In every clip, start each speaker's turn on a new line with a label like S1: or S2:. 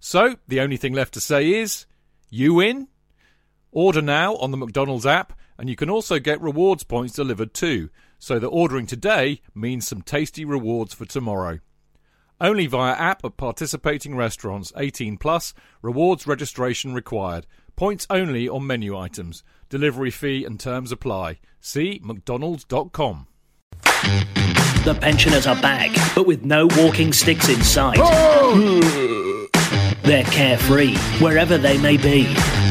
S1: So, the only thing left to say is, you win? Order now on the McDonald's app, and you can also get rewards points delivered too, so that ordering today means some tasty rewards for tomorrow. Only via app at participating restaurants. 18 plus. Rewards registration required. Points only on menu items. Delivery fee and terms apply. See mcdonalds.com.
S2: The pensioners are back, but with no walking sticks in sight. They're carefree, wherever they may be.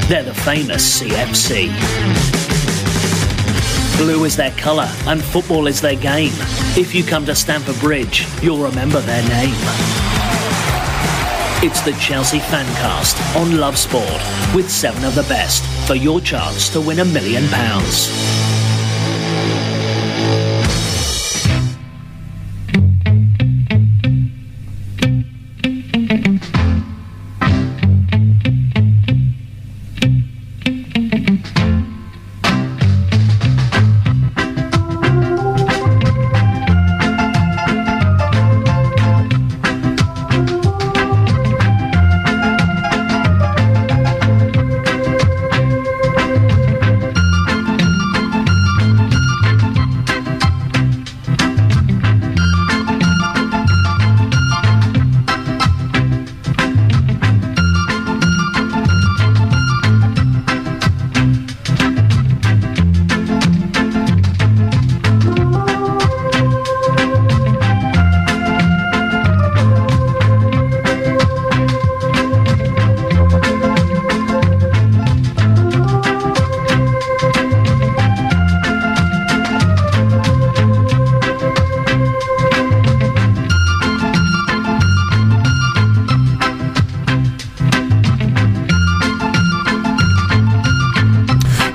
S2: They're the famous CFC. Blue is their colour, and football is their game. If you come to Stamford Bridge, you'll remember their name. It's the Chelsea Fancast on Love Sport with seven of the best for your chance to win a million pounds.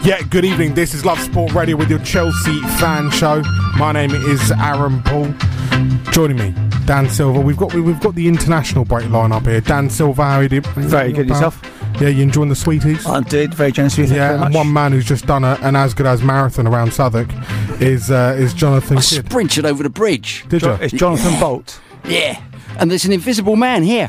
S3: Yeah, good evening. This is Love Sport Radio with your Chelsea fan show. My name is Aaron Paul. Joining me, Dan Silver. We've got we've got the international break line up here. Dan Silver, how are you doing?
S4: Very good, yourself?
S3: Yeah, you enjoying the sweeties?
S4: I did, very generous of you. thank you very
S3: yeah, and
S4: much.
S3: one man who's just done a, an as good as marathon around Southwark is uh, is Jonathan
S5: I
S3: Kidd.
S5: sprinted over the bridge.
S3: Did
S4: Jo-
S3: you?
S4: it's Jonathan Bolt.
S5: Yeah. And there's an invisible man here.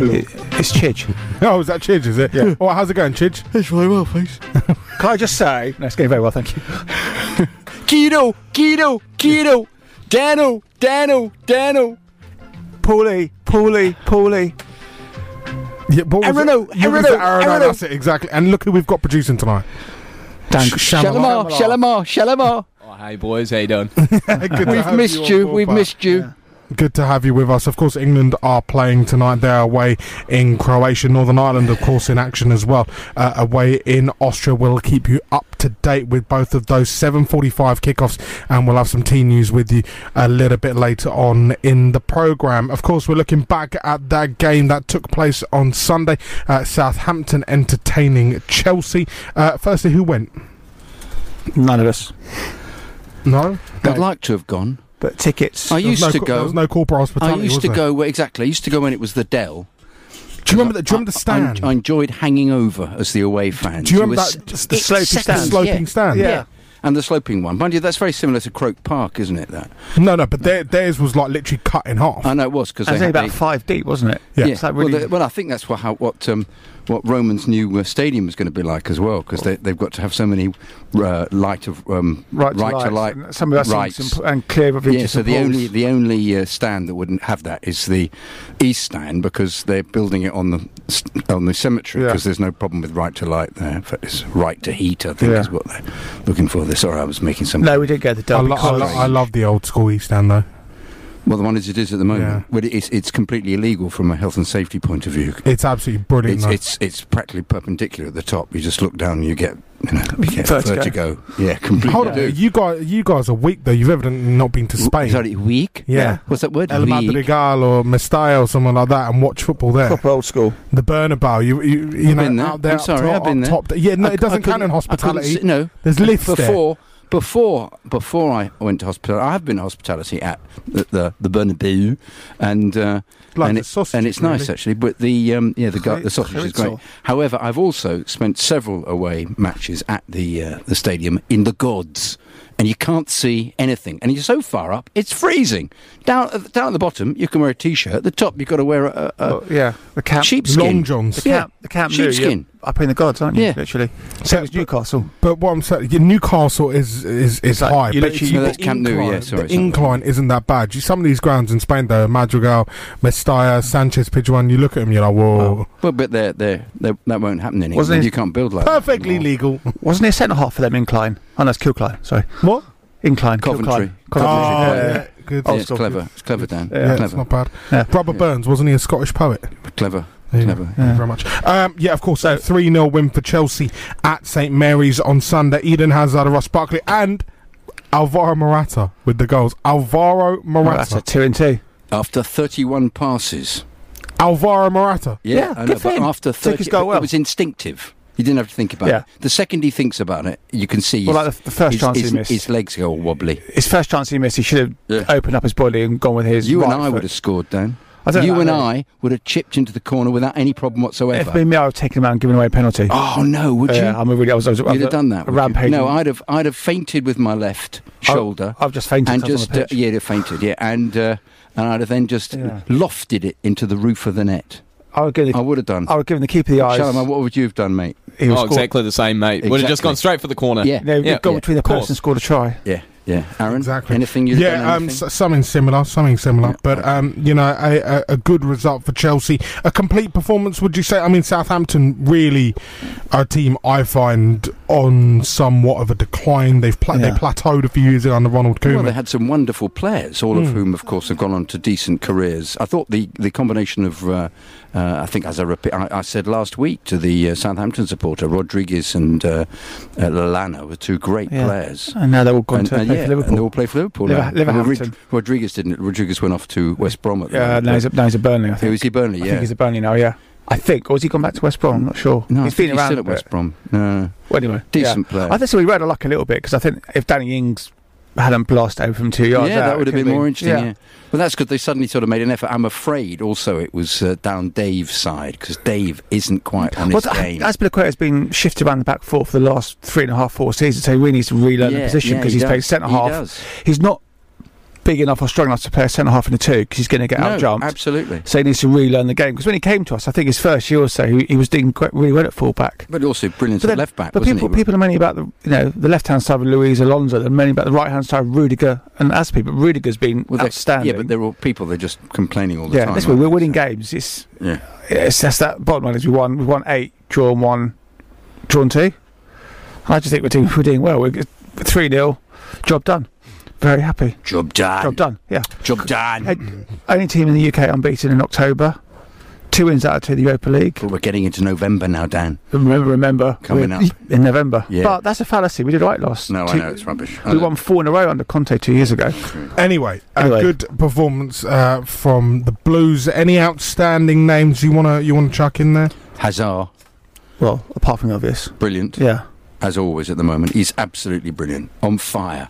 S4: It- It's Chidge.
S3: Oh, is that Chidge? Is it? Yeah. Oh, how's it going, Chidge?
S4: It's very well, thanks. Can I just say? No, it's going very well, thank you.
S5: Keto, keto, keto. Dano, Dano, Dano.
S4: Paulie, Paulie, Paulie.
S3: Yeah, but was it-
S5: Aaron-o,
S3: you was it
S5: Aaron-o,
S3: Aaron-o,
S5: Aaron-o.
S3: That's it, exactly. And look who we've got producing tonight.
S4: Dan,
S3: Sh- Shyamalan.
S5: Shalamar, Shalamar, Shalamar.
S6: Hey boys, how you doing?
S3: Good to
S5: We've
S3: have
S5: missed
S3: on
S5: you.
S3: board,
S5: We've
S3: pal.
S5: missed you.
S3: Good to have you with us. Of course, England are playing tonight. They're away in Croatia. Northern Ireland, of course, in action as well. Uh, away in Austria. We'll keep you up to date with both of those 7.45 kickoffs and we'll have some team news with you a little bit later on in the programme. Of course, we're looking back at that game that took place on Sunday. Uh, Southampton entertaining Chelsea. Uh, firstly, who went?
S4: None of us.
S3: No?
S5: I'd like to have gone.
S4: But tickets.
S5: I
S3: uh, There was
S5: used
S3: no
S5: to
S3: co- There
S5: go.
S3: was no corporate
S5: I
S3: hospitality,
S5: used
S3: was
S5: to
S3: there?
S5: go where, exactly. I used to go when it was the Dell.
S3: Do you remember the, do you remember the
S5: I- I-
S3: stand?
S5: I, enjoyed hanging over as the away fan.
S3: Do you remember
S5: were
S3: that-
S5: s-
S3: the
S5: eight
S3: sloping
S5: seconds,
S3: stand? Sloping
S5: yeah.
S3: stand.
S5: Yeah.
S3: Yeah.
S5: And the sloping one. Mind you, that's very similar to Croke Park, isn't it? That
S3: No, no, but their, theirs was like literally cut in half.
S5: I know it was because
S4: It
S5: they
S4: was only
S5: had
S4: about
S5: the-
S4: five deep, wasn't it?
S3: Yeah.
S4: It's like really,
S5: well, the, well, I think that's what how, what um, what Roman's new uh, stadium is going to be like as well, because they, they've got to have so many uh, light of um,
S4: right, to
S5: right to light.
S4: and Some of us
S5: rights.
S4: and, and clear of
S5: yeah,
S4: inches
S5: so
S4: and
S5: the
S4: balls.
S5: only the only uh, stand that wouldn't have that is the east stand because they're building it on the s- on the cemetery
S3: Yeah.
S5: because there's no problem with right to light there. In fact, it's right to heat, I think,
S3: Yeah.
S5: is what they're looking for. There, sorry, I was making some.
S4: No, we did go to the
S3: I,
S4: Derby
S3: lo- I,
S4: College.
S3: lo- I love the old school East End though.
S5: Well, the one as it is at the
S3: Yeah.
S5: moment, but it's it's completely illegal from a health and safety point of view.
S3: It's absolutely brilliant.
S5: It's,
S3: though.
S5: it's it's practically perpendicular at the top. You just look down and you get, you know, you get
S4: Vertigo.
S5: vertigo. Yeah, completely.
S3: Hold on, you guys, you guys are weak though. You've evidently not been to Spain.
S5: Sorry, weak?
S3: Yeah.
S5: What's that word?
S3: El Madrigal or Mestalla or someone like that, and watch football there.
S4: Proper old school.
S3: The Bernabeu, you you, you
S5: I've
S3: know,
S5: been there.
S3: out there.
S5: I'm sorry,
S3: up
S5: I've been
S3: up Top,
S5: there.
S3: yeah, no,
S5: I-
S3: it doesn't
S5: I
S3: count in
S5: couldn't- I couldn't
S3: hospitality.
S5: sit- no.
S3: there's lifts there.
S5: before before before I went to hospitality, I've been to hospitality at the the, the Bernabeu, and uh,
S3: Like
S5: and,
S3: the sausage,
S5: and it's nice
S3: really.
S5: actually. But the um, yeah the gu-
S4: Cre-
S5: the sausage is
S4: creator.
S5: great. However, I've also spent several away matches at the uh, the stadium in the gods. And you can't see anything, and you're so far up, it's freezing. Down, at the- down at the bottom, you can wear a t-shirt. At the top, you've got to wear a, a, a
S4: But, yeah, the camp.
S5: sheepskin.
S3: Long johns.
S4: The camp. The camp. New,
S5: Sheepskin.
S4: you're Up in the gods, aren't you?
S5: Yeah.
S4: Literally.
S3: So-
S4: Same as Newcastle.
S3: But what I'm saying, yeah, Newcastle is is, is
S4: It's like
S3: high.
S4: you
S3: but
S4: literally-
S3: it's
S4: No,
S3: the
S5: that's Camp Nou, yeah,
S3: incline-
S5: sorry,
S3: the
S5: it's not
S3: incline isn't that bad. You, some of these grounds in Spain, though, Madrigal, Mestalla, Sanchez, Pidjuan, you look at them, you're like, whoa,
S5: Well, but they're, they're, they're, that won't happen anymore.
S4: Wasn't it-
S5: You can't build like that
S3: perfectly
S5: anymore.
S3: legal.
S4: Wasn't there a centre half for them incline? Oh, no, it's Kilcline. Sorry.
S3: What?
S4: Incline.
S5: Coventry.
S4: Kilcline.
S5: Coventry,
S3: Oh,
S5: yeah.
S3: yeah, good.
S5: Yeah,
S4: Old
S5: it's
S4: school.
S5: clever. It's clever, Dan.
S3: Yeah, it's
S5: clever.
S3: not bad.
S4: Yeah.
S3: Robert Burns wasn't he a Scottish poet?
S5: clever.
S3: Yeah.
S5: Clever.
S3: Thank you very much. Um, yeah, of course. A 3 0 win for Chelsea at St Mary's on Sunday. Eden Hazard, Ross Barkley, and Alvaro Morata with the goals. Alvaro
S4: Oh, that's a
S3: Morata.
S4: two and two.
S5: After 31 passes.
S3: Alvaro Morata.
S4: Yeah,
S5: I
S4: good
S5: know,
S4: for
S5: but
S4: him.
S5: after
S4: Took
S5: 30,
S4: his goal
S5: but
S4: well.
S5: it was instinctive. He didn't have to think about
S4: Yeah.
S5: it. The second he thinks about it, you can see
S4: Well,
S5: his,
S4: like the, the first
S5: his-
S4: chance
S5: his-
S4: he missed.
S5: his legs go all wobbly.
S4: His first chance he missed, he should have
S5: Ah. Yeah.
S4: opened up his body and gone with his.
S5: You
S4: right
S5: and I
S4: foot.
S5: would have scored, Dan.
S4: I don't
S5: you
S4: know,
S5: and
S4: really.
S5: I would have chipped into the corner without any problem
S4: If
S5: whatsoever.
S4: it'd been me, I would have taken him out and given away a penalty.
S5: oh, no, would you?
S4: yeah, I'm a really. I was. uh, I was I
S5: You'd
S4: was
S5: have done that.
S4: A
S5: would you?
S4: rampage.
S5: No, I'd have, I'd have fainted with my left shoulder.
S4: I've just fainted
S5: and
S4: as I was on
S5: just
S4: the
S5: uh,
S4: pitch.
S5: yeah, have fainted. Yeah, and uh, and I'd have then just
S4: Yeah.
S5: lofted it into the roof of the net.
S4: I would give the.
S5: I would have done.
S4: I would give him the keeper the eyes.
S5: Shalimar, what would you have done, mate?
S4: he was
S6: oh, exactly the same, mate. Would have just
S5: Exactly.
S6: gone straight for the corner.
S5: Yeah.
S4: No,
S6: Yeah,
S4: go
S6: yeah,
S4: between the
S6: of course.
S4: posts and scored a try.
S5: Yeah, yeah. Aaron,
S3: Exactly.
S5: anything you've
S3: Yeah,
S5: done?
S3: um,
S5: anything?
S3: s- something similar, something similar.
S5: Yeah.
S3: But um, you know, a, a, a good result for Chelsea. A complete performance, would you say? I mean, Southampton really a team I find on somewhat of a decline. They've pla- they
S4: Yeah.
S3: plateaued a few years ago under Ronald Koeman.
S5: well, they had some wonderful players, all
S4: Hmm.
S5: of whom, of course, have gone on to decent careers. I thought the, the combination of, uh, uh, I think, as I, repeat, I, I said last week to the uh, Southampton supporter, Rodriguez and uh, uh, Lallana were two great
S4: Yeah.
S5: players.
S4: And now they're all gone
S5: and,
S4: to
S5: and
S4: play
S5: yeah,
S4: for
S5: and they
S4: Liverpool.
S5: all play for Liverpool.
S4: Liver-
S5: now.
S4: Liverhampton.
S5: Rodri- Rodriguez didn't. Rodriguez went off to West Brom at the
S4: Yeah,
S5: moment,
S4: now
S5: but-
S4: he's, a, now he's a Burnley, I
S5: Who
S4: think.
S5: is he Burnley?
S4: I
S5: Yeah.
S4: think he's a Burnley now, yeah. I think. Or has he gone back to West Brom? I'm not sure.
S5: no, I
S4: he's
S5: think
S4: been
S5: he's
S4: around.
S5: still at
S4: but-
S5: West Brom. No, no.
S4: Well, anyway.
S5: decent player.
S4: Yeah. I think so we read a luck a little bit because I think if Danny Ings hadn't blasted over from two
S5: yeah,
S4: yards, out,
S5: that would
S4: it
S5: have
S4: could
S5: been more interesting. Yeah.
S4: yeah.
S5: But that's because they suddenly sort of made an effort. I'm afraid also it was uh, down Dave's side because Dave isn't quite on
S4: Well,
S5: his game.
S4: Aspilicueta has been shifted around the back four for the last three and a half, four seasons, so he really needs to relearn the
S5: Yeah,
S4: position
S5: yeah,
S4: because
S5: he
S4: he's playing
S5: does.
S4: centre
S5: He
S4: half.
S5: does.
S4: He's not big enough or strong enough to play a centre half in a two because he's going to get
S5: No,
S4: out jumped.
S5: absolutely.
S4: So he needs to relearn the game because when he came to us, I think his first year or so, he, he was doing quite, really well at full back.
S5: But also brilliant
S4: But
S5: at
S4: then-
S5: left back.
S4: But
S5: wasn't
S4: people,
S5: he?
S4: people are mainly about the you know the left hand side of Luis Alonso. They're mainly about the right hand side of Rudiger and Aspi. But Rudiger's been
S5: Well, they're-
S4: outstanding.
S5: Yeah, but they're all people. They're just complaining all the
S4: yeah,
S5: time.
S4: that's why
S5: aren't
S4: we're
S5: they?
S4: winning games. It's,
S5: Yeah.
S4: it's that's that bottom line is we won we won eight, drawn one, drawn two. And I just think we're doing we're doing well. We're three 0 job done. Very happy.
S5: Job done.
S4: Job done. Yeah. Uh,
S5: Job done.
S4: Hey, Only team in the UK unbeaten in October. Two wins out of two in the Europa League.
S5: But we're getting into November now, Dan.
S4: Remember, remember,
S5: Coming
S4: we're
S5: up.
S4: in November.
S5: Yeah.
S4: But that's a fallacy. We did right last.
S5: No, I
S4: two-
S5: know it's rubbish. I
S4: We
S5: know.
S4: won four in a row under Conte two years ago.
S3: Anyway, a
S4: Anyway.
S3: good performance uh, from the Blues. Any outstanding names you wanna you wanna chuck in there?
S5: Hazard,
S4: Well, apart from the obvious.
S5: brilliant.
S4: Yeah.
S5: as always at the moment. He's absolutely brilliant, on fire,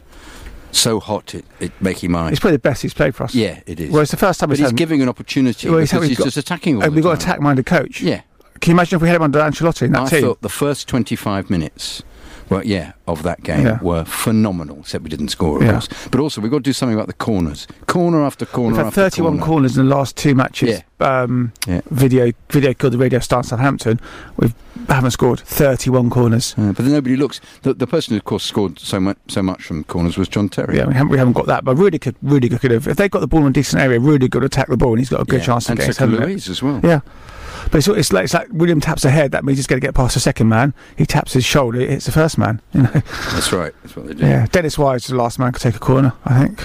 S5: so hot it it making my
S4: It's probably the best he's played for us.
S5: yeah it is.
S4: Well, it's the first time
S5: but
S4: he's,
S5: he's
S4: had
S5: giving an opportunity
S4: Well, he's had-
S5: because he's,
S4: he's got-
S5: just attacking all
S4: and
S5: the
S4: we've got an
S5: time.
S4: attack minded coach.
S5: Yeah,
S4: Can you imagine if we had him under Ancelotti in that
S5: I
S4: team?
S5: thought the first twenty five minutes well, yeah, of that game
S4: Yeah.
S5: were phenomenal. Except we didn't score, of
S4: Yeah.
S5: course. But also, we've got to do something about the corners, corner after corner
S4: We've had
S5: after
S4: 31
S5: corner.
S4: corners in the last two matches. Um,
S5: Yeah.
S4: Video video killed the radio star Southampton. We haven't scored 31 corners.
S5: Uh, but then nobody looks. The, the person who, of course, scored so much so much from corners was John Terry.
S4: Yeah, we haven't, we haven't got that. But Rudiger, Rudiger could have. If they got the ball in a decent area, Rudiger could attack the ball and he's got a good
S5: Yeah,
S4: chance of
S5: and
S4: getting
S5: Saka
S4: it.
S5: Louise as well.
S4: Yeah. But it's, it's, like, it's like William taps ahead. That means he's going to get past the second man. He taps his shoulder. It hits the first man. You know?
S5: That's right. That's what they do.
S4: Yeah. Dennis Wise is the last man to take a corner, I think.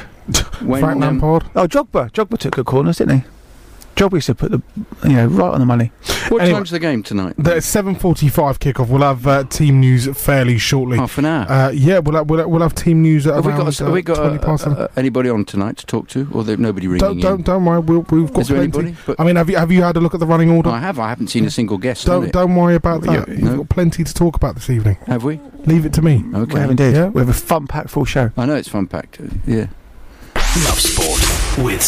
S5: When,
S3: Frank
S5: um,
S3: Lampard.
S4: Oh, Jogba. Jogba took good corners, didn't he? Jogba used to put the, you know, right on the money.
S5: what
S3: Anyway.
S5: time's the game tonight?
S3: The 7:45 kickoff. We'll have uh, team news fairly shortly.
S5: Half an hour.
S3: Uh, yeah, we'll have, we'll have, we'll have team news at
S5: have we
S3: around
S5: got, a-
S3: uh,
S5: have we got
S3: 20
S5: uh,
S3: past.
S5: uh, anybody on tonight to talk to, or there's nobody ringing
S3: don't, don't don't worry. We'll, we've
S5: in?
S3: got
S5: Is there
S3: plenty.
S5: anybody? But
S3: I mean, have you have you had a look at the running order?
S5: I have. I haven't seen a single guest. on
S3: don't
S5: it.
S3: don't worry about
S5: Yeah,
S3: that.
S5: no.
S3: You've got plenty to talk about this evening.
S5: Have we?
S3: Leave it to me.
S5: Okay.
S4: We have indeed.
S3: Yeah.
S4: We have a fun packed full show.
S5: I know it's fun packed. uh, Yeah.
S2: Love Sport with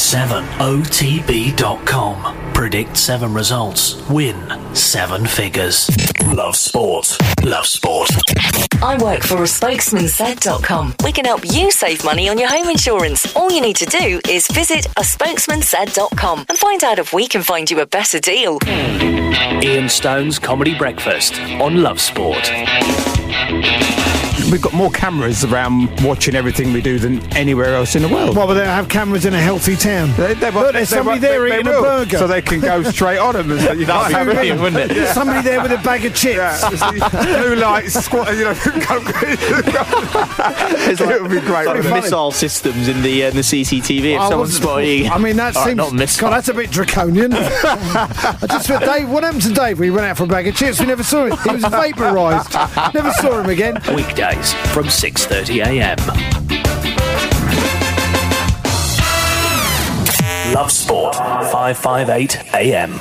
S2: 7otb.com. Predict 7 results, win 7 figures. Love Sport. Love Sport.
S7: I work for a spokesman said.com. We can help you save money on your home insurance. All you need to do is visit a spokesman said.com and find out if we can find you a better deal.
S2: Ian Stone's Comedy Breakfast on Love Sport.
S8: We've got more cameras around watching everything we do than anywhere else in the world.
S9: Well, but they have cameras in a healthy town.
S8: They, they,
S9: Look, there's
S8: they-
S9: somebody
S8: they-
S9: there
S8: they
S9: eating a
S8: will,
S9: burger.
S8: So they can go straight on them. That'd be
S9: That'd be brilliant,
S8: brilliant, wouldn't it?
S9: There's somebody there with a bag of chips.
S8: Blue lights, squat, you know.
S10: It's like,
S8: it would be great.
S10: like
S8: wouldn't it?
S10: missile systems in the uh, in the CCTV. If
S9: I
S10: someone's
S9: wasn't-
S10: spotting,
S9: I mean, that
S10: All right,
S9: seems.
S10: not missile.
S9: God, that's a bit draconian. I just thought, Dave, what happened to Dave? We went out for a bag of chips. We never saw him. He was vaporised. Never saw him again.
S2: Weekdays from 6:30 a.m. Love Sport 558 a.m.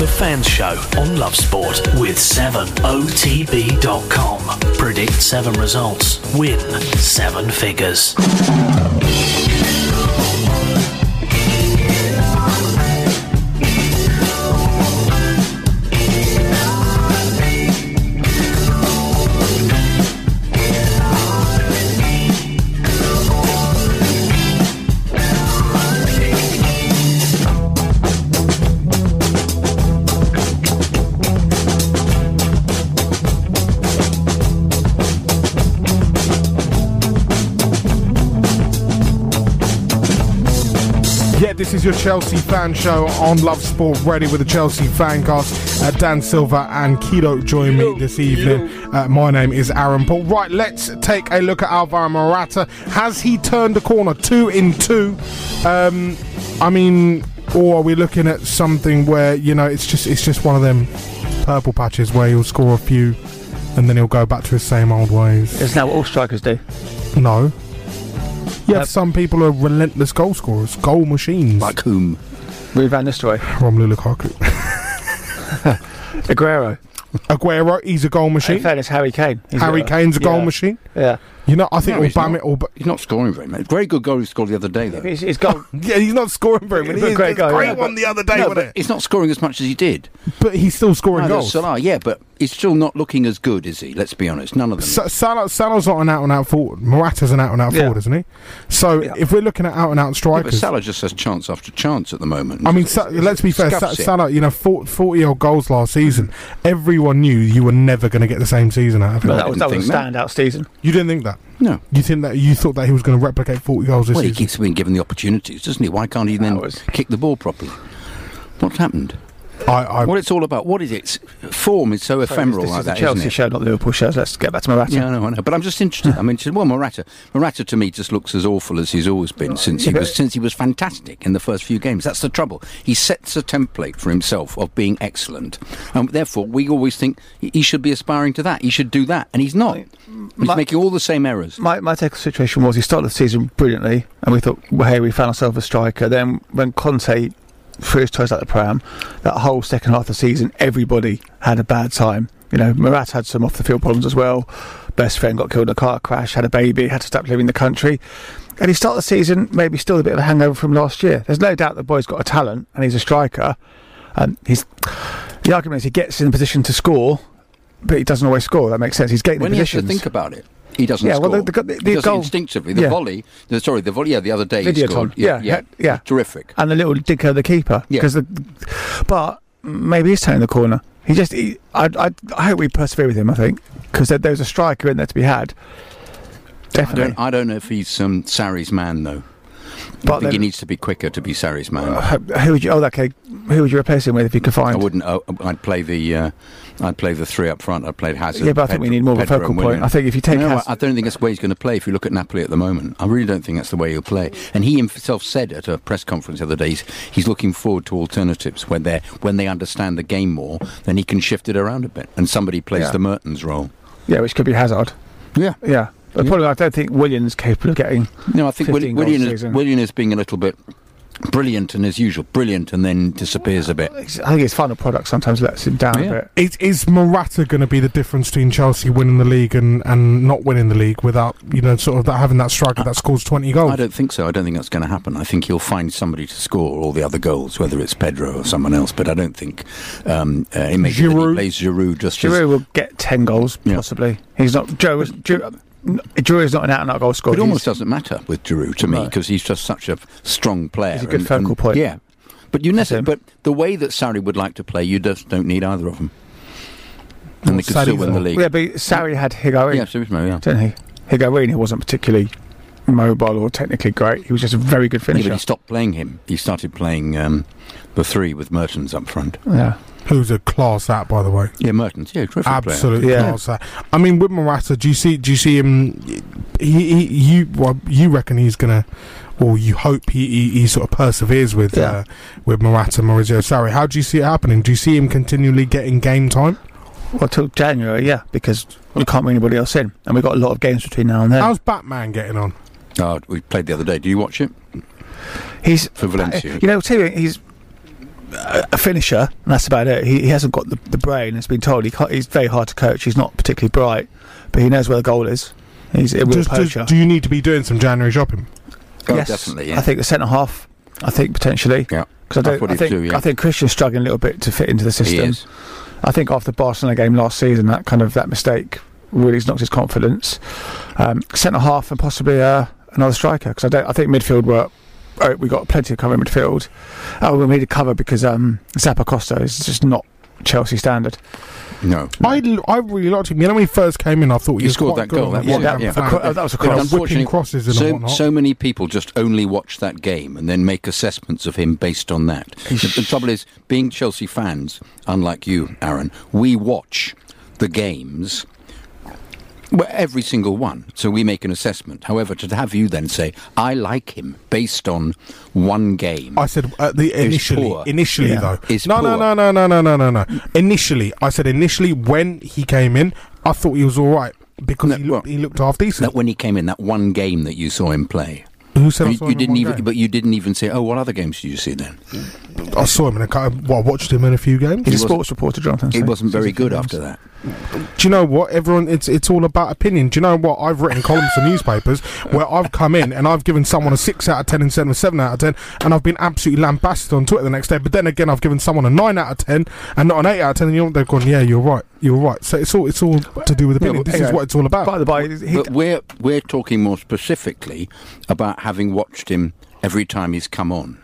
S2: The Fans Show on Love Sport with 7otb.com. Predict 7 results, win 7 figures.
S3: Yeah, this is your Chelsea fan show on Love Sport Radio with the Chelsea fancast. Uh, Dan Silva and Kido join me this evening. Uh, my name is Aaron Paul. Right, let's take a look at Alvaro Morata. Has he turned the corner? Two in two. Um, I mean, or are we looking at something where you know it's just it's just one of them purple patches where he'll score a few and then he'll go back to his same old ways?
S4: Isn't that what all strikers do?
S3: No. You
S4: Uh,
S3: have some people who are relentless goal scorers, goal machines.
S5: Like whom?
S4: Rui Van Nistelrooy.
S3: Romelu Lukaku.
S4: Aguero.
S3: Aguero, he's a goal machine.
S4: In fairness, Harry Kane. He's
S3: Harry
S4: got
S3: Cane's a goal
S4: yeah.
S3: machine.
S4: Yeah.
S3: You know, I think
S5: No, he's
S3: Obama.
S5: not.
S3: Ob-
S5: He's not scoring very much. Very good goal he scored the other day, though.
S4: He's, he's got
S3: yeah, he's not scoring very many.
S4: But
S3: He's-
S4: great
S3: he's
S4: goal,
S3: great
S4: yeah,
S3: one
S4: but-
S3: the other day,
S5: no,
S3: wasn't
S5: but
S3: it?
S5: he's not scoring as much as he did.
S3: But he's still scoring
S5: Neither
S3: goals.
S5: is Salah, yeah, but he's still not looking as good, is he? Let's be honest. None of them.
S3: Sa- Salah, Salah's not an out and out forward. Morata's an out and out
S4: Yeah.
S3: forward, isn't he? So if we're looking at out and out
S5: yeah, but
S3: strikers,
S5: Salah just has chance after chance at the moment.
S3: I mean, Sa- let's be fair. Sa-
S5: scuffs it.
S3: Salah, you know, 40 odd goals last season. Everyone knew you were never going to get the same season out of him.
S4: Well, that was, that was a
S5: think that.
S4: standout season.
S3: You didn't think that.
S5: No.
S3: You think that you thought that he was going to replicate 40 goals this
S5: Well, he
S3: season.
S5: keeps being given the opportunities, doesn't he? Why can't he then
S4: was-
S5: kick the ball properly? What's happened?
S3: I, I,
S5: What it's all about? What is it? It's- Form is so ephemeral
S4: this
S5: like
S4: is
S5: that,
S4: the Chelsea
S5: isn't it?
S4: show, not the Liverpool show. so Let's get back to Morata.
S5: Yeah, I know, I know. But I'm just interested. I mean, well, Morata, Morata to me just looks as awful as he's always been since he was since he was fantastic in the first few games. That's the trouble. He sets a template for himself of being excellent, and therefore we always think he he should be aspiring to that. He should do that, and he's not. He's
S4: my-
S5: making all the same errors.
S4: My, my take on the situation was he started the season brilliantly, and we thought, well, hey, we found ourselves a striker. Then when Conte threw his toes out the pram, that whole second half of the season, everybody had a bad time. You know, Murat had some off the field problems as well. Best friend got killed in a car crash, had a baby, had to stop living the country. And he started the season maybe still a bit of a hangover from last year. There's no doubt the boy's got a talent and he's a striker. And he's the argument is he gets in a position to score but he doesn't always score. That makes sense. He's getting
S5: when
S4: the
S5: he has
S4: positions.
S5: to think about it. He doesn't
S4: Yeah,
S5: score.
S4: well, the- the- the
S5: he does
S4: goal-
S5: it instinctively. The
S4: yeah.
S5: volley, the, sorry, the volley. Yeah, the other day
S4: Videoton.
S5: he scored.
S4: Yeah, yeah, yeah.
S5: terrific.
S4: and the little dicker, the keeper.
S5: Yeah.
S4: Because the, but maybe he's turning the corner. He just. He, I, I. I hope we persevere with him. I think because there, there's a striker in there to be had.
S5: I
S4: Definitely.
S5: don't, I don't know if he's um, Sarri's man though. I
S4: But
S5: think he
S4: then-
S5: needs to be quicker to be Sarri's man.
S4: Who would you? Oh, okay. Who would you replace him with if you could
S5: I
S4: find?
S5: wouldn't. Oh, I'd play the. Uh, I'd play the three up front. I'd play Hazard.
S4: Yeah, but I think we need more of a
S5: Pedro
S4: focal
S5: and
S4: point.
S5: Willian.
S4: I think if you take
S5: no,
S4: Hazard-
S5: I don't think that's the way he's going to play. If you look at Napoli at the moment, I really don't think that's the way he'll play. And he himself said at a press conference the other day, he's, he's looking forward to alternatives when they when they understand the game more. Then he can shift it around a bit, and somebody plays
S4: Yeah.
S5: the Mertens role.
S4: Yeah, which could be Hazard.
S5: Yeah.
S4: Yeah. But probably I don't think Williams capable of getting.
S5: No, I think
S4: 15
S5: William,
S4: goals
S5: William,
S4: a
S5: is,
S4: season.
S5: William is being a little bit brilliant, and as usual, brilliant, and then disappears a bit.
S4: I think his final product sometimes lets him down a bit.
S3: Oh, Is, is Morata going to be the difference between Chelsea winning the league and, and not winning the league without you know sort of that, having that striker that scores twenty
S5: I
S3: goals?
S5: don't think so. I don't think that's going to happen. I think he'll find somebody to score all the other goals, whether it's Pedro or someone else. But I don't think um, uh, it makes Giroud. He plays Giroud just as-
S4: Giroud will get ten goals possibly. He's not Joe. is- Giroud Giroud is not an out and out goal scorer.
S5: It almost
S4: He's-
S5: doesn't matter with Giroud to me
S4: No.
S5: because he's just such a strong player.
S4: He's a good focal point.
S5: Yeah, but you never. But the way that Sarri would like to play, you just don't need either of them, and they could still win the league.
S4: Yeah, but Sarri had Higuain.
S5: Yeah, Turismo, yeah.
S4: Didn't he? Higuain, he wasn't particularly mobile or technically great. He was just a very good
S5: Yeah,
S4: finisher.
S5: but he stopped playing him. He started playing um, the three with Mertens up front.
S4: Yeah.
S3: Who's a class at, by the way?
S5: Yeah, Mertens. Yeah, terrific player.
S3: Absolutely
S5: Yeah.
S3: class at. I mean, with Morata, do you see? Do you see him? He, he you, well, you reckon he's gonna, or you hope he, he, he sort of perseveres with uh, with Morata, Maurizio Sarri. How do you see it happening? Do you see him continually getting game time?
S4: Well, till January, yeah, because we can't bring anybody else in, and we've got a lot of games between now and then.
S3: How's Batman getting on?
S5: Oh, we played the other day. Do you watch it?
S4: He's
S5: for Valencia.
S4: Uh, You know, tell you, he's a a finisher, and that's about it. He, he hasn't got the, the brain. It's been told he can't, he's very hard to coach. He's not particularly bright, but he knows where the goal is. He's a real
S3: Does- does-
S4: poacher.
S3: do you need to be doing some January shopping?
S5: Oh, definitely, yeah.
S4: I think the centre half. I think potentially.
S5: Yeah.
S4: Because I,
S5: That's
S4: don't-
S5: what
S4: I
S5: he'd
S4: think
S5: do, yeah.
S4: I think Christian's struggling a little bit to fit into the
S5: He
S4: system.
S5: is.
S4: I think after the Barcelona game last season, that kind of that mistake really knocked his confidence. Um, centre half and possibly uh, another striker because I don't. I think midfield were. Oh, we got plenty of cover in midfield. Oh, we need to cover because um, Zappa Costa is just not Chelsea standard.
S5: No.
S3: I, l- I really liked him. You know, when he first came in, I thought he,
S5: He
S3: was
S5: scored
S3: quite
S5: that
S3: good
S5: goal.
S3: on
S5: That,
S3: the
S5: was,
S3: right-hand
S5: yeah.
S3: flank.
S5: That was a
S3: Like,
S5: cross.
S3: Whipping crosses and
S5: so,
S3: whatnot.
S5: so many people just only watch that game and then make assessments of him based on that. the, the trouble is, being Chelsea fans, unlike you, Aaron, we watch the games. Well, every single one. So we make an assessment. However, to have you then say, "I like him" based on one game.
S3: I said uh, the
S5: It's
S3: initially,
S5: poor.
S3: initially
S5: Yeah.
S3: though.
S5: It's
S3: no, no, no,
S5: poor.
S3: no, no, no, no, no, no. Initially, I said initially when he came in, I thought he was all right because he, looked, he looked half decent.
S5: That when he came in, that one game that you saw him play.
S3: Who said I
S5: you,
S3: saw
S5: you
S3: him in
S5: didn't
S3: one
S5: even?
S3: game?
S5: But you didn't even say, "Oh, what other games did you see then?"
S3: I saw him in a car. Well, I watched him in a few games.
S5: He wasn't- He wasn't very good after that.
S3: Do you know what? Everyone, it's it's all about opinion. Do you know what? I've written columns for newspapers where I've come in and I've given someone a six out of ten instead of a seven out of ten, and I've been absolutely lambasted on Twitter the next day. But then again, I've given someone a nine out of ten and not an eight out of ten, and you know, what? they've gone, yeah, you're right, you're right. So it's all it's all to do with opinion. this is what it's all about.
S5: but we're we're talking more specifically about having watched him every time he's come on,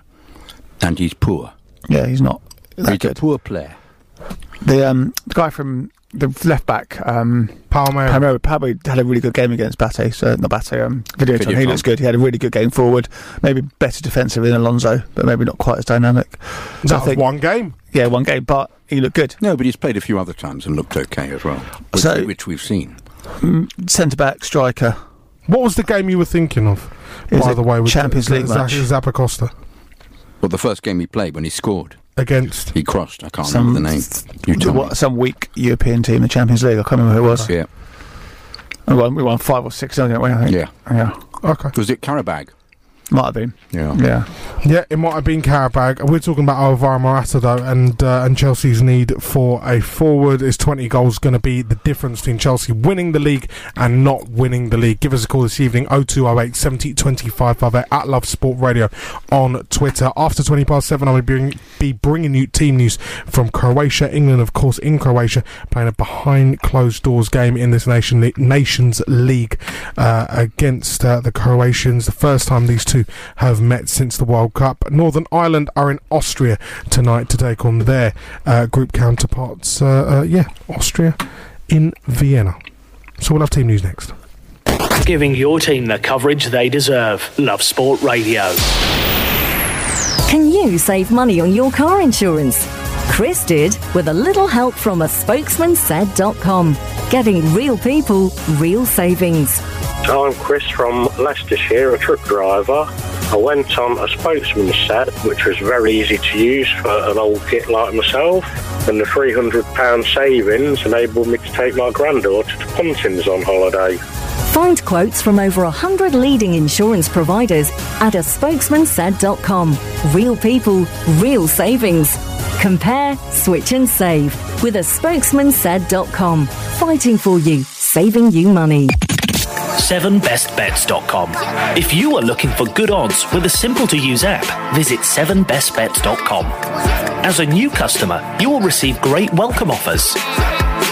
S5: and he's poor.
S4: Yeah, he's not. that
S5: he's a poor player.
S4: The um, the guy from the left back, um,
S3: Palmeiro.
S4: Palmeiro had a really good game against Bate. So not Bate, um, Videoton. He
S5: Videoton.
S4: looks good. He had a really good game forward. Maybe better defensive than Alonso, but maybe not quite as dynamic. So I
S3: That was one game.
S4: Yeah, one game, but he looked good.
S5: No, but he's played a few other times and looked okay as well, which,
S4: So-
S5: which we've seen.
S4: Centre back, mm, striker.
S3: What was the game you were thinking of?
S4: Is
S3: by
S4: it
S3: the way, with
S4: Champions
S3: Z-
S4: League
S3: Z-
S4: match?
S3: Zappa Costa
S5: Well, the first game he played when he scored
S3: against
S5: he crossed. I can't
S4: Some-
S5: remember the name. You tell
S4: what, some weak European team in the Champions League. I can't remember who it was.
S5: me. Yeah,
S4: We won, we won five or six, didn't we? I think.
S5: yeah.
S4: Yeah.
S3: Okay.
S5: Was it Carabag?
S4: Might have been.
S5: Yeah.
S4: Yeah.
S3: Yeah, it might have been Carabag. We're talking about Alvaro Morata though, and uh, and Chelsea's need for a forward is 20 goals going to be the difference between Chelsea winning the league and not winning the league. Give us a call this evening 0208 70 25 58 at Love Sport Radio on Twitter. After 20 past seven, I'll be bringing, be bringing you team news from Croatia, England of course in Croatia playing a behind closed doors game in this nation Le- Nations League uh, against uh, the Croatians. The first time these two have met since the World Cup. Northern Ireland are in Austria tonight to take on their uh, group counterparts. Uh, uh, yeah, Austria in Vienna. So we'll have team news next.
S2: Giving your team the coverage they deserve. Love Sport Radio.
S7: Can you save money on your car insurance? Chris did with a little help from a spokesman said.com. Getting real people, real savings.
S11: I'm Chris from Leicestershire, a truck driver. I went on a spokesman set, which was very easy to use for an old git like myself, and the £300 savings enabled me to take my granddaughter to Pontins on holiday.
S7: Find quotes from over 100 leading insurance providers at a spokesman said.com. Real people, real savings. Compare, switch and save with a spokesman said.com. Fighting for you, saving you money.
S2: 7bestbets.com. If you are looking for good odds with a simple to use app, visit 7bestbets.com. As a new customer, you will receive great welcome offers.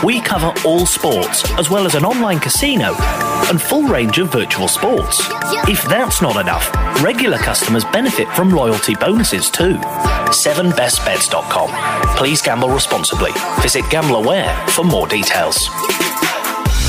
S2: We cover all sports, as well as an online casino and full range of virtual sports. If that's not enough, regular customers benefit from loyalty bonuses too. 7bestbets.com. Please gamble responsibly. Visit GambleAware for more details.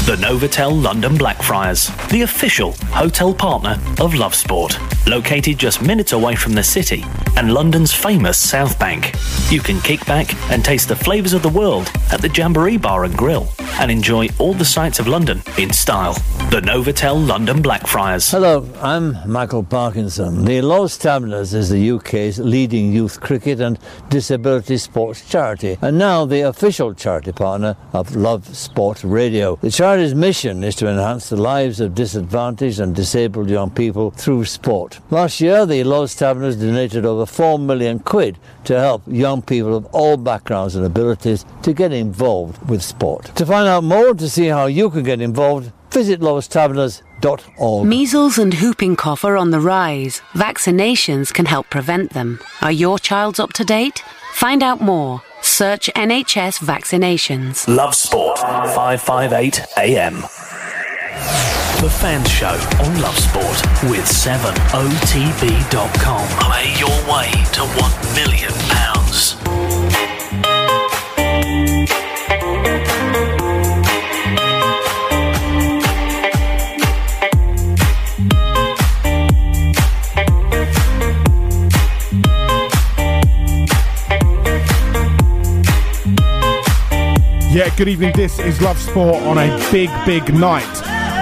S2: The Novotel London Blackfriars, the official hotel partner of Lovesport, located just minutes away from the city and London's famous South Bank. You can kick back and taste the flavours of the world at the Jamboree Bar and Grill and enjoy all the sights of London in style. The Novotel London Blackfriars.
S12: Hello, I'm Michael Parkinson. The Lowe's Travellers is the UK's leading youth cricket and disability sports charity, and now the official charity partner of Love Sport Radio. The charity's mission is to enhance the lives of disadvantaged and disabled young people through sport. Last year, the Lowe's Travellers donated over 4 million quid to help young people of all backgrounds and abilities to get involved with sport. To find out more and to see how you can get involved, visit lowesttaverners.org.
S13: Measles and whooping cough are on the rise. Vaccinations can help prevent them. Are your child's up to date? Find out more. Search NHS vaccinations.
S2: Love Sport, 558 AM. The Fan Show on Love Sport with 7otb.com. Play your way to £1 million. pounds.
S3: Yeah, good evening. This is Love Sport on a big, big night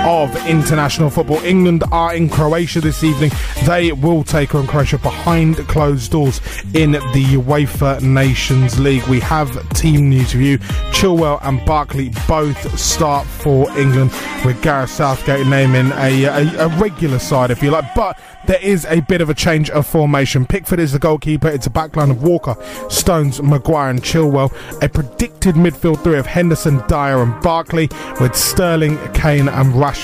S3: of international football. England are in Croatia this evening. They will take on Croatia behind closed doors in the UEFA Nations League. We have team news for you. Chilwell and Barkley both start for England with Gareth Southgate naming a, a, a regular side, if you like. But there is a bit of a change of formation. Pickford is the goalkeeper. It's a backline of Walker, Stones, Maguire, and Chilwell. A predicted midfield three of Henderson, Dyer, and Barkley, with Sterling, Kane, and Rashford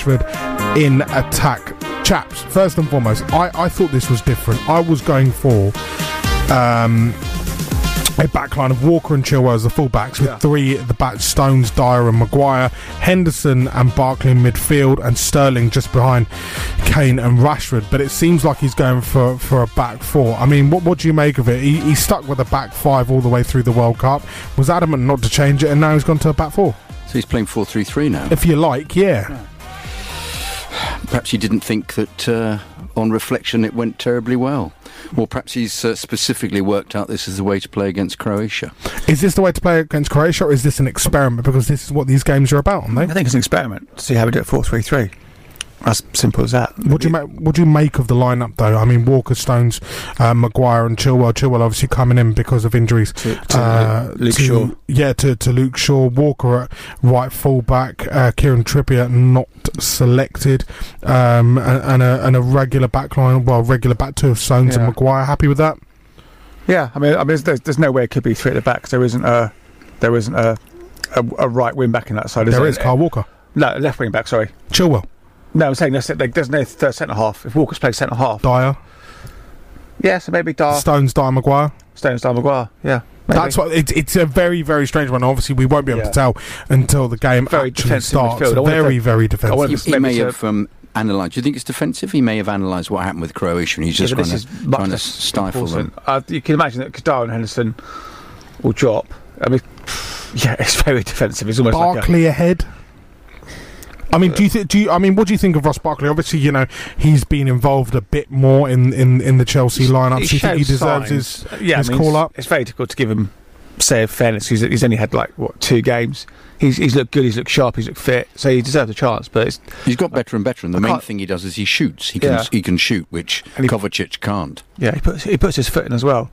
S3: in attack. Chaps, first and foremost, I, I thought this was different. I was going for um, a backline of Walker and Chilwell as the fullbacks, with three at the back: Stones, Dyer, and Maguire, Henderson and Barkley in midfield, and Sterling just behind Kane and Rashford. But it seems like he's going for, for a back four. I mean, what what do you make of it? He, he stuck with a back five all the way through the World Cup. Was adamant not to change it, and now he's gone to a back four.
S5: So he's playing 4 3 3 now.
S3: If you like, yeah.
S5: Perhaps he didn't think that uh, on reflection it went terribly well. Or perhaps he's uh, specifically worked out this is the way to play against Croatia.
S3: Is this the way to play against Croatia, or is this an experiment? Because this is what these games are about, aren't they? I
S4: think it's an experiment. See how we do it 4 3 3. As simple as that.
S3: What do you make? What do you make of the lineup, though? I mean, Walker, Stones, uh, Maguire, and Chilwell. Chilwell obviously coming in because of injuries. uh, To,
S4: to Lu- Luke Shaw.
S3: Yeah, to, to Luke Shaw. Walker at right fullback. Uh, Kieran Trippier not selected, um, and, and a and a regular back line. Well, regular back two of Stones and
S4: Yeah.
S3: Maguire. Happy with that?
S4: Yeah, I mean, I mean, there's, there's no way it could be three at the back. 'cause There isn't a, there isn't a, a, a right wing back in that side.
S3: there
S4: there
S3: is Kyle Walker.
S4: No, left wing back. Sorry,
S3: Chilwell.
S4: No, I'm saying there's, like, there's no third centre half. If Walker's played centre half,
S3: Dyer.
S4: Yeah, so maybe Dyer,
S3: Stones, Dyer, Maguire.
S4: Stones, Dyer, Maguire. Yeah, maybe.
S3: That's what it's. It's a very, very strange one. Obviously, we won't be able
S4: Yeah.
S3: to tell until the game actually
S4: defensive
S3: starts.
S4: midfield. I wonder if
S3: Very,
S4: they-
S3: very
S4: I
S3: defensive.
S4: wonder
S5: He,
S4: if
S5: he
S4: maybe
S5: may
S4: to-
S5: have um, analysed. Do you think it's defensive? He may have analysed what happened with Croatia, and he's just
S4: Yeah, but
S5: trying
S4: this
S5: to,
S4: is much
S5: trying to
S4: less
S5: stifle them.
S4: important. Uh, you can imagine that Kadar and Henderson will drop. I mean, yeah, it's very defensive. It's almost like a-
S3: Barkley ahead. I mean, do you think? Do you? I mean, what do you think of Ross Barkley? Obviously, you know he's been involved a bit more in in, in the Chelsea lineup.
S4: It
S3: Do you think he
S4: shows
S3: deserves
S4: signs. Uh,
S3: his
S4: yeah, I
S3: his
S4: mean,
S3: call
S4: it's-
S3: up?
S4: It's very difficult to give him say of fairness. He's, he's only had like what two games. He's, he's looked good. He's looked sharp. He's looked fit. So he deserves a chance. But it's,
S5: He's got better and better, and the
S4: I
S5: main
S4: can't-
S5: thing he does is he shoots. He can
S4: Yeah.
S5: he can shoot, which Kovacic can't.
S4: yeah, he puts he puts his foot in as well.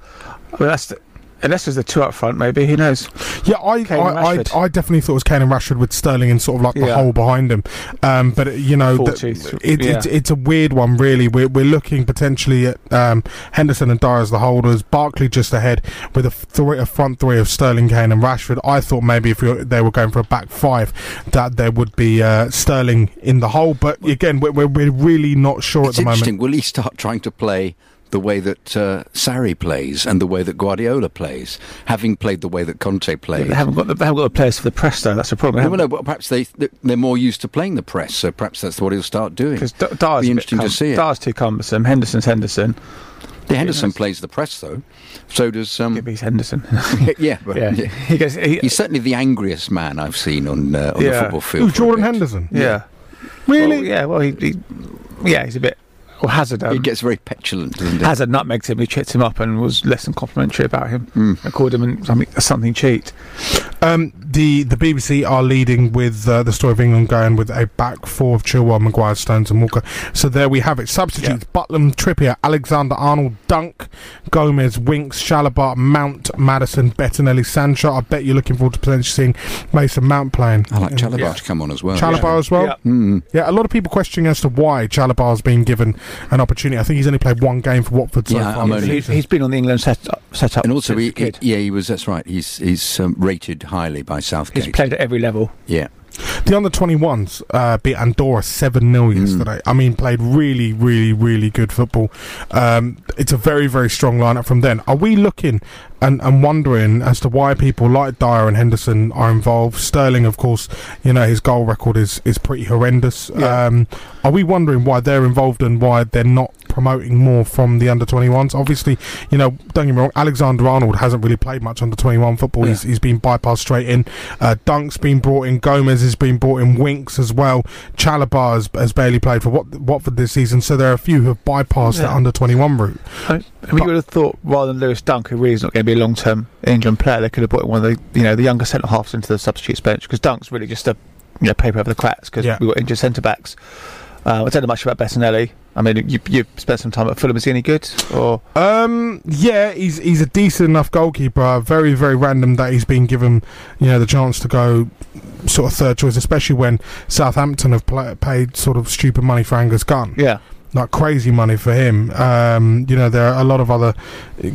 S4: I mean, that's the, unless there's the two up front. Maybe who knows?
S3: Yeah, I
S4: Kane and
S3: I, I,
S4: Rashford.
S3: I definitely thought it was Kane and Rashford with Sterling and sort of like the
S4: Yeah.
S3: hole behind him. Um, but it- you know,
S4: Four
S3: the,
S4: tooth,
S3: it,
S4: yeah.
S3: it's it's a weird one, really. We're we're looking potentially at um, Henderson and Dyer as the holders, Barkley just ahead with a f- three, a front three of Sterling, Kane, and Rashford. I thought maybe if you're, they were going for a back five, that there would be uh, Sterling in the hole. But again, we're we're, we're really not sure
S5: It's
S3: at the
S5: interesting.
S3: moment.
S5: Will he start trying to play the way that uh, Sarri plays and the way that Guardiola plays, having played the way that Conte
S4: They
S5: plays?
S4: haven't got the, they haven't got the players for the press though. That's the problem. They
S5: No,
S4: haven't
S5: no, but perhaps they they're more used to playing the press, so perhaps that's what he'll start doing.
S4: Because D- Dyer's,
S5: be
S4: a bit
S5: interesting to
S4: cum-
S5: see it.
S4: Dyer's too cumbersome. Henderson's Henderson.
S5: The Henderson plays the press though, so does um.
S4: He's Henderson.
S5: yeah, but,
S4: Yeah.
S5: yeah.
S4: He goes, he,
S5: he's certainly the angriest man I've seen on uh, on the
S4: Yeah.
S5: football
S3: Ooh,
S5: field.
S3: Jordan Henderson.
S4: yeah.
S3: Really?
S4: Well, yeah. Well, he, he yeah, he's a bit. Well, Hazard.
S5: He
S4: Um,
S5: gets very petulant, doesn't he?
S4: Hazard nutmegged him. He tripped him up and was less than complimentary about him.
S5: Hmm.
S4: And called him an, something, something cheat.
S3: Um, the the BBC are leading with uh, the story of England going with a back four of Chilwell, Maguire, Stones, and Walker. So there we have it. Substitutes: Butlam, Trippier, Alexander Arnold, Dunk, Gomez, Winks, Shalabar, Mount, Madison, Bettinelli, Sancho. I bet you're looking forward to potentially seeing Mason Mount playing.
S5: I like
S3: Yeah.
S5: Chalabar to come on as well.
S3: Chalabar as well.
S5: Yeah. Mm.
S3: Yeah, a lot of people questioning as to why Chalabar's been given an opportunity. I think he's only played one game for uh, Watford so
S5: Yeah,
S3: far.
S5: I'm
S3: this
S5: only-
S4: He,
S3: season.
S4: he's been on the England set up. Set up
S5: And also,
S4: since
S5: he,
S4: a kid.
S5: he- yeah, he was. That's right. He's he's um, rated highly by Southgate.
S4: he's played at every level.
S5: yeah.
S3: The under 21s uh, beat Andorra 7 0 yesterday. I mean, played really, really, really good football. Um, it's a very, very strong lineup from then. Are we looking and, and wondering as to why people like Dyer and Henderson are involved? Sterling, of course, you know, his goal record is, is pretty horrendous. Um, are we wondering why they're involved and why they're not promoting more from the under 21s? Obviously, you know, don't get me wrong, Alexander Arnold hasn't really played much under 21 football. He's, he's been bypassed straight in. Uh, Dunk's been brought in. Gomez has been brought in. Winks as well. Chalabar has, has barely played for Wat- Watford this season. So there are a few who have bypassed that
S4: Yeah.
S3: under 21 route.
S4: I mean, you would have thought rather than Lewis Dunk, who really is not going to be a long-term England player, they could have brought one of the you know the younger centre halves into the substitutes bench because Dunk's really just a you know paper over the cracks because
S3: Yeah.
S4: we got injured centre backs. Uh, I don't know much about Bettinelli. I mean, you you spent some time at Fulham. Is he any good? Or
S3: Um, yeah, he's he's a decent enough goalkeeper. Very very random that he's been given, you know, the chance to go sort of third choice, especially when Southampton have pla paid sort of stupid money for Angus Gunn.
S4: yeah,
S3: Like crazy money for him. Um, you know, there are a lot of other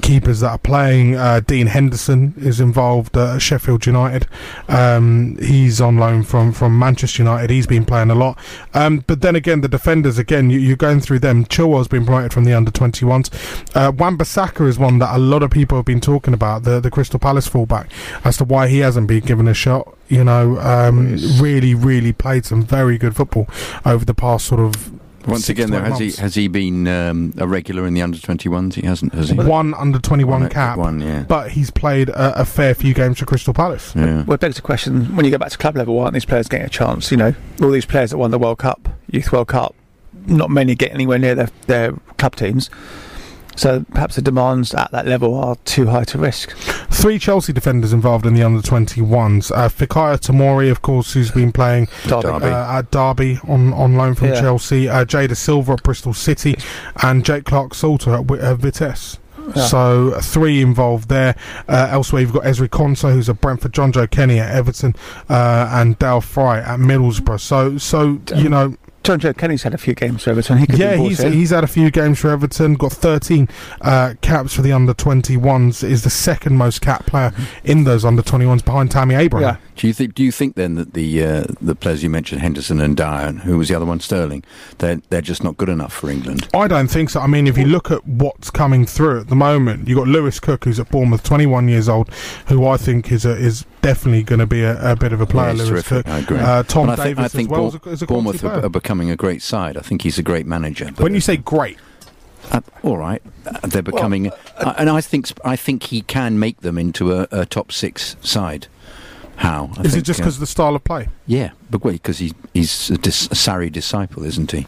S3: keepers that are playing. Uh, Dean Henderson is involved at Sheffield United. Um, he's on loan from, from Manchester United. He's been playing a lot. Um, but then again, the defenders, again, you, you're going through them. Chilwell's been promoted from the under 21s. Uh, Wan Bissaka is one that a lot of people have been talking about, the, the Crystal Palace fullback, as to why he hasn't been given a shot. You know, um, really, really played some very good football over the past sort of.
S5: Once
S3: six
S5: again,
S3: to
S5: though,
S3: eight
S5: has he
S3: months.
S5: has he been um, a regular in the under 21s? He hasn't, has he?
S3: one under 21
S5: One,
S3: cap,
S5: one, yeah.
S3: but he's played a, a fair few games for Crystal Palace.
S5: Yeah.
S4: well, it begs the question: when you go back to club level, why aren't these players getting a chance? You know, all these players that won the World Cup, Youth World Cup, not many get anywhere near their their club teams. So perhaps the demands at that level are too high to risk.
S3: Three Chelsea defenders involved in the under 21s. Uh, Fikaya Tamori, of course, who's been playing
S4: Derby.
S3: Uh, at Derby on, on loan from
S4: Yeah.
S3: Chelsea. Uh, Jada Silva at Bristol City, and Jake Clark Salter at, Wi- at Vitesse.
S4: Yeah.
S3: So three involved there. Uh, elsewhere, you've got Esri Konsa, who's at Brentford, John Joe Kenny at Everton, uh, and Dale Fry at Middlesbrough. So, so you know,
S4: John Joe Kenny's had a few games for Everton. He could
S3: yeah,
S4: be brought
S3: he's
S4: in.
S3: he's had a few games for Everton. Got 13 uh, caps for the under 21s. Is the second most cap player
S5: Mm-hmm.
S3: in those under 21s behind Tammy Abraham.
S5: Do you think? Do you think then that the uh, the players you mentioned, Henderson and Dyer, and who was the other one, Sterling, they're they're just not good enough for England?
S3: I don't think so. I mean, if you look at what's coming through at the moment, you've got Lewis Cook, who's at Bournemouth, 21 years old, who I think is a, is definitely going to be a, a bit of a player.
S5: Yeah, he's
S3: Lewis
S5: terrific.
S3: Cook,
S5: I agree.
S3: Uh, Tom
S5: And I think,
S3: Davis
S5: I think
S3: as well.
S5: Bour-
S3: is a- is a quality
S5: Bournemouth
S3: player.
S5: are, are becoming a great side. I think he's a great manager. But
S3: when you say great,
S5: Uh, all right, uh, they're becoming, uh, and I think sp- I think he can make them into a, a top six side. How I
S3: is it
S5: think,
S3: just
S5: uh,
S3: because of the style of play?
S5: yeah, but wait, because he, he's a, dis- a Sarri disciple, isn't he?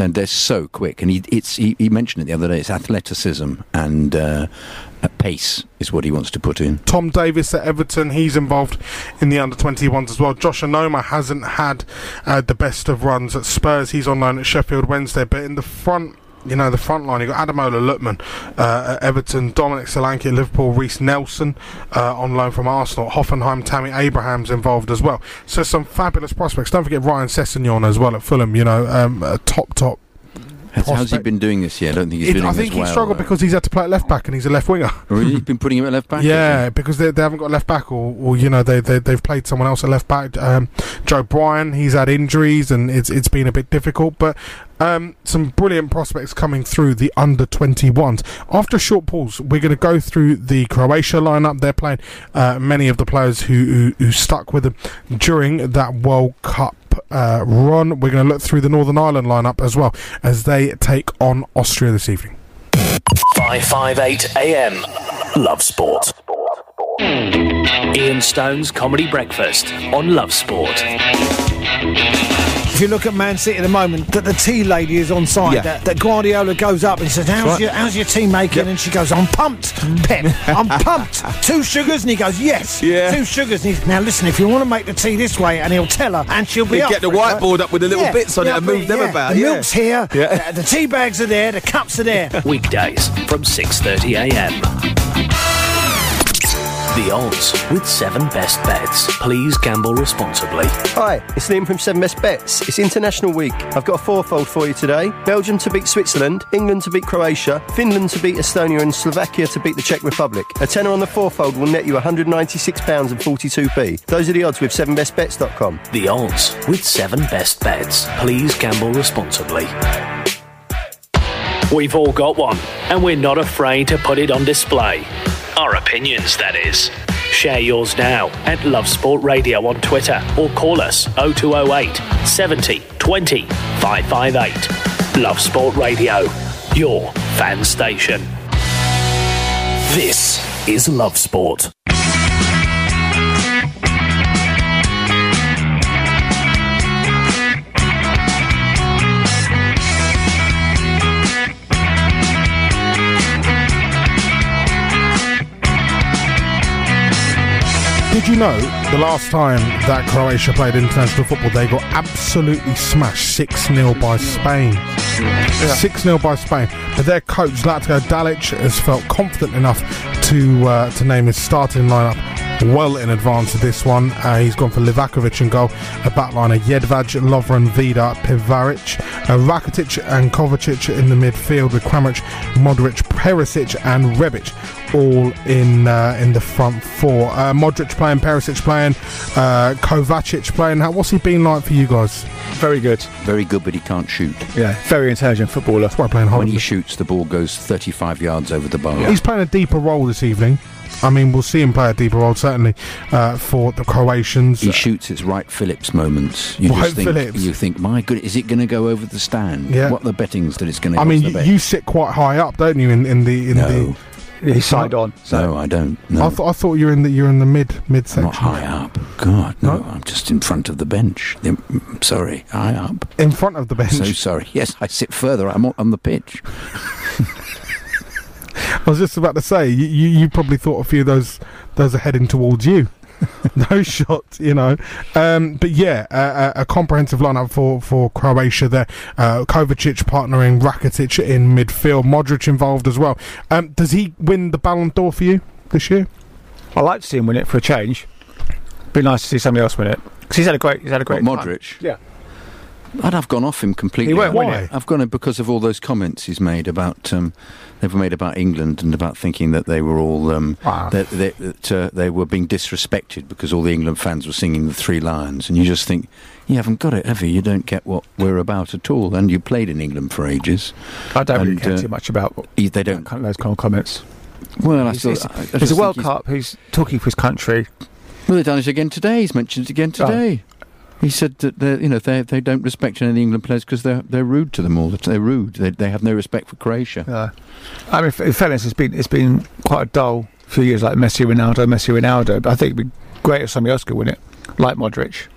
S5: And they're so quick. And he, it's, he, he mentioned it the other day. It's athleticism and uh, uh, pace is what he wants to put in.
S3: Tom Davis at Everton, he's involved in the under 21s as well. Josh Anoma hasn't had uh, the best of runs at Spurs. He's on loan at Sheffield Wednesday, but in the front. You know, the front line, you've got Adamola Lutman uh, at Everton, Dominic Solanke at Liverpool, Reese Nelson uh, on loan from Arsenal, Hoffenheim, Tammy Abraham's involved as well. So, some fabulous prospects. Don't forget Ryan Sessegnon as well at Fulham, you know, um, a top, top.
S5: Has, how's he been doing this year? I don't think he's
S3: It-
S5: been doing
S3: I think
S5: this
S3: he
S5: well.
S3: struggled because he's had to play at left back and he's a left winger.
S5: Really? He's been putting him at left back.
S3: Yeah, because they, they haven't got left back, or, or you know they, they they've played someone else at left back. Um, Joe Bryan, he's had injuries, and it's it's been a bit difficult. But um, some brilliant prospects coming through the under twenty ones. After a short pause, we're going to go through the Croatia lineup. They're playing uh, many of the players who, who who stuck with them during that World Cup. Uh, run. We're going to look through the Northern Ireland lineup as well as they take on Austria this evening.
S2: 558 AM. Love Sport. Ian Stone's Comedy Breakfast on Love Sport.
S9: If you look at Man City at the moment, that the tea lady is on side.
S2: Yeah.
S9: That, that Guardiola goes up and says, "How's
S2: right.
S9: your How's your tea making?" And she goes, "I'm pumped,
S8: Mm.
S9: Pep. I'm pumped. Two sugars." And he goes, "Yes,
S8: Yeah.
S9: two sugars." And he's, now listen, if you want to make the tea this way, and he'll tell her, and she'll be
S8: He'd
S9: up
S8: get
S9: for
S8: the
S9: it, right?
S8: whiteboard up with the little bits on it and
S9: but-
S8: move them
S9: yeah,
S8: about,
S9: The
S8: yeah.
S9: milk's here.
S8: Yeah.
S9: uh, The tea bags are there. The cups are there.
S2: Weekdays from 6:30 a.m. The odds with 7 best bets. Please gamble responsibly.
S14: Hi, it's Liam from 7 Best Bets. It's International Week. I've got a fourfold for you today. Belgium to beat Switzerland, England to beat Croatia, Finland to beat Estonia and Slovakia to beat the Czech Republic. A tenner on the fourfold will net you £196.42p. Those are the odds with 7bestbets.com.
S2: The odds with 7 best bets. Please gamble responsibly. We've all got one, and we're not afraid to put it on display. Our opinions, that is. Share yours now at Love Sport Radio on Twitter or call us 0208 70 20 558. Love Sport Radio, your fan station. This is Love Sport.
S3: Did you know the last time that Croatia played international football, they got absolutely smashed 6 0 by Spain? 6 0 by Spain. But their coach, Zlatko Dalic, has felt confident enough to uh, to name his starting lineup well in advance of this one. Uh, he's gone for Livakovic in goal, a backline of Jedvaj, Lovren, Vida, Pivaric, uh, Rakitic, and Kovacic in the midfield with Kramaric, Modric, Perisic, and Rebic all in uh, in the front four. Uh, Modric playing, Perisic playing, uh, Kovacic playing. How, what's he been like for you guys?
S4: Very good.
S5: Very good, but he can't shoot.
S4: Yeah, very intelligent footballer. That's
S3: why playing
S5: When he shoots, the ball goes 35 yards over the bar.
S3: He's playing a deeper role this evening. I mean, we'll see him play a deeper role certainly uh, for the Croatians.
S5: He shoots its right Phillips moments. You
S3: Wright
S5: just think,
S3: Phillips.
S5: You think, my good, is it going to go over the stand?
S3: Yeah.
S5: What are the bettings that it's going to?
S3: I mean, you, you sit quite high up, don't you? In, in the in
S5: No.
S3: the
S4: He's side on.
S5: no, I don't. No,
S3: I thought I thought you're in the you're in the mid mid
S5: not
S3: section.
S5: high up. God, no, I'm just in front of the bench. I'm sorry, high up.
S3: In front of the bench.
S5: So sorry. Yes, I sit further. I'm on- on the pitch.
S3: I was just about to say you, you, you probably thought a few of those those are heading towards you. no shot, you know. Um, but yeah, uh, a a comprehensive lineup for, for Croatia there. Uh, Kovacic partnering Rakitic in midfield. Modric involved as well. Um, does he win the Ballon d'Or for you this year?
S4: I like to see him win it for a change. Be nice to see somebody else win it because he's had a great. He's had a great.
S5: What,
S4: time.
S5: Modric?
S4: Yeah.
S5: I'd have gone off him completely.
S4: He won't, won't
S5: Why?
S4: he?
S5: I've gone because of all those comments he's made about um, they've made about England and about thinking that they were all um,
S4: Ah.
S5: that, that, that uh, they were being disrespected because all the England fans were singing the Three Lions, and you just think you haven't got it, have you? You don't get what we're about at all, and you played in England for ages.
S4: I don't really
S5: And,
S4: care
S5: uh,
S4: too much about
S5: They don't
S4: those kind of comments.
S5: Well, I
S4: It's-
S5: thought-
S4: it's-
S5: I- I just
S4: There's a
S5: think
S4: World
S5: he's-
S4: Cup. He's talking for his country. Oh.
S5: Well, they've done it again today. He's mentioned it again today. He said that they, you know they they don't respect any of the England players because they're they're rude to them all. They're rude. They they have no respect for Croatia.
S4: Yeah. I mean, f- in fairness, it's been it's been quite a dull few years, like Messi, Ronaldo, Messi, Ronaldo. But I think it'd be great if somebody else could win it, like Modric.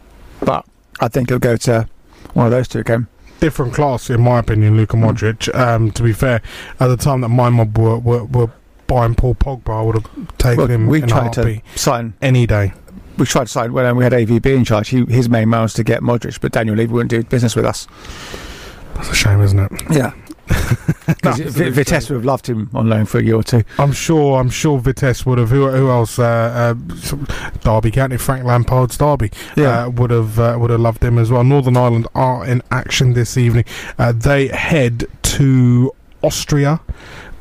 S4: But I think it'll go to one of those two Hmm. again.
S3: different class, in my opinion, Luka Modric. Um, to be fair, at the time that my mob were, were, were buying Paul Pogba, I would have taken
S4: Well,
S3: him
S4: we
S3: in a
S4: tried to
S3: heartbeat.
S4: sign
S3: any day.
S4: We tried to sign when we had AVB in charge. He, his main man was to get Modric, but Daniel Levy wouldn't do business with us.
S3: That's a shame, isn't it?
S4: Yeah. 'Cause Vi- Vitesse would have loved him on loan for a year or two.
S3: I'm sure. I'm sure Vitesse would have. Who, who else? Uh, uh, Derby County, Frank Lampard's Derby.
S4: Yeah.
S3: Uh, would have uh, would have loved him as well. Northern Ireland are in action this evening. Uh, they head to Austria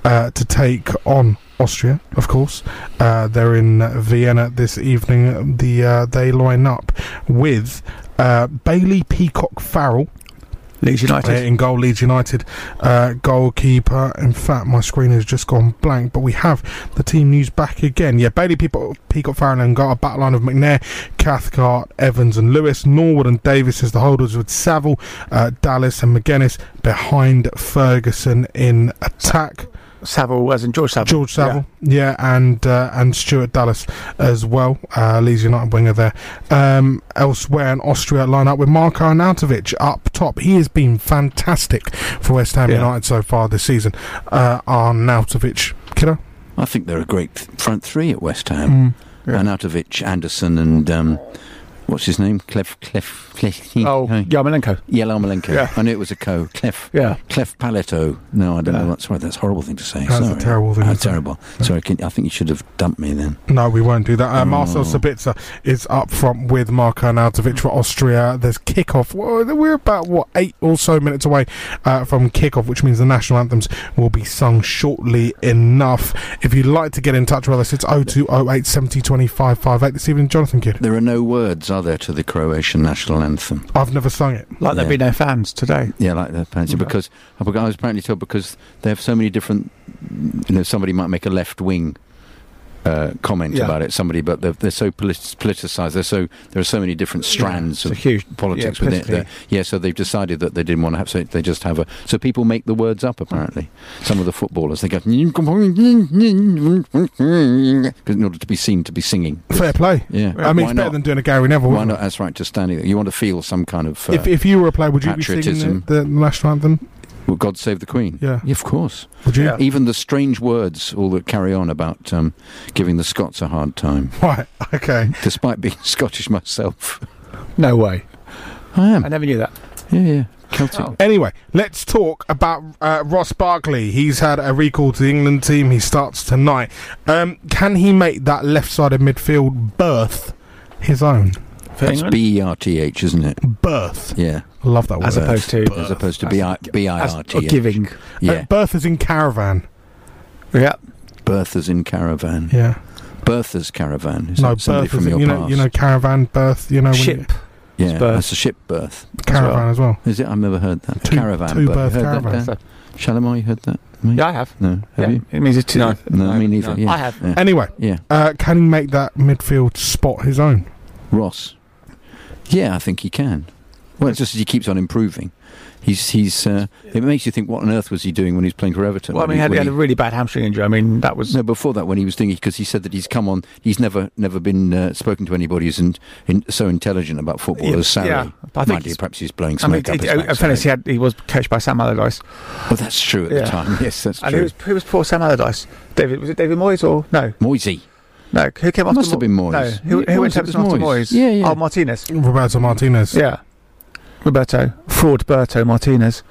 S3: uh, to take on Austria, of course. Uh, they're in uh, Vienna this evening. The uh, they line up with uh, Bailey Peacock Farrell.
S4: Leeds United.
S3: Uh, in goal, Leeds United uh, goalkeeper. In fact, my screen has just gone blank, but we have the team news back again. Yeah, Bailey Peacock, Peacock Farrell and got a back line of McNair, Cathcart, Evans, and Lewis. Norwood and Davis as the holders with Saville, uh, Dallas, and McGuinness behind Ferguson in attack.
S4: Saville, as in George Saville.
S3: George Saville, yeah, and uh, and Stuart Dallas as well. Uh, Leeds United winger there. Um, elsewhere in Austria, line up with Marko Arnautovic up top. He has been fantastic for West Ham
S5: Yeah.
S3: United so far this season. Uh, Arnautovic, kiddo.
S5: I think they're a great th- front three at West
S3: Mm,
S5: Ham.
S3: yeah.
S5: Arnautovic, Anderson, and um, what's his name? Clef Clef Clef.
S4: Oh, Yarmolenko.
S5: Yeah, Yarmolenko.
S4: Yeah.
S5: I knew it was a co. Clef.
S4: Yeah.
S5: Clef Paleto. No, I don't know. That's sorry. That's a horrible thing to say.
S3: That's a
S5: Sorry.
S3: terrible thing
S5: Oh,
S3: to say.
S5: terrible. Sorry. Can, I think you should have dumped me then.
S3: No, we won't do that. Uh, Marcel
S5: Oh.
S3: Sabitzer is up front with Marko Arnautovic for Austria. There's kickoff. Well, We're about, what, eight or so minutes away uh, from kickoff, which means the national anthems will be sung shortly enough. If you'd like to get in touch with us, it's 0208 70 25 58 this evening. Jonathan Kidd.
S5: There are no words, are there, to the Croatian national anthem?
S3: I've never sung it.
S4: Like there'd
S5: Yeah.
S4: be no fans today. Mm.
S5: Yeah, like that apparently
S4: Okay.
S5: because I beca- I was apparently told because they have so many different. You know, somebody might make a left wing. Uh, comment
S4: Yeah.
S5: about it, somebody, but they're, they're so polit- politicised. They're so there are so many different strands
S4: it's a
S5: of
S4: huge-
S5: politics
S4: yeah,
S5: within it. that-
S4: politically.
S5: Yeah, so they've decided that they didn't want to have. So they just have a. So people make the words up. Apparently, some of the footballers they go in order to be seen to be singing.
S3: Fair play.
S5: Yeah,
S3: I mean,
S5: Why
S3: it's better
S5: not?
S3: than doing a Gary Neville.
S5: Why
S3: isn't
S5: not? That's right. Just standing there. You want to feel some kind of.
S3: it?
S5: Uh,
S3: If, if you were a player, would you be singing
S5: patriotism.
S3: the, the national anthem?
S5: Well, God save the Queen.
S3: Yeah.
S5: of course.
S3: Would you?
S5: Even the strange words, all that carry on about um, giving the Scots a hard time,
S3: Right, okay.
S5: despite being Scottish myself.
S4: No way.
S5: I am.
S4: I never knew that.
S5: Yeah, yeah. Celtic.
S3: Anyway, let's talk about uh, Ross Barkley. He's had a recall to the England team. He starts tonight. Um, can he make that left-sided midfield berth his own?
S5: That's B E R T H, isn't it?
S3: Berth.
S5: Yeah.
S3: Love that word.
S4: As opposed to-
S5: as opposed to B I B I
S4: As-
S5: R
S4: or
S5: T H.
S4: giving.
S5: Yeah.
S3: Uh, berth is in caravan.
S4: Yeah.
S5: Bertha's in caravan.
S3: Yeah.
S5: Bertha's caravan. Is
S3: no,
S5: that somebody
S3: berth
S5: from
S3: is
S5: your
S3: you know
S5: past?
S3: you know caravan berth. You know when
S4: Ship.
S5: yeah,
S4: berth.
S5: that's a ship berth.
S3: Caravan as well.
S5: Is it? I've never heard that.
S3: Two-
S5: caravan.
S3: two
S5: berth.
S3: berth
S5: You heard
S3: caravan.
S5: That, Dan? Shalimar, you heard that? mate?
S4: Yeah, I have.
S5: No. Have
S4: Yeah.
S5: you?
S4: It means it's two.
S5: No, me neither. Yeah.
S4: I have.
S5: Yeah.
S3: you- Anyway,
S5: Yeah.
S3: uh, can he make that midfield spot his own?
S5: Ross. Yeah, I think he can. Well, it's just as he keeps on improving. He's he's. Uh, it makes you think, what on earth was he doing when he was playing for Everton?
S4: Well, I
S5: When
S4: mean, he had, he
S5: when
S4: had a really bad hamstring injury. I mean, that was.
S5: no, before that, when he was doing it, because he said that he's come on, he's never never been uh, spoken to anybody who's in, in, so intelligent about football
S4: Yeah,
S5: as Sarri.
S4: yeah, but I think
S5: Mind you,
S4: he's-
S5: perhaps he's blowing
S4: I
S5: smoke
S4: mean,
S5: up
S4: it,
S5: his
S4: it, in fairness, he, had, he was coached by Sam Allardyce.
S5: Well, that's true at
S4: Yeah.
S5: the time. Yes, that's
S4: And who
S5: true.
S4: was, who was poor Sam Allardyce? David was it David Moyes or no?
S5: Moisey.
S4: No, who came after
S5: Must have been Moyes.
S4: No, who,
S5: Yeah,
S4: who went
S5: Moyes, it was
S4: after after
S5: Moyes.
S4: Moyes?
S5: Yeah, yeah.
S4: Oh, Martinez.
S3: Roberto Martinez.
S4: Yeah. Roberto. Fraud Berto Martinez.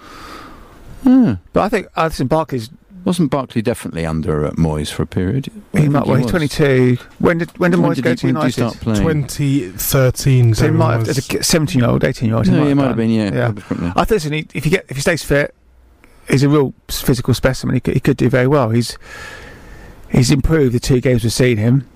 S5: Ah.
S4: But I think uh, Alison Barkley's.
S5: Wasn't Barkley definitely under uh, Moyes for a period?
S4: He might well. He's 22. When did when did
S5: When
S4: Moyes
S5: did
S4: go
S5: he-
S4: to
S5: when did he
S4: United?
S5: start playing?
S3: 2013.
S4: So he
S3: David
S4: might have,
S3: Moyes.
S4: as a ki- 17 year old, 18 year old.
S5: No,
S4: might
S5: he
S4: have
S5: might have
S4: done.
S5: been, yeah, probably.
S4: I think he, if he get if he stays fit, he's a real s- physical specimen. He could, he could do very well. He's he's improved the two games we've seen him.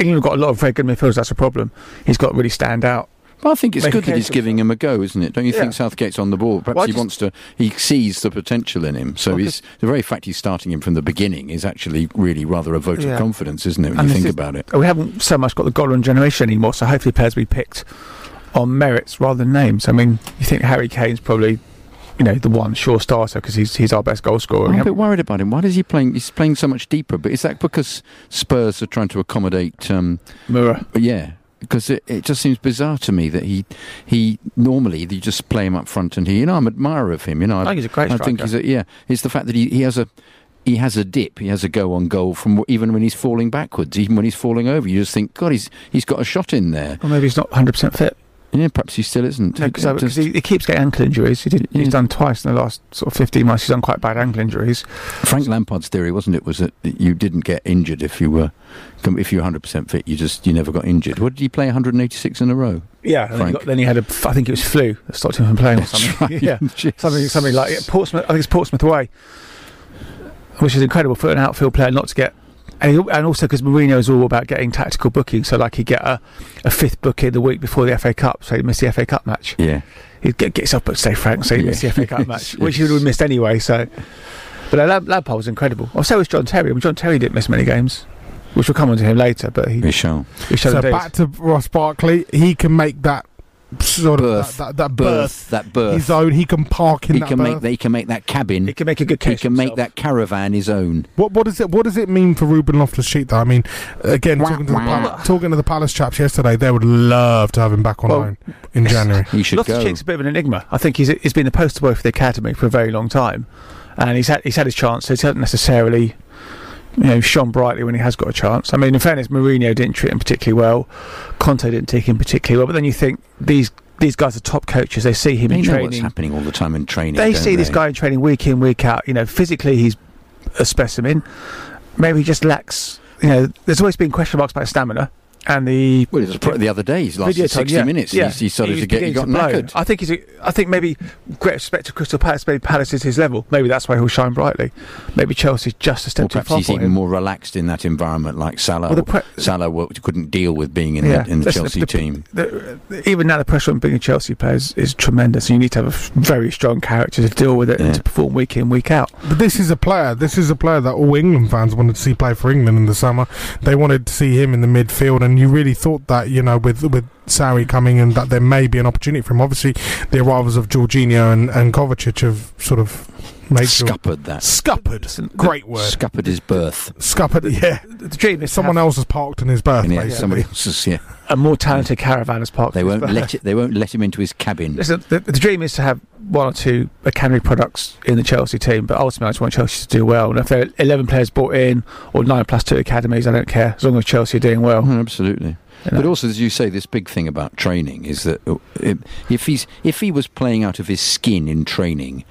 S4: England have got a lot of very good midfielders. That's a problem. He's got to really stand out.
S5: But I think it's
S4: Make a
S5: good that
S4: case
S5: he's
S4: of-
S5: giving him a go, isn't it? Don't you
S4: Yeah.
S5: think Southgate's on the ball? Perhaps
S4: Well, I
S5: he
S4: just-
S5: wants to. He sees the potential in him. So
S4: Well,
S5: he's, the very fact he's starting him from the beginning is actually really rather a vote
S4: Yeah.
S5: of confidence, isn't it? When
S4: And
S5: you
S4: this
S5: think
S4: is-
S5: about it.
S4: We haven't so much got the golden generation anymore, so hopefully players will be picked on merits rather than names. I mean, you think Harry Kane's probably, you know, the one sure starter because he's he's our best goal scorer.
S5: I'm a bit worried about him. Why does he playing? He's playing so much deeper. But is that because Spurs are trying to accommodate? Um,
S4: Murrah.
S5: Yeah, because it, it just seems bizarre to me that he he normally you just play him up front, and he. You know, I'm an admirer of him. You know,
S4: I think he's a great
S5: I think
S4: striker.
S5: he's a, yeah. It's the fact that he, he has a. He has a dip. He has a go on goal from wh- even when he's falling backwards, even when he's falling over. You just think, God, he's he's got a shot in there.
S4: Or maybe he's not 100% fit.
S5: Yeah, perhaps he still isn't.
S4: No, because
S5: It just-
S4: he, he keeps getting ankle injuries. He did, He's done twice in the last sort of 15 months. He's done quite bad ankle injuries.
S5: Frank Lampard's theory wasn't it was that you didn't get injured if you were if you were 100% fit you just you never got injured what did he play 186 in a row
S4: Yeah, and then he,
S5: Frank
S4: got, then he had a, f- I think it was flu that stopped him from playing or something. Yeah, something, something like yeah, Portsmouth. I think it's Portsmouth away, which is incredible for an outfield player not to get. And, he, and also because Mourinho is all about getting tactical booking, so like he get a, a fifth booking the week before the FA Cup, so he missed the FA Cup match.
S5: Yeah,
S4: he'd get, get himself but say Frank, so he missed the
S5: Yeah.
S4: FA Cup match, which he would have missed anyway. So, but uh, Lamp- Lampard was incredible. Or so was John Terry. I mean, John Terry didn't miss many games, which we'll come on to him later. But he,
S5: we shall.
S4: he showed
S3: So
S4: the days.
S3: back to Ross Barkley, he can make that sort
S5: Berth.
S3: of that, that, that
S5: Berth,
S3: birth,
S5: that berth.
S3: his own. He can park in
S5: he
S3: that.
S5: can make
S3: berth.
S5: that, he can make that cabin he
S4: can make a good
S5: he can make that caravan his own
S3: What what is it? What does it mean for Ruben Loftus Cheek? Though I mean, again,
S5: Wah,
S3: talking to, the
S5: wah.
S3: Pal- talking to the Palace chaps yesterday, they would love to have him back on
S4: Well,
S3: loan in January.
S5: he should
S4: Loftus
S5: go
S4: Cheek's a bit of an enigma. I think he's he's been the poster boy for the academy for a very long time, and he's had he's had his chance. He's hasn't necessarily, you know, shone brightly when he has got a chance. I mean, in fairness, Mourinho didn't treat him particularly well. Conte didn't take him particularly well. But then you think these these guys are top coaches. They see him
S5: they
S4: in
S5: know what's
S4: training.
S5: happening all the time in training
S4: They
S5: don't
S4: see this
S5: they?
S4: guy in training week in week out. You know, physically he's a specimen. Maybe he just lacks. You know, there's always been question marks about stamina. And the
S5: well, it was pro- the other day. He's lasted
S4: Video time,
S5: sixty
S4: yeah,
S5: minutes.
S4: yeah.
S5: He, he started
S4: was
S5: to get. He
S4: beginning
S5: got
S4: to blow.
S5: knackered.
S4: I think he's. A, I think maybe great respect to Crystal Palace. Maybe Palace is his level. Maybe that's why he'll shine brightly. Maybe Chelsea's just a step
S5: Or
S4: too
S5: perhaps
S4: far
S5: he's
S4: for
S5: even
S4: him.
S5: more relaxed in that environment, like Salah.
S4: Well, the pre-
S5: Salah wo- couldn't deal with being in, that, in the
S4: listen,
S5: Chelsea team.
S4: the- even now, the pressure on being a Chelsea player is, is tremendous. You need to have a f- very strong character to deal with it and to perform week in, week out.
S3: But this is a player. This is a player that all England fans wanted to see play for England in the summer. They wanted to see him in the midfield, and you really thought that you know with with Sarri coming in that there may be an opportunity for him. Obviously, the arrivals of Jorginho and, and Kovacic have sort of made sure-
S5: Scuppered that.
S3: Scuppered. Great word.
S5: Scuppered his birth.
S3: Scuppered. Yeah.
S4: The dream is to
S3: Someone
S4: have
S3: else has parked in his birth.
S5: And yeah,
S3: basically.
S5: somebody else's. Yeah,
S4: a more talented caravan as part.
S5: they won't let it. They won't let him into his cabin.
S4: Listen, the, the dream is to have one or two academy products in the Chelsea team, but ultimately I just want Chelsea to do well. And if there are 11 players bought in or 9 plus 2 academies, I don't care, as long as Chelsea are doing well.
S5: Mm, Absolutely. But also, as you say, this big thing about training is that uh, if he's if he was playing out of his skin in training,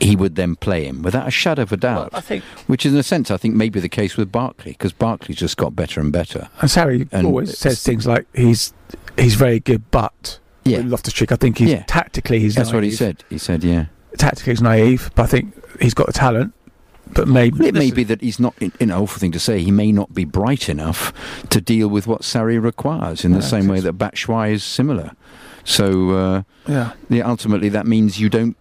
S5: he would then play him without a shadow of a doubt.
S4: I think-
S5: which is in a sense, I think, may be the case with Barkley because Barkley's just got better and better.
S4: And Sarri
S5: And
S4: always
S5: it's-
S4: says things like he's he's very good, but
S5: Yeah.
S4: with Loftus-Cheek, I think he's
S5: Yeah.
S4: tactically he's
S5: That's what he
S4: naive.
S5: said. He said, yeah.
S4: Tactically he's naive, but I think he's got the talent. But maybe
S5: Well, it may be that he's not, in an awful thing to say, he may not be bright enough to deal with what Sarri requires in the same way that Batshuayi is similar. So, uh,
S4: Yeah.
S5: yeah, ultimately that means you don't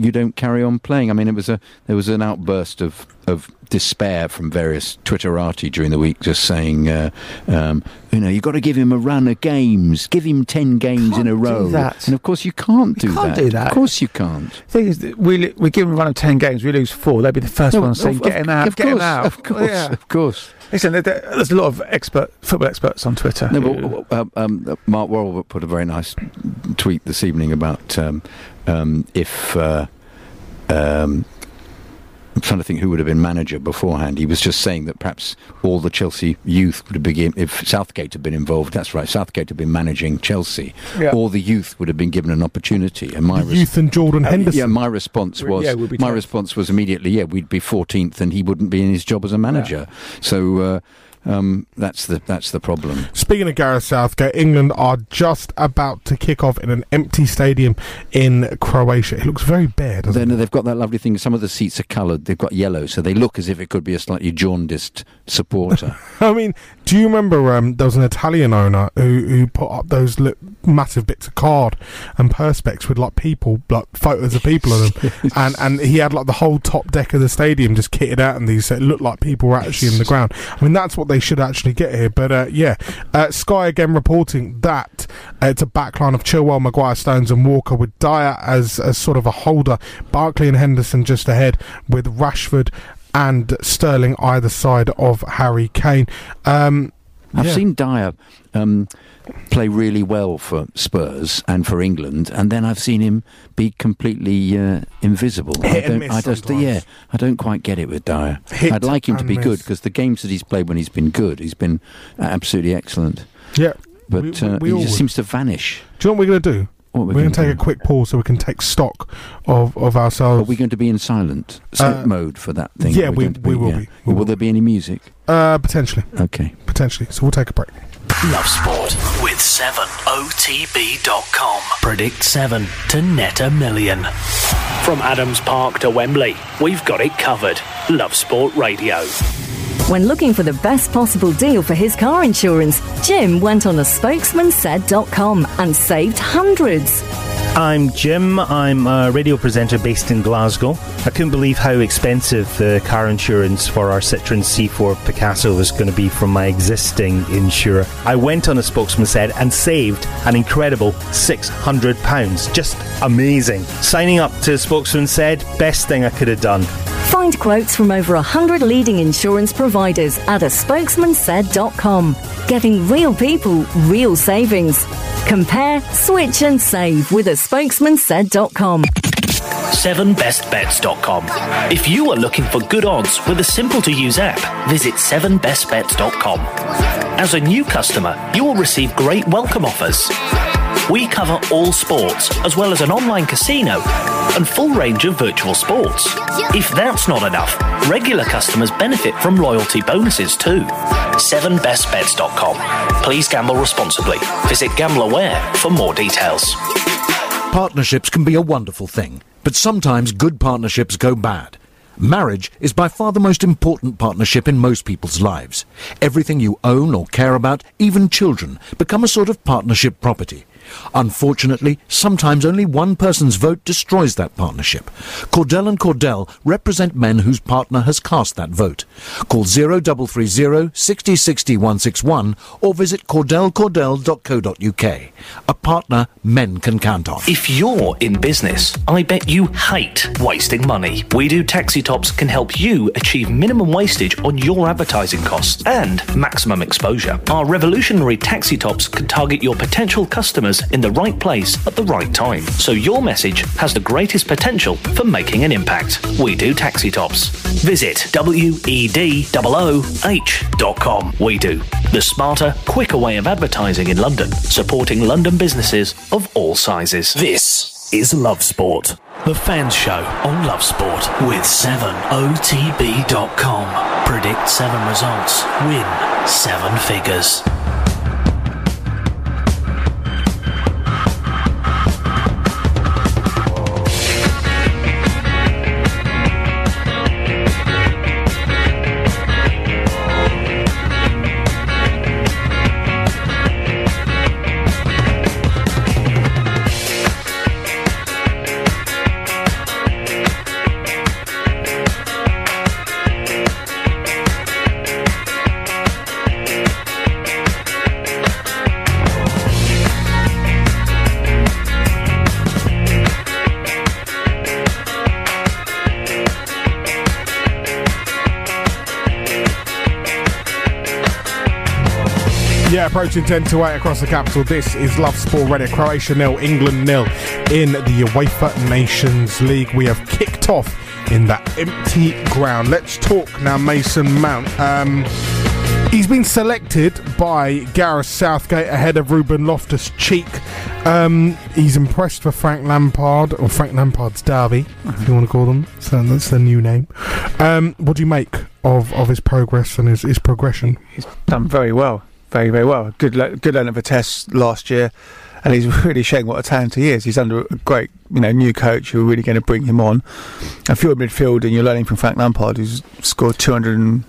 S5: you don't carry on playing. I mean, it was a there was an outburst of of despair from various Twitterati during the week, just saying, uh, um, you know, you've got to give him a run of games, give him ten games in a row,
S4: that.
S5: and of course you can't do
S4: can't
S5: that.
S4: do that.
S5: Of course you can't.
S4: The thing is, that we lo- we give him a run of ten games, we lose four. They'd be the first
S5: No,
S4: ones saying,
S5: of-
S4: "Get
S5: of-
S4: him out,
S5: of
S4: get him
S5: course,
S4: out."
S5: of course, of course.
S4: Listen, there, there- there's a lot of expert football experts on Twitter.
S5: No,
S4: who-
S5: but uh, um, uh, Mark Warwell put a very nice tweet this evening about um, um, if uh, um, I'm trying to think who would have been manager beforehand. He was just saying that perhaps all the Chelsea youth would have been, if Southgate had been involved, that's right, Southgate had been managing Chelsea,
S3: Yeah.
S5: all the youth would have been given an opportunity. And my
S3: The youth and Jordan
S5: Uh,
S3: Henderson.
S5: Yeah, my response
S3: Well,
S5: was
S3: yeah, we'd be
S5: my
S3: tenth.
S5: response was immediately, yeah, we'd be 14th, and he wouldn't be in his job as a manager. So uh, um, that's the that's the problem.
S3: Speaking of Gareth Southgate, England are just about to kick off in an empty stadium in Croatia. It looks very bare, doesn't
S5: Then they've got that lovely thing. Some of the seats are coloured. They've got yellow, so they look as if it could be a slightly jaundiced supporter.
S3: it? I mean, do you remember um, there was an Italian owner who, who put up those li- massive bits of card and perspex with like people, like photos of people on them, and and he had like the whole top deck of the stadium just kitted out, and these so it looked like people were actually in the ground. I mean, that's what they should actually get here. But uh, yeah, uh, Sky again reporting that uh, it's a backline of Chilwell, Maguire, Stones, and Walker with Dyer as, as sort of a holder, Barkley and Henderson just ahead with Rashford. And Sterling either side of Harry Kane. Um,
S5: I've
S3: yeah.
S5: seen Dyer um, play really well for Spurs and for England, and then I've seen him be completely uh, invisible.
S3: Hit and
S5: I don't,
S3: miss
S5: I just, yeah, I don't quite get it with Dyer.
S3: Hit
S5: I'd like him to
S3: and
S5: be good
S3: miss.
S5: because the games that he's played when he's been good, he's been absolutely excellent.
S3: Yeah,
S5: but
S3: we-
S5: uh,
S3: we
S5: he
S3: all
S5: just
S3: would.
S5: seems to vanish.
S3: Do you know what we're going to do?
S5: What
S3: we're
S5: we're
S3: going
S5: gonna
S3: to take a quick pause so we can take stock of, of ourselves.
S5: Are we going to be in silent
S3: Uh,
S5: mode for that thing?
S3: yeah,
S5: Are
S3: we-
S5: going to
S3: we will
S5: yeah.
S3: be.
S5: Will there be any music?
S3: Uh, potentially.
S5: Okay.
S3: Potentially. So we'll take a break.
S2: Love Sport with 7otb.com. Predict 7 to net a million. From Adams Park to Wembley, we've got it covered. Love Sport Radio.
S7: When looking for the best possible deal for his car insurance, Jim went on a spokesmansaid.com and saved hundreds.
S15: I'm Jim. I'm a radio presenter based in Glasgow. I couldn't believe how expensive the car insurance for our Citroen C4 Picasso was going to be from my existing insurer. I went on a spokesman said and saved an incredible £600. Just amazing. Signing up to spokesman said, best thing I could have done.
S7: Find quotes from over 100 leading insurance providers at a spokesmansaid.com. Getting real people, real savings. Compare, switch and save with a spokesmansaid.com.
S2: 7bestbets.com. If you are looking for good odds with a simple to use app, visit 7bestbets.com. As a new customer, you will receive great welcome offers. We cover all sports, as well as an online casino and full range of virtual sports. If that's not enough, regular customers benefit from loyalty bonuses too. 7bestbets.com. Please gamble responsibly. Visit GambleAware for more details.
S16: Partnerships can be a wonderful thing, but sometimes good partnerships go bad. Marriage is by far the most important partnership in most people's lives. Everything you own or care about, even children, become a sort of partnership property. Unfortunately, sometimes only one person's vote destroys that partnership. Cordell and Cordell represent men whose partner has cast that vote. Call 0330 60 60 161 or visit cordellcordell.co.uk. A partner men can count on.
S2: If you're in business, I bet you hate wasting money. We do Taxi Tops can help you achieve minimum wastage on your advertising costs and maximum exposure. Our revolutionary Taxi Tops can target your potential customers in the right place at the right time. So your message has the greatest potential for making an impact. We do Taxi Tops. Visit E wedooh.com. We do. The smarter, quicker way of advertising in London, supporting London businesses of all sizes. This is Love Sport. The Fans Show on Love Sport
S16: with
S2: 7otb.com. Predict 7 results, win 7 figures.
S3: Yeah, approaching 10 to 8 across the capital. This is Love Sport Radio. Croatia nil, England nil in the UEFA Nations League. We have kicked off in that empty ground. Let's talk now, Mason Mount. Um, he's been selected by Gareth Southgate ahead of Ruben Loftus Cheek. Um, he's impressed for Frank Lampard, or Frank Lampard's Derby, if you want to call them. So that's the new name. Um, what do you make of, of his progress and his, his progression?
S4: He's done very well, very very well. Good le- good learning for tests last year, and he's really showing what a talent he is. He's under a great you know new coach who are really going to bring him on. If you're in midfield and you're learning from Frank Lampard, who's scored 200 and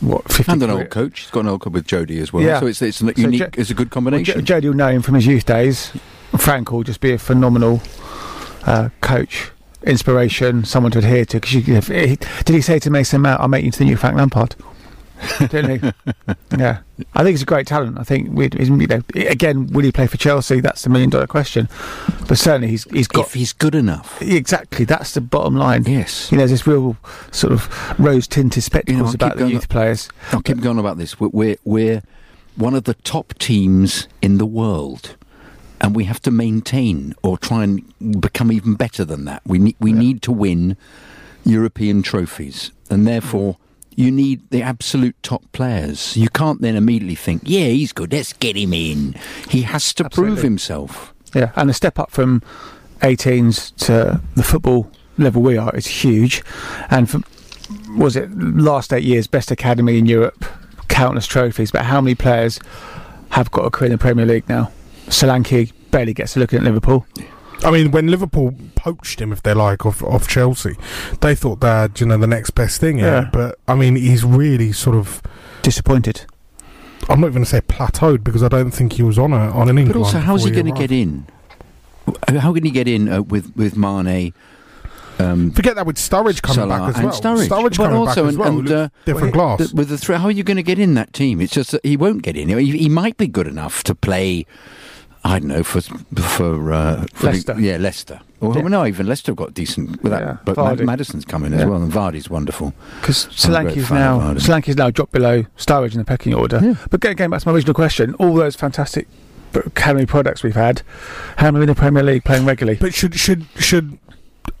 S4: what 50
S5: and an
S4: career-
S5: old coach. He's got an old coach with Jody as well.
S4: Yeah.
S5: So it's it's a
S4: So
S5: unique.
S4: Jo-
S5: it's a good
S4: Well,
S5: combination.
S4: J- Jody will know him from his youth days. Frank will just be a phenomenal uh, coach, inspiration, someone to adhere to. 'cause you- if- he- did he say to Mason Mount, "I'll make you into the new Frank Lampard"? Didn't he? yeah, I think he's a great talent. I think we, he's- you know, again, will he play for Chelsea? That's the million dollar question. But certainly, he's he's got. If
S5: he's good enough,
S4: exactly. That's the bottom line.
S5: Yes,
S4: you know, there's this real sort of rose tinted spectacles
S5: I'll keep
S4: about the
S5: going-
S4: youth players.
S5: I'll keep going about this. We're, we're we're one of the top teams in the world, and we have to maintain or try and become even better than that. We need we need to win European trophies, and therefore. You need the absolute top players. You can't then immediately think, "Yeah, he's good. Let's get him in." He has to prove
S4: Absolutely.
S5: himself.
S4: Yeah, and a step up from 18s to the football level we are is huge. And from, was it last eight years best academy in Europe, countless trophies? But how many players have got a career in the Premier League now? Solanke barely gets a look at Liverpool.
S3: I mean, when Liverpool poached him, if they like, off, off Chelsea, they thought that you know the next best thing. Yeah.
S4: Yeah.
S3: But I mean, he's really sort of
S4: disappointed.
S3: I'm not even going to say plateaued because I don't think he was on a, on an
S5: But
S3: incline.
S5: also, how is he
S3: before
S5: going to
S3: arrived.
S5: get in? Uh, How can he get in uh, with with Mane? Um,
S3: Forget that with Sturridge coming
S5: Salah
S3: back as
S5: and
S3: well.
S5: Sturridge,
S3: Sturridge
S5: but
S3: coming
S5: also
S3: back as
S5: and,
S3: well.
S5: and,
S3: Look,
S5: uh,
S3: different
S5: with-
S3: class.
S5: with the three, how are you going to get in that team? It's just that he won't get in. He, he might be good enough to play. I don't know for for, uh, for
S4: Leicester.
S5: yeah, Leicester. Well,
S4: Yeah.
S5: no, even Leicester have got decent. Without,
S4: Yeah,
S5: but Mad-
S4: Vardy.
S5: Madison's coming as
S4: Yeah.
S5: well, and Vardy's wonderful.
S4: Because
S5: I'm a great
S4: Solanke's
S5: fan
S4: now
S5: of Vardy.
S4: Solanke's now dropped below Sturridge in the pecking order. But going, going back to my original question, all those fantastic academy products we've had, how many in the Premier League playing regularly?
S3: But should should should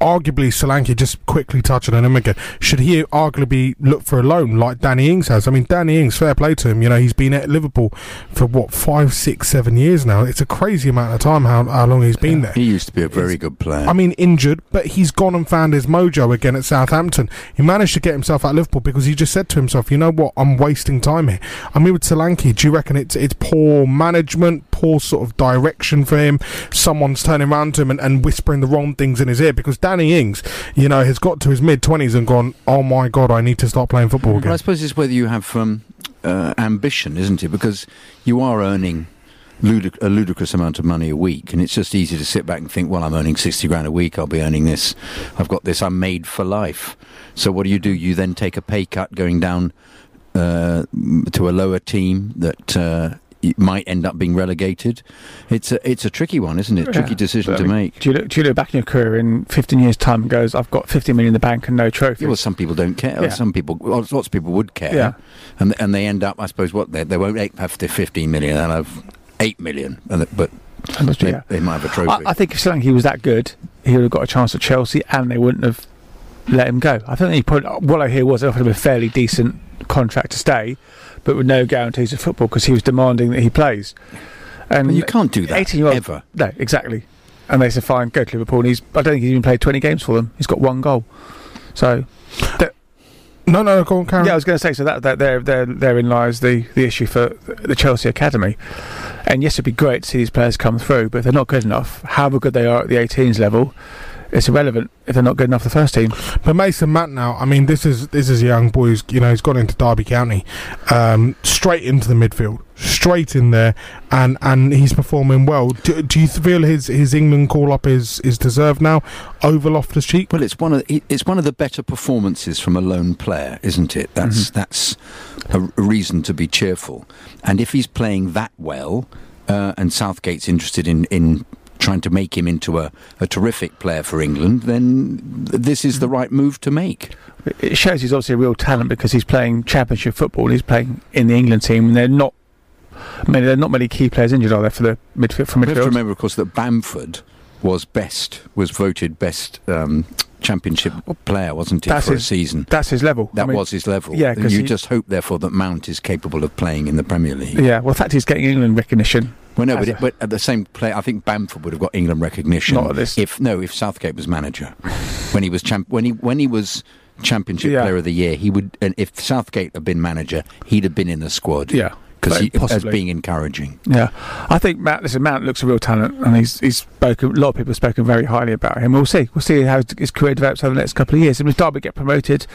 S3: arguably Solanke just quickly touching on him again? Should he arguably look for a loan like Danny Ings has? I mean, Danny Ings, fair play to him. You know, he's been at Liverpool for what five, six, seven years now. It's a crazy amount of time how how long he's been there.
S5: He used to be a very good player.
S3: I mean, injured, but he's gone and found his mojo again at Southampton. He managed to get himself at Liverpool because he just said to himself, "You know what? I'm wasting time here." I mean, with Solanke, do you reckon it's it's poor management, poor sort of direction for him? Someone's turning around to him and, and whispering the wrong things in his ear because Danny Ings, you know, has got to his mid twenties and gone, "Oh my god, I need to start playing football
S5: Well, I
S3: again."
S5: suppose it's whether you have um, uh, ambition, isn't it? Because you are earning ludic- a ludicrous amount of money a week, and it's just easy to sit back and think, well, I'm earning 60 grand a week, I'll be earning this, I've got this, I'm made for life. So what do you do? You then take a pay cut going down uh, m- to a lower team that. Uh, y- might end up being relegated. It's a it's a tricky one, isn't it? Tricky
S4: Yeah,
S5: decision
S4: but
S5: to
S4: I mean,
S5: make.
S4: Do you, look, do you look back in your career in 15 years' time and goes, I've got 50 million in the bank and no trophy?
S5: Yeah, well, some people don't care.
S4: Yeah.
S5: Some people, well, lots of people would care,
S4: Yeah.
S5: and and they end up, I suppose, what they they won't have their fifteen million, and have eight million, and th- but
S4: must be,
S5: they,
S4: yeah.
S5: they might have a trophy.
S4: I, I think if Solanke was that good, he would have got a chance at Chelsea and they wouldn't have let him go. I think he probably, what I hear was they offered him a fairly decent contract to stay, but with no guarantees of football because he was demanding that he plays. And
S5: But you can't do that,
S4: 18 year old,
S5: ever.
S4: No, exactly. And they said, fine, go to Liverpool. And he's, I don't think he's even played 20 games for them. He's got one goal. So. that-
S3: No, no, no, go on, Karen.
S4: Yeah, I was going to say so that, that there, there, therein lies the, the issue for the Chelsea academy. And yes, it'd be great to see these players come through, but if they're not good enough, however good they are at the 18s level, it's irrelevant if they're not good enough for the first team.
S3: But Mason Matt now, I mean, this is this is a young boy who's you know he's gone into Derby County, um, straight into the midfield, straight in there, and and he's performing well. Do, do you feel his his England call up is is deserved now over Loftus Cheek?
S5: Well, it's one of it- it's one of the better performances from a lone player, isn't it? That's
S4: Mm-hmm.
S5: that's a r- reason to be cheerful. And if he's playing that well, uh, and Southgate's interested in in trying to make him into a, a terrific player for England, then th- this is the right move to make.
S4: It- It shows he's obviously a real talent because he's playing championship football. He's playing in the England team, and they're not. I mean, there are not many key players injured, are there, for the midfield? For
S5: We have to
S4: midfield?
S5: remember, of course, that Bamford was best, was voted best um, championship
S4: Oh.
S5: player, wasn't he,
S4: that's
S5: for
S4: his-
S5: a season?
S4: That's his level.
S5: That
S4: I mean,
S5: was his level.
S4: Yeah, 'cause
S5: you
S4: he-
S5: just hope, therefore, that Mount is capable of playing in the Premier League.
S4: Yeah, well, in fact, he's getting England recognition.
S5: Well, no,
S4: As
S5: but,
S4: a-
S5: it, but at the same play, I think Bamford would have got England recognition.
S4: Not at
S5: If no, if Southgate was manager, when he was champ, when he when he was Championship
S4: Yeah.
S5: Player of the Year, he would. And if Southgate had been manager, he'd have been in the squad.
S4: Yeah, but
S5: because as
S4: possibly.
S5: being encouraging.
S4: Yeah, I think Mount. Listen, Mount looks a real talent, and he's he's spoken. A lot of people have spoken very highly about him. We'll see. We'll see how his career develops over the next couple of years. And if Derby get promoted,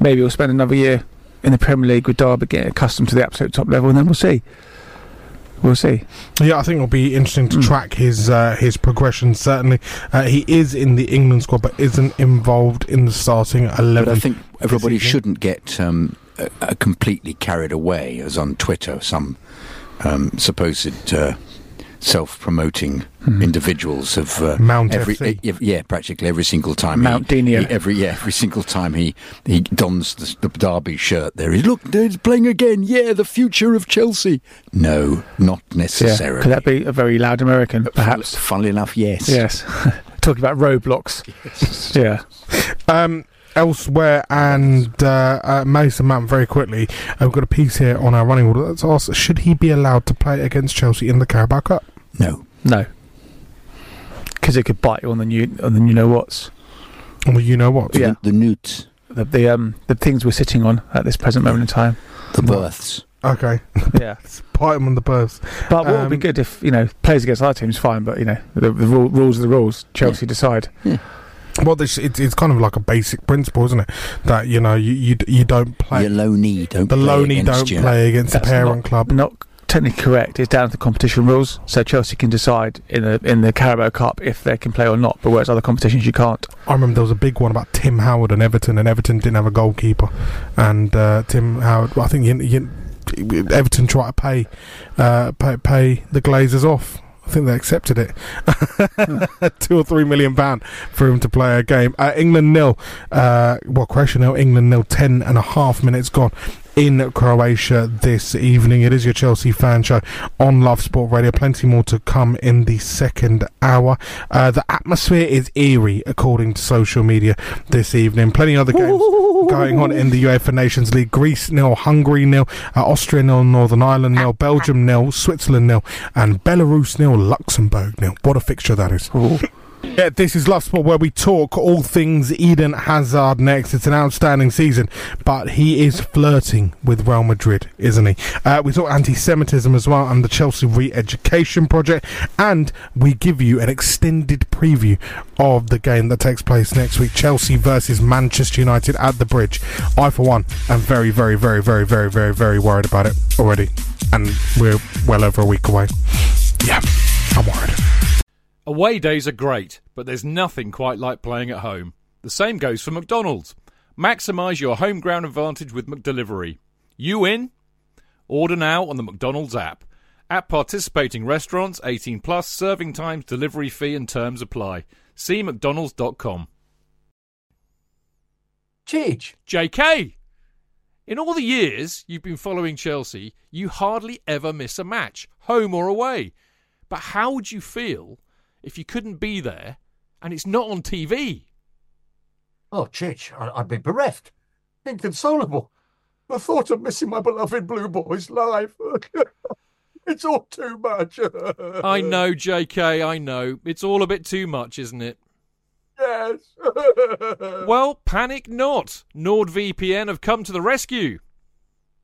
S4: maybe we'll spend another year in the Premier League with Derby getting accustomed to the absolute top level, and then we'll see. We'll see.
S3: Yeah, I think it'll be interesting
S5: Hmm.
S3: to track his uh, his progression. Certainly, uh, he is in the England squad, but isn't involved in the starting eleven.
S5: But I think
S3: this
S5: everybody
S3: evening.
S5: shouldn't get um, uh, uh, completely carried away, as on Twitter some um, supposed uh, self-promoting individuals have uh,
S3: Mount
S5: every,
S3: FC.
S5: eh, yeah, practically every single time. Mount Dinier. every yeah, every single time he he dons the, the Derby shirt, there is look, they're playing again. Yeah, the future of Chelsea. No, not necessarily.
S4: Yeah. Could that be a very loud American, perhaps?
S5: Funnily enough, yes.
S4: Yes. Talking about roadblocks. Yeah.
S3: Um, elsewhere and uh, uh, Mason Mount very quickly. Uh, we've got a piece here on our running order that's asked: Should he be allowed to play against Chelsea in the Carabao Cup?
S5: No.
S4: No. Because it could bite you on the new on the you know what's.
S3: Well, you know what?
S4: Yeah.
S5: The, newts.
S4: The, the um the things we're sitting on at this present moment in time.
S5: The births.
S3: Okay.
S4: Yeah.
S3: Bite him on the purse.
S4: But what would be
S3: Um,
S4: good if you know players against our team's fine, but you know the, the rule, rules are the rules. Chelsea decide.
S3: Well, this it's, it's kind of like a basic principle, isn't it? That you know you you, you don't play
S5: The loney don't
S3: the
S5: play
S3: loney
S5: against
S3: don't
S5: you.
S3: play against the parent
S4: not,
S3: club.
S4: Not technically correct. It's down to competition rules. So Chelsea can decide in the in the Carabao Cup if they can play or not. But whereas other competitions you can't.
S3: I remember there was a big one about Tim Howard and Everton, and Everton didn't have a goalkeeper, and uh, Tim Howard. well, I think you, you, Everton tried to pay, uh, pay pay the Glazers off. I think they accepted it, two or three million pound for him to play a game. Uh, England nil, uh, well Croatia nil, England nil. Ten and a half minutes gone in Croatia this evening. It is your Chelsea fan show on Love Sport Radio. Plenty more to come in the second hour. Uh, the atmosphere is eerie, according to social media this evening. Plenty other games going on in the UEFA Nations League. Greece nil, Hungary nil, uh, Austria nil, Northern Ireland nil, Belgium nil, Switzerland nil, and Belarus nil, Luxembourg nil. What a fixture that is. Yeah, this is Love Sport where we talk all things Eden Hazard next. It's an outstanding season, but he is flirting with Real Madrid, isn't he? Uh, we talk anti Semitism as well and the Chelsea Re Education Project, and we give you an extended preview of the game that takes place next week Chelsea versus Manchester United at the bridge. I, for one, am very, very, very, very, very, very, very worried about it already, and we're well over a week away. Yeah, I'm worried.
S1: Away days are great, but there's nothing quite like playing at home. The same goes for McDonald's. Maximise your home ground advantage with McDelivery. You in? Order now on the McDonald's app. At participating restaurants, 18 plus, serving times, delivery fee and terms apply. See mcdonalds.com.
S17: Cheech.
S1: JK! In all the years you've been following Chelsea, you hardly ever miss a match, home or away. But how would you feel if you couldn't be there and it's not on TV?
S17: Oh, Chich, I- I'd be bereft, inconsolable. The thought of missing my beloved Blue Boys live. it's all too much.
S1: I know, JK, I know. It's all a bit too much, isn't it?
S17: Yes.
S1: Well, panic not. NordVPN have come to the rescue.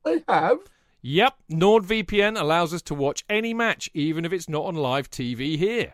S17: They have?
S1: Yep, NordVPN allows us to watch any match, even if it's not on live TV here.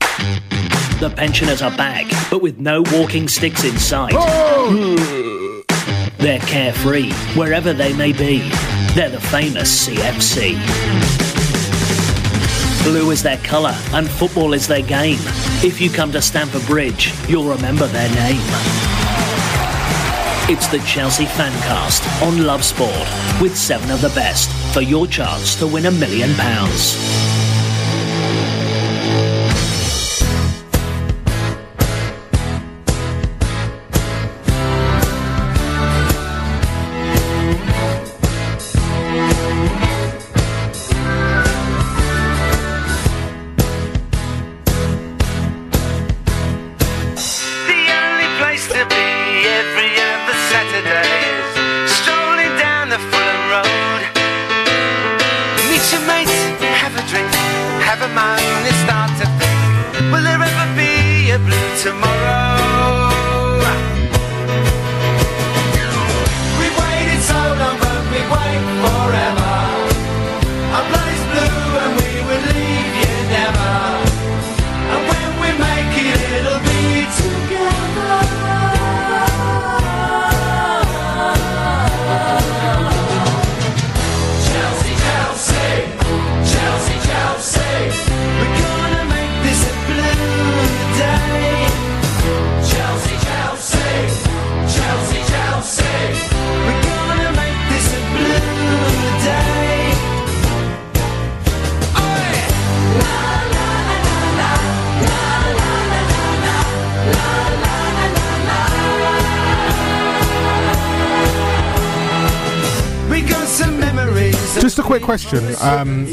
S2: The pensioners are back, but with no walking sticks in sight. They're carefree, wherever they may be. They're the famous CFC. Blue is their colour, and football is their game. If you come to Stamford Bridge, you'll remember their name. It's the Chelsea Fancast on Love Sport with seven of the best for your chance to win a million pounds.
S18: The only place to be every other Saturday is strolling down the Fulham Road. Meet your mates, have a drink, have a moan, and start to think. Will there ever be a blue tomorrow? We waited so long, but we wait forever. Our blood is blue, and we would leave you never. And when we make it, it'll be together. Chelsea, Chelsea, Chelsea, Chelsea. We're gonna make this a blue day. Chelsea, Chelsea, Chelsea, Chelsea. We're gonna make this a blue day. Oi! We got some memories.
S3: Just a quick question. Um,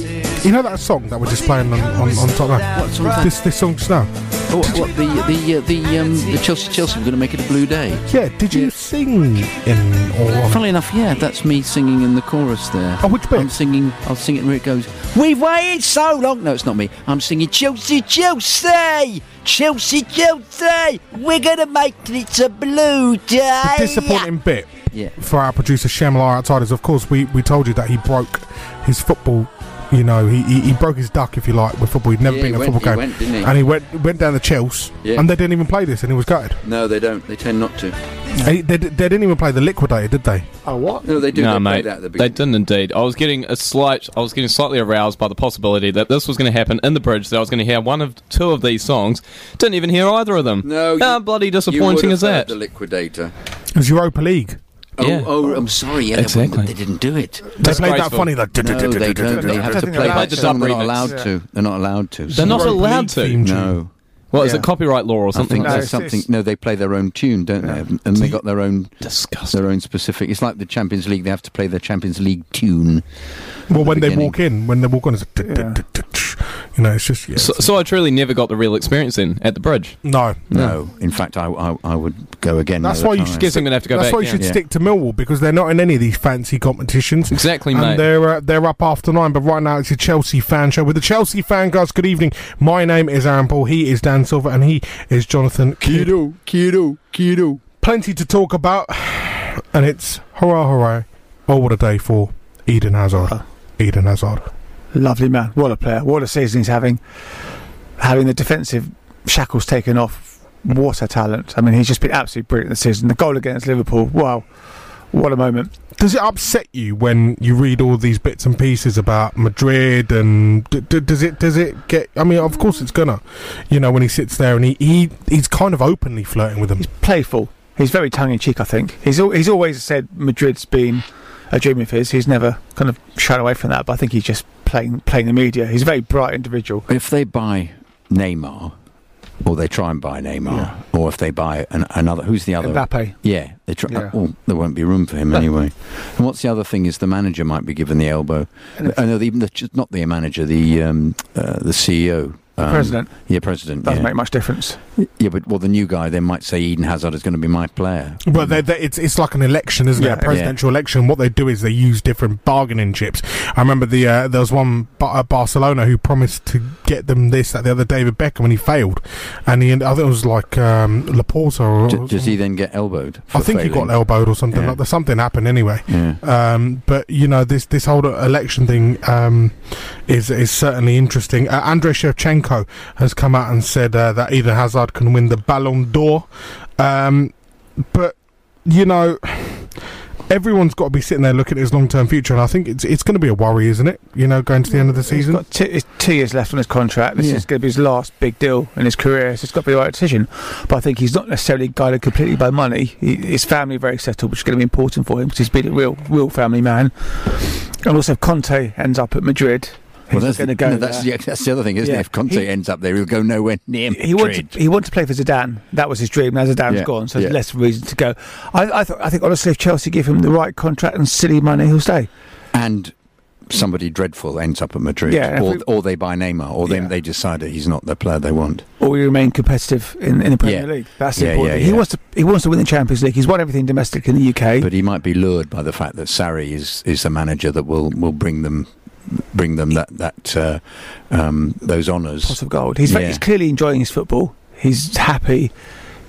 S3: you know that song that we're just playing on, on, on Top Man?
S5: What song is that?
S3: This, this song just now.
S5: Oh, what, what, the the uh, the um the Chelsea Chelsea we're going to make it a blue day.
S3: Yeah. Did you sing in or?
S5: Funnily enough, yeah, that's me singing in the chorus there.
S3: Oh, which bit?
S5: I'm singing. I'll sing it where it goes. We've waited so long. No, it's not me. I'm singing Chelsea Chelsea Chelsea Chelsea. We're going to make it a blue day.
S3: The disappointing bit
S5: Yeah.
S3: for our producer Shamlar outside is, of course, we, we told you that he broke his football. You know, he, he, he broke his duck, if you like, with football. He'd never
S5: Yeah,
S3: been
S5: he
S3: in a
S5: went-
S3: football
S5: he
S3: game,
S5: went, didn't he?
S3: and he went went down the Chelsea,
S5: Yeah.
S3: and they didn't even play this, and he was gutted.
S5: No, they don't. They tend not to.
S3: They, they, they didn't even play the Liquidator, did they?
S5: Oh what? No, they do.
S6: no,
S5: they play
S6: mate.
S5: that at the beginning.
S6: they didn't indeed. I was getting a slight, I was getting slightly aroused by the possibility that this was going to happen in the bridge. That I was going to hear one of two of these songs. Didn't even hear either of them.
S5: No,
S6: how
S5: you-
S6: bloody
S5: you
S6: disappointing
S5: would
S6: is
S5: have
S6: that?
S5: heard The liquidator.
S3: It was Europa League.
S5: Oh,
S6: Yeah.
S5: oh, I'm sorry. Yeah, exactly. They, didn't do it.
S3: They played that funny, like,
S5: No, they don't. They have to play that song. They're not
S6: remix.
S5: allowed
S6: Yeah.
S5: to. They're not allowed to.
S6: They're not
S5: So-
S6: allowed to.
S5: No.
S6: Well, is it copyright law or
S5: I
S6: something?
S5: think there's something. No, they play their own tune, don't they? And they got their own
S6: disgusting.
S5: Their own specific. It's like the Champions League. They have to play their Champions League tune.
S3: Well,
S5: at the
S3: when they
S5: beginning.
S3: walk in, when they walk on, it's like, you know, it's just yeah.
S6: So, so I truly never got the real experience then at the bridge. Hmm.
S3: No,
S5: No, in fact, I, I, I would go again.
S3: That's
S5: another
S3: why you
S5: time.
S3: should.
S6: Guess I'm gonna have to go
S3: that's
S6: back
S3: why you
S6: now.
S3: should
S6: Yeah.
S3: stick to Millwall because they're not in any of these fancy competitions.
S6: Exactly,
S3: and
S6: mate.
S3: They're uh, they're up after nine, but right now it's a Chelsea fan show with the Chelsea fan guys. Good evening. My name is Aaron Paul. He is Dan Silver, and he is Jonathan Kido. Kido. Kido. Plenty to talk about, and it's hurrah hurrah! Oh, what a day for Eden Hazard. Eden Hazard.
S4: Lovely man. What a player. What a season he's having. Having the defensive shackles taken off. What a talent. I mean, he's just been absolutely brilliant this season. The goal against Liverpool. Wow. What a moment.
S3: Does it upset you when you read all these bits and pieces about Madrid and d- d- does it does it get? I mean, of course it's gonna. You know, when he sits there and he, he he's kind of openly flirting with them.
S4: Playful. He's very tongue in cheek, I think. He's, al- he's always said Madrid's been a dream of his. He's never kind of shied away from that, but I think he's just playing, playing the media. He's a very bright individual.
S5: If they buy Neymar, or they try and buy Neymar, or if they buy an, another, who's the other?
S4: Mbappe.
S5: Yeah, they try.
S4: Yeah.
S5: Oh, there won't be room for him anyway. And what's the other thing is the manager Oh, might be given the elbow. I know even the, not the manager, the um, uh, the CEO.
S4: The president.
S5: Yeah, president.
S4: Doesn't
S5: yeah.
S4: make much difference.
S5: Yeah, but well, the new guy then might say Eden Hazard is going to be my player.
S3: Well, they they it's it's like an election, isn't
S5: Yeah.
S3: it? A presidential election. What they do is they use different bargaining chips. I remember the uh, there was one Ba- uh, Barcelona who promised to get them this that the other David Beckham and he failed, and he end- I think it was like um, Laporta. Or,
S5: D- does he then get elbowed?
S3: I
S5: for
S3: think he got
S5: failing?
S3: elbowed or something.
S5: Yeah.
S3: Like that. Something happened anyway.
S5: Yeah.
S3: Um, but you know this this whole election thing um, is is certainly interesting. Uh, Andrei Shevchenko has come out and said uh, that either Hazard can win the Ballon d'Or, um, but you know. Everyone's got to be sitting there looking at his long-term future, and I think it's it's going to be a worry, isn't it? You know, going to the end of the season.
S4: He's got two, it's two years left on his contract. This
S3: Yeah.
S4: is going to be his last big deal in his career. So it's got to be the right decision. But I think he's not necessarily guided completely by money. He, his family are very settled, which is going to be important for him because he's been a real, real family man. And also, if Conte ends up at Madrid,
S5: Well,
S4: he's
S5: that's,
S4: going to
S5: the,
S4: go.
S5: no, that's,
S4: there.
S5: the, that's the other thing, isn't
S4: Yeah.
S5: it? If Conte
S4: He-
S5: ends up there, he'll go nowhere near Madrid.
S4: He wanted, he wanted to play for Zidane. That was his dream. Now Zidane's
S5: Yeah.
S4: gone, so there's
S5: Yeah.
S4: less reason to go. I, I, th- I think, honestly, if Chelsea give him the right contract and silly money, he'll stay.
S5: and somebody dreadful ends up at Madrid,
S4: Yeah, if
S5: or,
S4: we-
S5: or they buy Neymar, or they, they decide that he's not the player they want.
S4: or we remain competitive in, in the Premier
S5: Yeah.
S4: League. That's
S5: Yeah,
S4: important.
S5: yeah,
S4: He
S5: yeah.
S4: wants to he wants to win the Champions League. He's won everything domestic in the UK.
S5: But he might be lured by the fact that Sarri is, is the manager that will, will bring them bring them that that uh, um, those honours.
S4: Pot of gold. He's, ve-
S5: yeah.
S4: he's clearly enjoying his football. He's happy.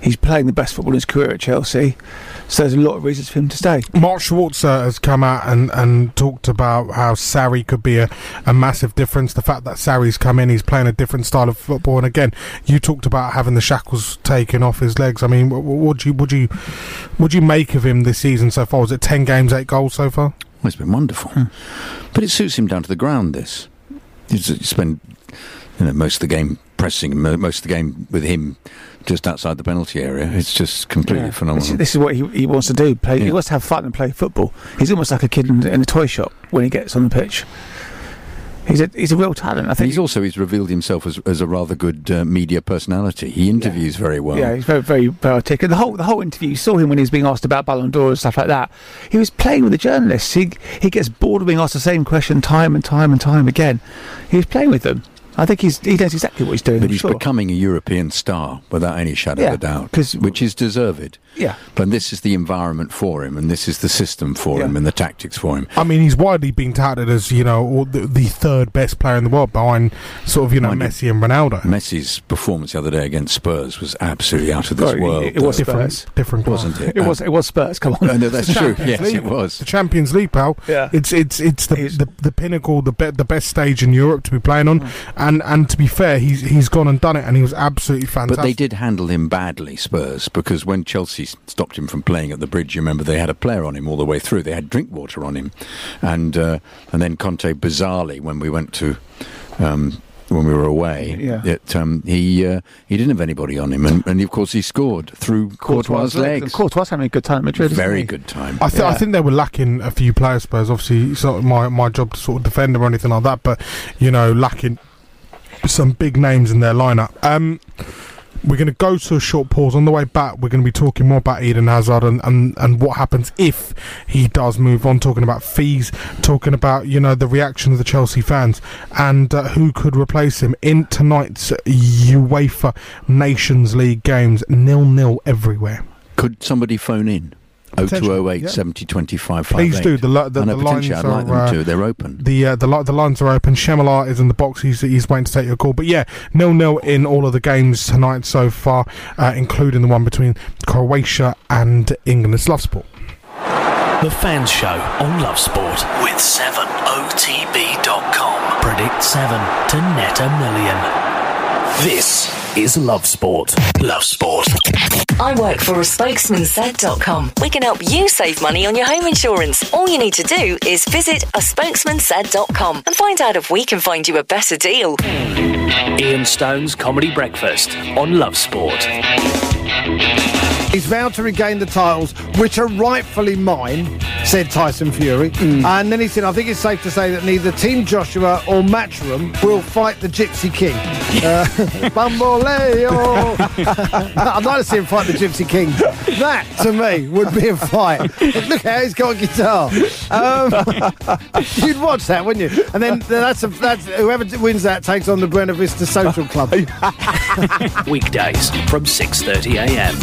S4: He's playing the best football in his career at Chelsea. So there's a lot of reasons for him to stay.
S3: Mark Schwarzer has come out and, and talked about how Sarri could be a, a massive difference. The fact that Sarri's come in, he's playing a different style of football. And again, you talked about having the shackles taken off his legs. I mean, what, what do you would you would you make of him this season so far? Was it ten games, eight goals so far?
S5: Well, it's been wonderful.
S4: Hmm.
S5: But it suits him down to the ground, this. You s- you spend you know, most of the game pressing, mo- most of the game with him just outside the penalty area. It's just completely
S4: Yeah.
S5: phenomenal.
S4: This, this is what he, he wants to do. Play. He wants to have fun and play football. He's almost like a kid in, in a toy shop when he gets on the pitch. He's a he's a real talent. I
S5: And
S4: think.
S5: he's also he's revealed himself as, as a rather good uh, media personality. He interviews very well.
S4: Yeah, he's very, very, very articulate. The whole, the whole interview, you saw him when he was being asked about Ballon d'Or and stuff like that. He was playing with the journalists. He, he gets bored of being asked the same question time and time and time again. He was playing with them. I think he's, he knows exactly what he's doing.
S5: but
S4: I'm
S5: he's
S4: sure.
S5: becoming a European star without any shadow
S4: Yeah,
S5: of a doubt, which is deserved.
S4: Yeah.
S5: But this is the environment for him, and this is the system for him, and the tactics for him.
S3: I mean, he's widely being touted as you know all the, the third best player in the world behind sort of you know
S5: Mind you-
S3: Messi and Ronaldo.
S5: Messi's performance the other day against Spurs was absolutely out of this
S4: Sorry, it-
S5: world.
S4: it was
S5: though.
S4: Different- Spurs.
S3: different
S5: wasn't it?
S4: It was, it was Spurs. Come on.
S5: Uh, no, that's
S4: The
S5: true.
S4: Champions
S5: Yes,
S4: League.
S5: it was.
S3: the Champions League, pal.
S4: Yeah.
S3: It's it's it's the the, the pinnacle, the be- the best stage in Europe to be playing on.
S4: Mm.
S3: And and to be fair, he's he's gone and done it, and he was absolutely fantastic.
S5: But they did handle him badly, Spurs, because when Chelsea s- stopped him from playing at the bridge, you remember they had a player on him all the way through. They had drink water on him, and uh, and then Conte bizarrely, when we went to. Um, when we were away,
S4: Yeah.
S5: it, um, he uh, he didn't have anybody on him, and, and of course he scored through Courtois' legs.
S4: Courtois having a good time at Madrid. isn't
S5: Very
S4: he?
S5: good time.
S3: I, th- I think they were lacking a few players. Spurs, obviously, it's not my my job to sort of defend them or anything like that. But you know, lacking some big names in their lineup. Um, we're going to go to a short pause. On the way back, we're going to be talking more about Eden Hazard and, and, and what happens if he does move on. Talking about fees, talking about you know the reaction of the Chelsea fans and uh, who could replace him in tonight's UEFA Nations League games. Nil nil everywhere.
S5: Could somebody phone in?
S3: Potentially,
S5: 0208
S3: yeah.
S5: 70 25
S3: Please do. The li- the-
S5: I know,
S3: the lines
S5: potentially I'd like
S3: are,
S5: them
S3: uh,
S5: to. They're open.
S3: The uh, the li- the lines are open. Shemalar is in the box. He's he's waiting to take your call. But yeah, nil nil in all of the games tonight so far, uh, including the one between Croatia and England. It's Love Sport.
S2: The Fans Show on Love Sport with 7otb.com. Predict 7 to net a million. This is Love Sport. Love Sport.
S19: I work for a spokesman said.com.
S7: We can help you save money on your home insurance. All you need to do is visit a spokesmansaid.com and find out if we can find you a better deal.
S2: Ian Stone's Comedy Breakfast on Love Sport.
S9: He's vowed to regain the titles, which are rightfully mine, said Tyson Fury. And then he said, I think it's safe to say that neither Team Joshua or Matchroom will fight the Gypsy King. Uh, Bamboleo! I'd like to see him fight the Gypsy King. That, to me, would be a fight. Look how he's got a guitar. Um, you'd watch that, wouldn't you? And then that's, a, that's whoever wins that takes on the Buena Vista Social Club.
S2: Weekdays from 6:30 a.m.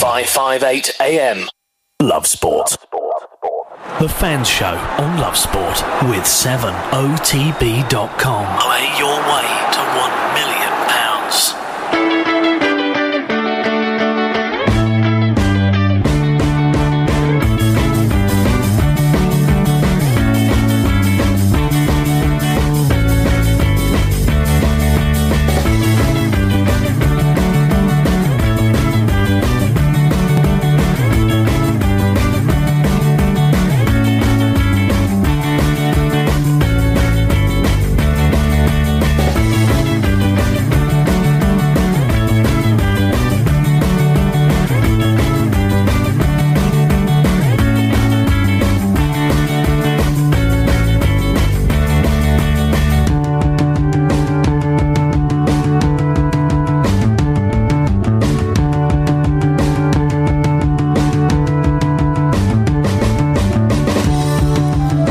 S2: 558 a.m. Love Sport. The Fans Show on Love Sport with 7otb.com. Play your way to 1 million pounds.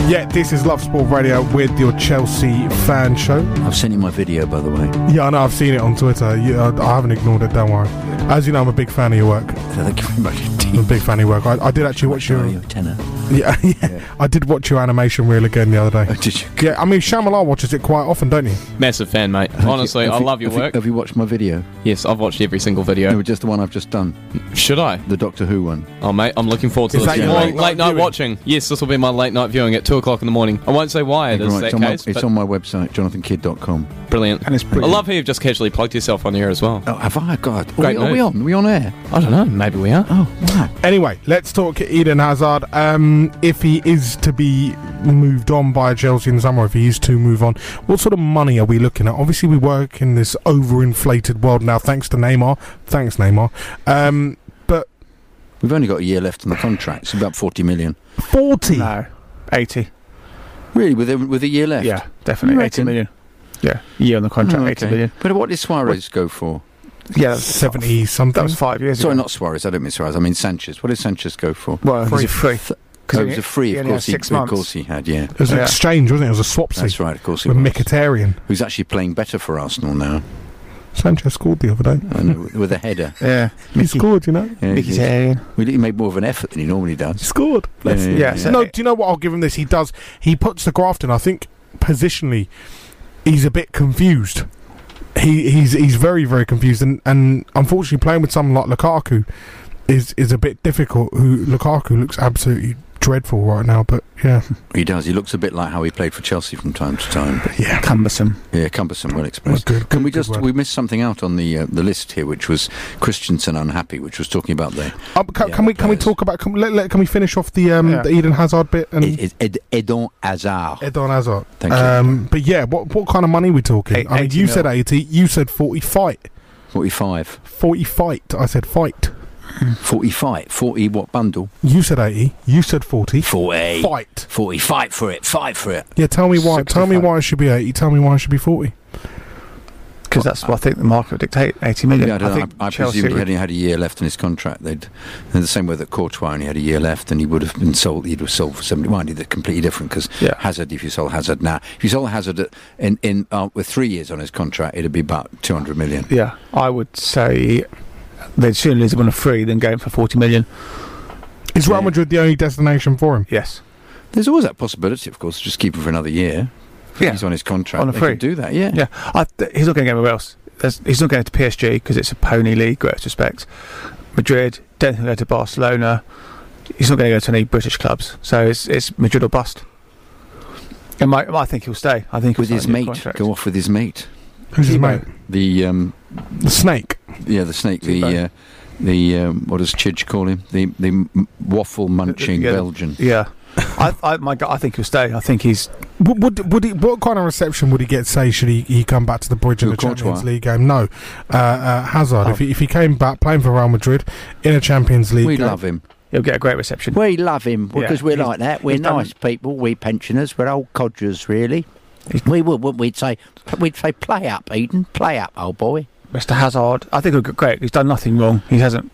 S3: Yeah, this is Love Sport Radio with your Chelsea fan show.
S5: I've sent you my video, by the way.
S3: Yeah, I know, I've seen it on Twitter. You, I, I haven't ignored it, don't worry. As you know, I'm a big fan of your work.
S5: Thank you very much.
S3: I'm a big fan of your work. I, I did actually watch your.
S5: tenor.
S3: Yeah, yeah, I did watch your animation reel again the other day.
S5: Oh,
S3: did you? Yeah, I mean, Shyamalan watches it quite often, don't he?
S6: Massive fan, mate. Honestly,
S5: Have
S6: I
S5: you-
S6: love your
S5: have you-
S6: work.
S5: have you watched my video?
S6: Yes, I've watched every single video.
S5: No, just the one I've just done.
S6: Should I?
S5: The Doctor Who one.
S6: Oh, mate, I'm looking forward to
S5: Is
S6: this.
S5: that your
S6: More
S5: late
S6: late,
S5: night
S6: night watching. Yes, this will be my late night viewing at two o'clock in the morning. I won't say why it
S5: You're
S6: is
S5: right,
S6: that
S5: it's, on my,
S6: case.
S5: it's
S6: but
S5: on my website, jonathankidd.com.
S6: brilliant.
S5: And it's
S6: I
S5: brilliant.
S6: love how you've just casually plugged yourself on here as well.
S5: Oh, have I? God. Are
S6: Great
S5: we, are we
S6: move.
S5: on? Are we on air?
S6: I don't know. Maybe we are.
S5: Oh,
S3: Anyway, let's talk Eden Hazard. Um, if he is to be moved on by Chelsea in the summer, if he is to move on, what sort of money are we looking at? Obviously, we work in this overinflated world now, thanks to Neymar. Thanks, Neymar. Um, but
S5: We've only got a year left on the contract. It's about 40 million.
S3: 40?
S5: No, 80. Really? With a, with a year left?
S4: Yeah, definitely.
S5: You
S4: 80
S5: reckon?
S4: million. Yeah, year on the contract,
S5: Oh,
S4: 80
S5: okay.
S4: million.
S5: But what did Suarez go for?
S4: Yeah, that's- 70
S3: something.
S4: that was five years
S5: Sorry,
S4: ago.
S5: not Suarez. I don't mean Suarez. I mean Sanchez. What did Sanchez go for?
S4: Well, he's a free.
S5: Oh, it was a free,
S4: he
S5: of
S4: only had
S5: course. He,
S4: six
S5: of
S4: months.
S5: course, he had. Yeah,
S3: it was an exchange, wasn't it? It was a swapsie.
S5: That's right. Of course, he
S3: With
S5: was.
S3: Mkhitaryan.
S5: Who's actually playing better for Arsenal now?
S3: Sanchez scored the other day.
S5: I know, with- with a header.
S4: Yeah.
S3: He scored, you know?
S5: he's- Well, he made more of an effort than he normally does.
S3: Scored.
S5: Yeah, yeah, yeah.
S3: no, do you know what? I'll give him this. He does. He puts the graft in. I think positionally, he's a bit confused. He he's he's very very confused, and and unfortunately, playing with someone like Lukaku is is a bit difficult. Who Lukaku looks absolutely dreadful right now, but yeah,
S5: He does. He looks a bit like how he played for Chelsea from time to time.
S3: yeah,
S4: cumbersome.
S5: Yeah, cumbersome. Well expressed. Can we just we missed something out on the uh, the list here, which was Christensen unhappy, which was talking about the
S3: Uh, can, can we can we talk about can, let, let- can we finish off the um
S5: Yeah.
S3: the Eden Hazard bit and
S5: Ed, Ed, Edon Hazard.
S3: Edon Hazard.
S5: oh, Thank you.
S3: Um, but yeah, what what kind of money we talking?
S5: Eight-
S3: I mean,
S5: 80
S3: you
S5: mil.
S3: said eighty. You said forty fight.
S5: Forty five.
S3: Forty fight. I said fight.
S5: Forty fight. Forty what bundle?
S3: You said eighty. You said forty.
S5: Forty.
S3: Fight.
S5: Forty. Fight for it. Fight for it.
S3: Yeah, tell me why. Tell me why it should be eighty. Tell me why it should be forty.
S4: Because that's what I think the market would dictate, 80 million.
S5: Yeah, I, don't know.
S4: think
S5: I, I
S4: Chelsea
S5: presume he
S4: would-
S5: only had a year left in his contract. They'd, in the same way that Courtois only had a year left, and he would have been sold. He'd have sold for seventy. Mind you, they're completely different because Hazard. If you sold Hazard now, if you sold Hazard at, in in uh, with three years on his contract, it'd be about two hundred million.
S4: Yeah, I would say they'd sooner lose one of three than go in for 40 million.
S3: Is Real Madrid the only destination for him?
S4: Yes.
S5: There's always that possibility, of course, just keep him for another year. If
S4: Yeah.
S5: he's on his contract.
S4: on a
S5: they
S4: free.
S5: could do that. Yeah.
S4: yeah. I, th- he's not going anywhere else. There's, he's not going to PSG because it's a pony league. Greatest respect. Madrid. Don't think he'll go to Barcelona. He's not going to go to any British clubs. So it's it's Madrid or bust. And my, I think he'll stay. I think he'll
S5: With
S4: sign
S5: his
S4: a new
S5: mate,
S4: contract.
S5: go off with his mate.
S3: Who's his mate?
S5: The um,
S3: the snake.
S5: Yeah, the snake. The uh, the um, what does Chidge call him? The the m- waffle munching
S4: Yeah.
S5: Belgian.
S4: Yeah. I, I my God, I think he'll stay. I think he's
S3: Would, would, would he, what kind of reception would he get? Say, should he, he come back to the bridge in the
S4: Courtois?
S3: Champions League game? No,
S5: Oh.
S3: uh, uh, Hazard. If, he, if he came back playing for Real Madrid in a Champions League,
S5: We
S3: game,
S5: love him.
S4: He'll get a great reception.
S5: We love him
S4: Yeah,
S5: because we're
S4: he's-
S5: like that. We're
S4: he's done-
S5: nice people. We pensioners. We're old codgers, really. We would, wouldn't we? We'd say, we'd say, play up, Eden. Play up, old boy.
S4: Mr. Hazard, I think he'll get great. He's done nothing wrong. He hasn't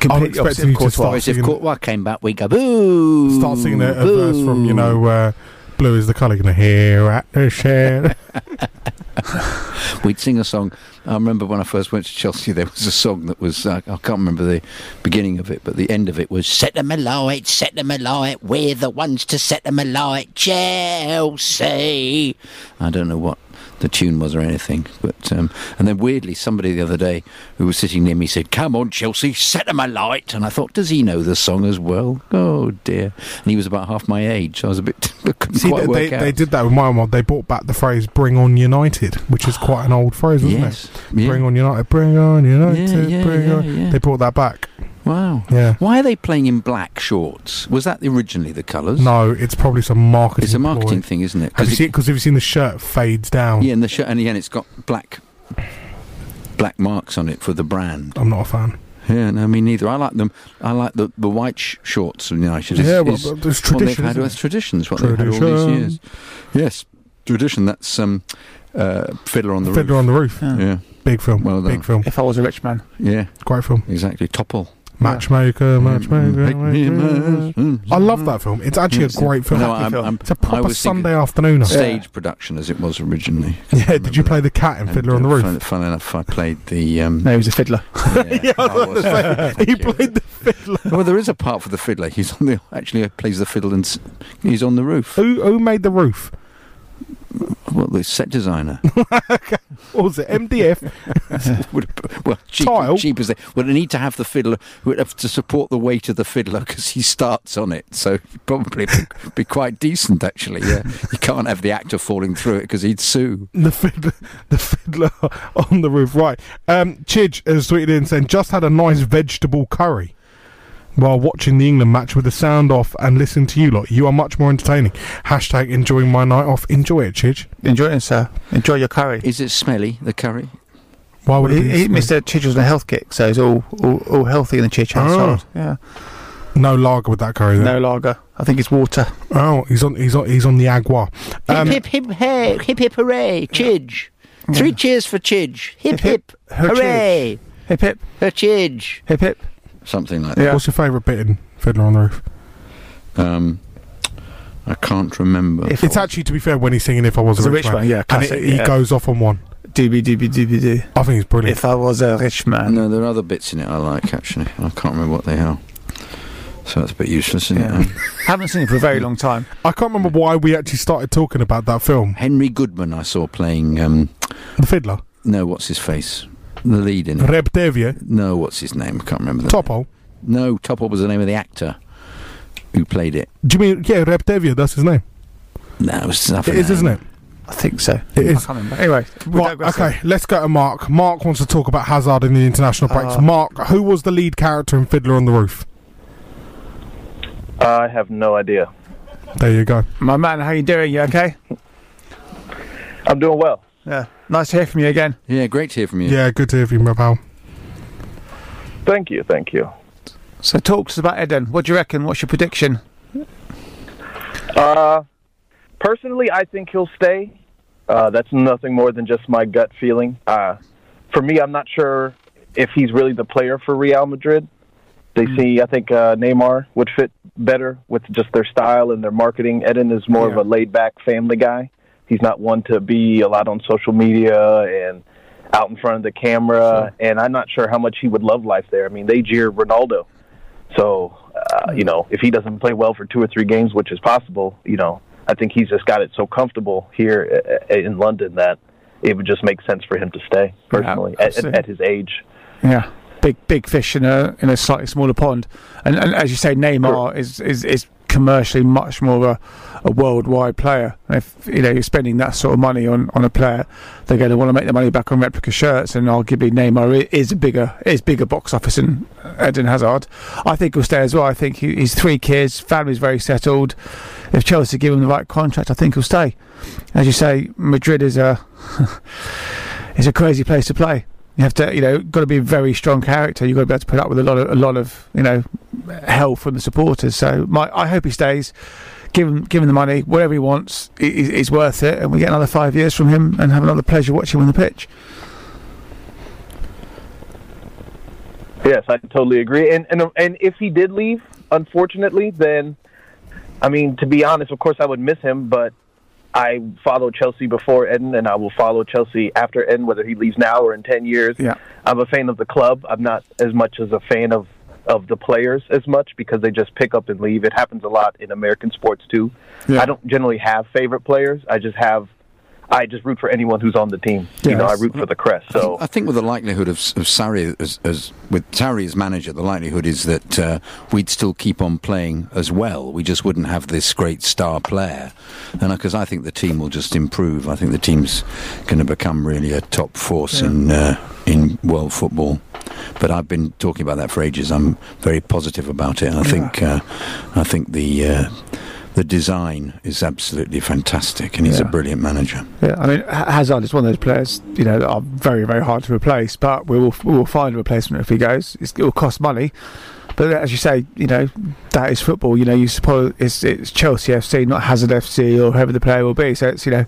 S4: completely opposite of course.
S5: Whereas if Courtois came back, we go boo.
S3: Start singing a, a verse from, you know, uh, Blue is the colour you're going to hear at the share.
S5: We'd sing a song. I remember when I first went to Chelsea, there was a song that was, uh, I can't remember the beginning of it, but the end of it was, set them alight, set them alight, we're the ones to set them alight, Chelsea. I don't know what the tune was or anything, but, um, and then weirdly, somebody the other day who was sitting near me said, come on, Chelsea, set them alight. And I thought, does he know the song as well? Oh dear. And he was about half my age. I was a bit, I couldn't
S3: See,
S5: quite
S3: they,
S5: work
S3: they,
S5: out.
S3: they did that with my mod. They brought back the phrase "Bring on United," which is quite an old phrase, isn't
S5: Yes,
S3: it? Bring on United, bring on United,
S5: yeah,
S3: bring
S5: yeah,
S3: on.
S5: yeah.
S3: They brought that back.
S5: Wow.
S3: Yeah.
S5: Why are they playing in black shorts? Was that originally the colours?
S3: No, it's probably some marketing.
S5: It's a marketing
S3: ploy.
S5: thing, isn't it?
S3: Have you
S5: it-
S3: seen? Because have you seen the shirt fades down?
S5: yeah, and the shirt, and again, it's got black, black marks on it for the brand.
S3: I'm not a fan.
S5: Yeah, no, me neither. I like them. I like the the white sh- shorts of United. It's-
S3: Yeah, well,
S5: it's
S3: but it's
S5: what they've
S3: tradition,
S5: had-
S3: isn't
S5: it's
S3: it?
S5: traditions. What they've had all these
S3: Tradition.
S5: years. Yes, tradition. That's um, uh, fiddler on the
S3: Fiddler
S5: roof.
S3: on the Roof.
S5: Yeah.
S3: Big film.
S5: Well done.
S3: Big film.
S4: If I was a rich man.
S5: Yeah,
S3: Great film.
S5: exactly. Topple.
S3: Matchmaker, matchmaker,
S5: pick Mm, me a
S3: matchmaker. I love that film. It's actually a
S5: Yes,
S3: great film.
S5: No, I'm- I'm-
S3: it's a
S5: I
S3: proper
S5: was thinking
S3: Sunday afternoon.
S5: Stage production, as it was originally.
S3: Yeah, did you play the cat in
S5: And,
S3: Fiddler on the
S5: uh,
S3: Roof?
S5: Fun, fun enough, I played the. Um,
S4: no, he was a fiddler.
S3: Yeah, I was gonna say, he played the
S5: fiddler. Well, there is a part for the fiddler. He's on the actually uh, plays the fiddle and s- he's on the roof.
S3: Who who made the roof?
S5: Well, the set designer.
S3: What was it? MDF?
S5: Would- well, cheap, cheap as they. Well, they need to have the fiddler would have to support the weight of the fiddler because he starts on it. So probably be, be quite decent actually. Yeah, you can't have the actor falling through it because he'd sue.
S3: The fiddler, the fiddler on the roof. Right. Um, Chidge has tweeted in saying, just had a nice vegetable curry while watching the England match with the sound off and listening to you lot. You are much more entertaining. Hashtag enjoying my night off. Enjoy it, Chidge.
S4: Enjoy it, sir. Enjoy your curry.
S5: Is it smelly the curry?
S3: Why would it
S4: he,
S3: be
S4: he, Mr. Chidge was on a health kick, so he's all all, all healthy in the Chidge household. Yeah.
S3: Oh. No lager with that curry. Then.
S4: No lager. I think it's water.
S3: Oh, he's on. He's on. He's on the agua. Um,
S5: hip hip hip hey, hip hip hooray! Chidge. Three cheers for Chidge. Hip hip,
S3: her
S5: hooray!
S4: Hip hip
S5: her Chidge.
S4: Hip hip.
S5: Something like
S3: What's your favourite bit in Fiddler on the Roof?
S5: that. Um, I can't remember.
S3: it's actually, to be fair, when he's singing "If I Was a
S4: It's a
S3: Rich,
S4: rich
S3: Man,"
S4: man, yeah,
S3: and
S4: classic,
S3: it- he
S4: yeah.
S3: goes off on one.
S4: Doobie doobie doobie doo.
S3: I think it's brilliant.
S4: If I was a rich man.
S5: No, there are other bits in it I like actually. I can't remember what they are. So that's a bit useless, isn't it?
S4: Haven't seen it for a very long time.
S3: I can't remember why we actually started talking about that film,
S5: Henry Goodman I saw playing. Um,
S3: The Fiddler,
S5: no, what's his face? The lead in it.
S3: Reb Devia,
S5: no, what's his name? I can't remember. the
S3: Topo.
S5: name. No, Topol was the name of the actor who played it.
S3: Do you mean yeah, Reb Devia? That's his name.
S5: No, it was
S3: It is, isn't it?
S4: I think so.
S3: It is.
S4: I can't remember. Anyway, we
S3: Right,
S4: digress
S3: okay, let's go to Mark. Mark wants to talk about Hazard in the international breaks.
S4: Uh,
S3: Mark, who was the lead character in Fiddler on the Roof?
S20: I have no idea.
S3: There you go.
S4: My man, how you doing? You okay?
S20: I'm doing well.
S4: Yeah. Nice to hear from you again.
S5: Yeah, great to hear from you.
S3: Yeah, good to hear from you, my pal.
S20: Thank you, thank you.
S4: So talk to us about Eden. What do you reckon? What's your prediction?
S20: Uh, personally, I think he'll stay. Uh, that's nothing more than just my gut feeling. Uh, for me, I'm not sure if he's really the player for Real Madrid. They see, I think uh, Neymar would fit better with just their style and their marketing. Eden is more of a laid back family guy. He's not one to be a lot on social media and out in front of the camera. And I'm not sure how much he would love life there. I mean, they jeer Ronaldo. So, uh, you know, if he doesn't play well for two or three games, which is possible, you know, I think he's just got it so comfortable here uh, uh, in London that it would just make sense for him to stay personally at, at,
S4: absolutely.
S20: at his age.
S4: Yeah. Big big fish in a in a slightly smaller pond. And, and as you say, Neymar is, is, is commercially much more of a, a worldwide player. And if you know, you're spending that sort of money on, on a player, they're gonna want to make their money back on replica shirts and arguably Neymar i- is a bigger is bigger box office than Eden Hazard. I think he'll stay as well. I think he, he's three kids, family's very settled. If Chelsea give him the right contract, I think he'll stay. As you say, Madrid is a is a crazy place to play. You have to, you know, got to be a very strong character. You've got to be able to put up with a lot of, a lot of, you know, hell from the supporters. So my, I hope he stays. Give him, give him the money, whatever he wants. i- i- It's worth it, and we get another five years from him, and have another pleasure watching him on the pitch.
S20: Yes, I totally agree. And and and if he did leave, unfortunately, then I mean, to be honest, of course I would miss him, but I followed Chelsea before Eden, and I will follow Chelsea after Eden, whether he leaves now or in ten years.
S4: Yeah.
S20: I'm a fan of the club. I'm not as much as a fan of of the players as much because they just pick up and leave. It happens a lot in American sports too. I don't generally have favorite players. I just have I just root for anyone who's on the team. You know, I
S5: Yes.
S20: root for the crest. So
S5: I think with the likelihood of, of Sarri as, as with Sarri as manager, the likelihood is that uh, we'd still keep on playing as well. We just wouldn't have this great star player, and because I think the team will just improve. I think the team's going to become really a top force in uh, in world football. But I've been talking about that for ages. I'm very positive about it. I think uh, I think the uh, the design is absolutely fantastic, and he's a
S4: Yeah.
S5: brilliant manager.
S4: Yeah, I mean H- Hazard is one of those players you know that are very very hard to replace, but we will we will find a replacement if he goes. It's, it will cost money, but as you say, you know that is football. You know you suppose it's it's Chelsea FC, not Hazard FC or whoever the player will be. So it's you know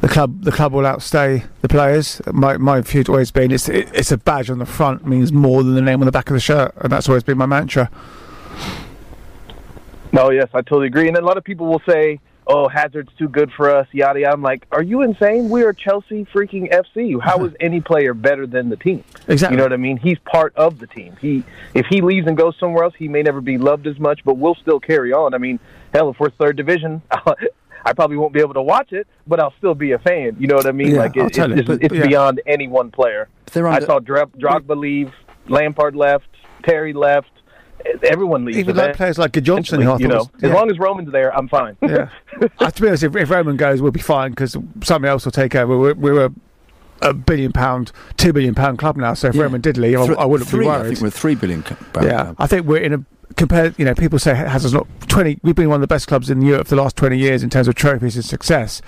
S4: the club the club will outstay the players. My my view has always been it's it, it's a badge on the front means more than the name on the back of the shirt, and that's always been my mantra.
S20: No, Oh, yes, I totally agree. And then a lot of people will say, "Oh, Hazard's too good for us." Yada yada. I'm like, "Are you insane? We are Chelsea freaking FC.
S5: Uh-huh.
S20: How is any player better than the team?"
S4: Exactly.
S20: You know what I mean? He's part of the team. He, if he leaves and goes somewhere else, he may never be loved as much, but we'll still carry on. I mean, hell, if we're third division. I probably won't be able to watch it, but I'll still be a fan. You know what I mean?
S5: Yeah,
S20: like
S5: I'll
S20: it,
S5: tell you,
S20: it's,
S5: but-
S20: it's
S5: yeah.
S20: beyond any one player.
S5: they're
S20: I
S5: under-
S20: saw Dra- Drogba leave, Lampard left, Terry left, everyone leaves.
S4: Even like
S20: Eventually,
S4: players like Johnson,
S20: you
S4: who
S20: know,
S4: I thought was-
S20: as
S4: yeah.
S20: long as Roman's there, I'm fine.
S4: yeah. Uh, to be honest, if, if Roman goes, we'll be fine because somebody else will take over. We're, we're a, a billion pound, two billion pound club now. So if Roman did leave, I,
S5: Thr-
S4: I wouldn't
S5: three,
S4: be
S5: I
S4: worried.
S5: think we're three billion. co- pound
S4: yeah,
S5: club.
S4: I think we're in a compared. You know, people say Hazard's not twenty. We've been one of the best clubs in Europe for the last twenty years in terms of trophies and success.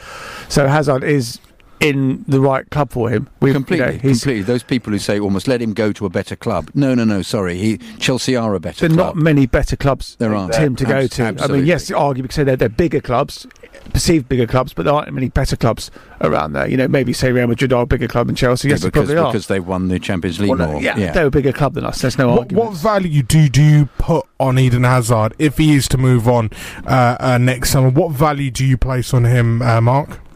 S4: So Hazard is in the right club for him. We've, you know,
S5: completely,
S4: he's-
S5: completely. Those people who say almost let him go to a better club. No, no, no. Sorry, he Chelsea are a better.
S4: There are not many better clubs
S5: There aren't.
S4: for him to go
S5: Abs-
S4: to. I mean,
S5: absolutely.
S4: yes, argue because they're, they're bigger clubs, perceived bigger clubs, but there aren't many better clubs around there. You know, maybe say Real Madrid are a bigger club than Chelsea.
S5: Yeah,
S4: Yes, they
S5: because
S4: probably are.
S5: because they won the Champions League
S4: Well, no,
S5: more.
S4: yeah, they're a bigger club than us. There's no
S3: What,
S4: argument.
S3: what value do do you put on Eden Hazard if he is to move on uh, uh, next summer? What value do you place on him, uh, Mark?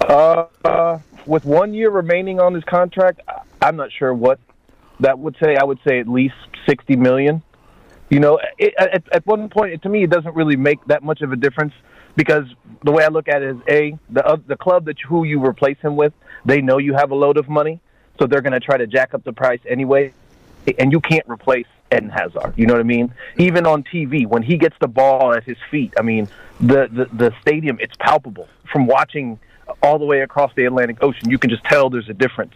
S20: Uh, uh, with one year remaining on his contract, I- I'm not sure what that would say. I would say at least sixty million. You know, it, at, at one point, to me, it doesn't really make that much of a difference because the way I look at it is a the oth- the club that you- who you replace him with, they know you have a load of money, so they're going to try to jack up the price anyway, and you can't replace Eden Hazard. You know what I mean? Even on TV, when he gets the ball at his feet, I mean the the, the stadium, it's palpable from watching all the way across the Atlantic Ocean. You can just tell there's a difference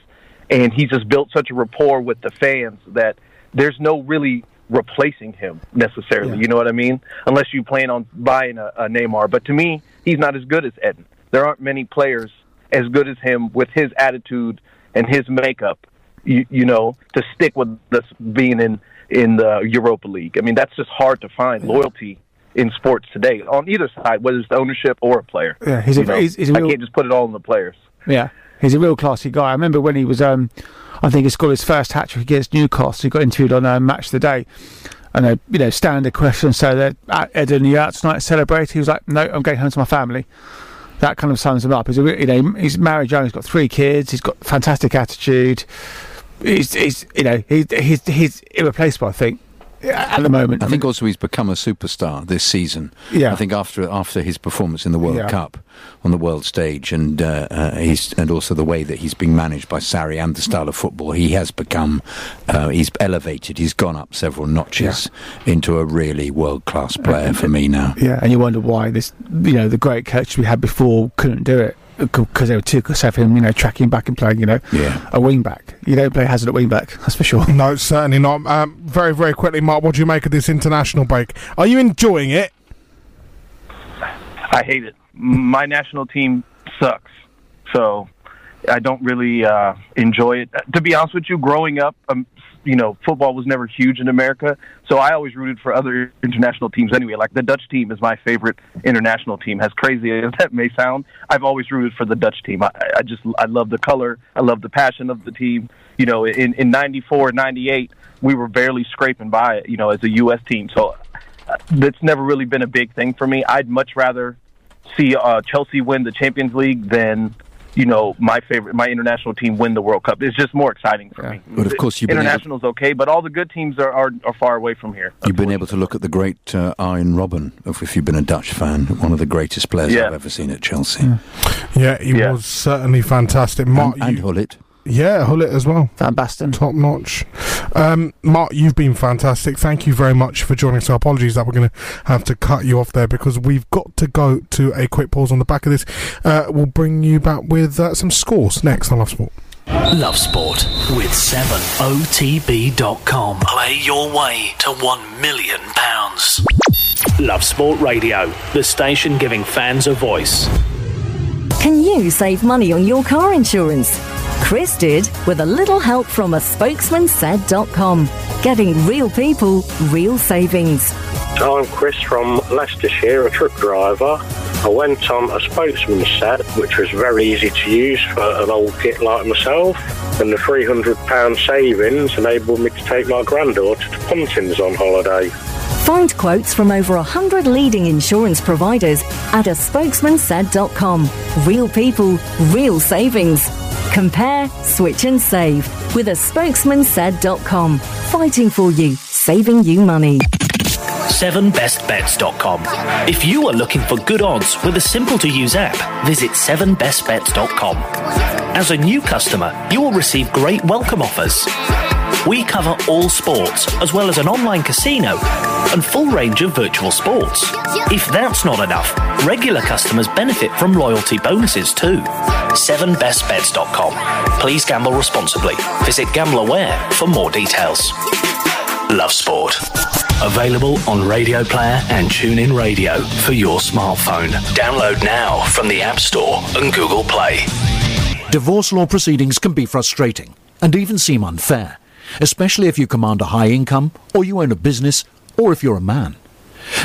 S20: and he's just built such a rapport with the fans that there's no really replacing him necessarily. You know what I mean? Unless you plan on buying a, a Neymar, but to me, he's not as good as Eden. There aren't many players as good as him with his attitude and his makeup. You, you know, to stick with us being in in the Europa League. I mean, that's just hard to find loyalty in sports today on either side, whether it's the ownership or a player.
S4: Yeah, he's a-
S20: You know,
S4: he's- he's a real-
S20: I can't just put it all on the players.
S4: Yeah, he's a real classy guy. I remember when he was, um, I think he scored his first hat trick against Newcastle. He got interviewed on uh, Match of the Day, and they, you know, standard question. So that uh, Ed and you out tonight to celebrate. He was like, "No, I'm going home to my family." That kind of sums him up. He's a, re- you know, he's married young. He's got three kids. He's got fantastic attitude. He's, he's you know, he, he's he's irreplaceable. I think at the moment.
S5: I think also he's become a superstar this season.
S4: Yeah.
S5: I think after after his performance in the World
S4: Yeah.
S5: Cup on the world stage, and uh, uh, he's and also the way that he's being managed by Sarri and the style of football, he has become uh, he's elevated. He's gone up several notches into a really world class player for me now.
S4: Yeah, and you wonder why this, you know, the great coaches we had before couldn't do it because they were too because of him, you know, tracking back and playing, you know,
S5: yeah.
S4: a wing back. You don't play Hazard at wing back, that's for sure.
S3: No, certainly not. Um, very, very quickly, Mark, what do you make of this international break? Are you enjoying it?
S20: I hate it. My national team sucks. So I don't really uh, enjoy it. To be honest with you, growing up, um, you know, football was never huge in America, so I always rooted for other international teams anyway. Like the Dutch team is my favorite international team. As crazy as that may sound, I've always rooted for the Dutch team. I, I just I love the color, I love the passion of the team. You know, in in '94, '98, we were barely scraping by. You know, as a U.S. team, so uh, that's never really been a big thing for me. I'd much rather see uh, Chelsea win the Champions League than you know my favorite my international team win the World Cup. It's just more exciting for me.
S5: But of course, you've been able,
S20: International's okay, but all the good teams are are, are far away from here.
S5: you've been able to look at the great uh, Iron Robin. If, if you've been a Dutch fan, one of the greatest players I've ever seen at Chelsea.
S3: Yeah, he was certainly fantastic. Mark,
S5: And, and Hullet.
S3: Yeah, Hullet as well. Van Basten. Top notch. Um, Mark, you've been fantastic. Thank you very much for joining us. Our apologies that we're going to have to cut you off there because we've got to go to a quick pause on the back of this. Uh, we'll bring you back with uh, some scores next on Love Sport.
S2: Love Sport with 7otb.com. Play your way to £1 million. Love Sport Radio, the station giving fans a voice.
S7: Can you save money on your car insurance? Chris did with a little help from a spokesman said.com. Getting real people, real savings.
S11: I'm Chris from Leicestershire, a truck driver. I went on a spokesman set, which was very easy to use for an old git like myself, and the £300 savings enabled me to take my granddaughter to Pontins on holiday.
S7: Find quotes from over 100 leading insurance providers at a spokesman said.com. Real people, real savings. Compare, switch and save with a spokesman said.com. Fighting for you, saving you money.
S2: 7bestbets.com. If you are looking for good odds with a simple to use app, visit 7bestbets.com. As a new customer, you will receive great welcome offers. We cover all sports, as well as an online casino and full range of virtual sports. If that's not enough, regular customers benefit from loyalty bonuses too. 7bestbets.com. Please gamble responsibly. Visit GambleAware for more details. Love Sport. Available on Radio Player and TuneIn Radio for your smartphone. Download now from the App Store and Google Play.
S16: Divorce law proceedings can be frustrating and even seem unfair, especially if you command a high income, or you own a business, or if you're a man.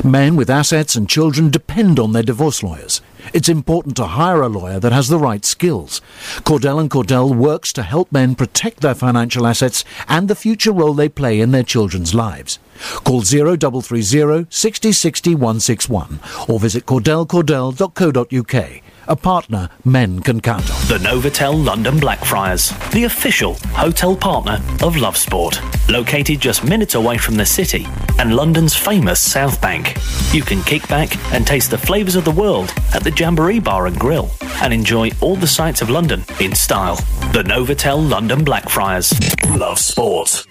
S16: Men with assets and children depend on their divorce lawyers. It's important to hire a lawyer that has the right skills. Cordell and Cordell works to help men protect their financial assets and the future role they play in their children's lives. Call 0330 60 60 161 or visit cordellcordell.co.uk, a partner men can count on.
S2: The Novotel London Blackfriars, the official hotel partner of Love Sport, located just minutes away from the city and London's famous South Bank. You can kick back and taste the flavours of the world at the Jamboree Bar and Grill and enjoy all the sights of London in style. The Novotel London Blackfriars, Love Sport.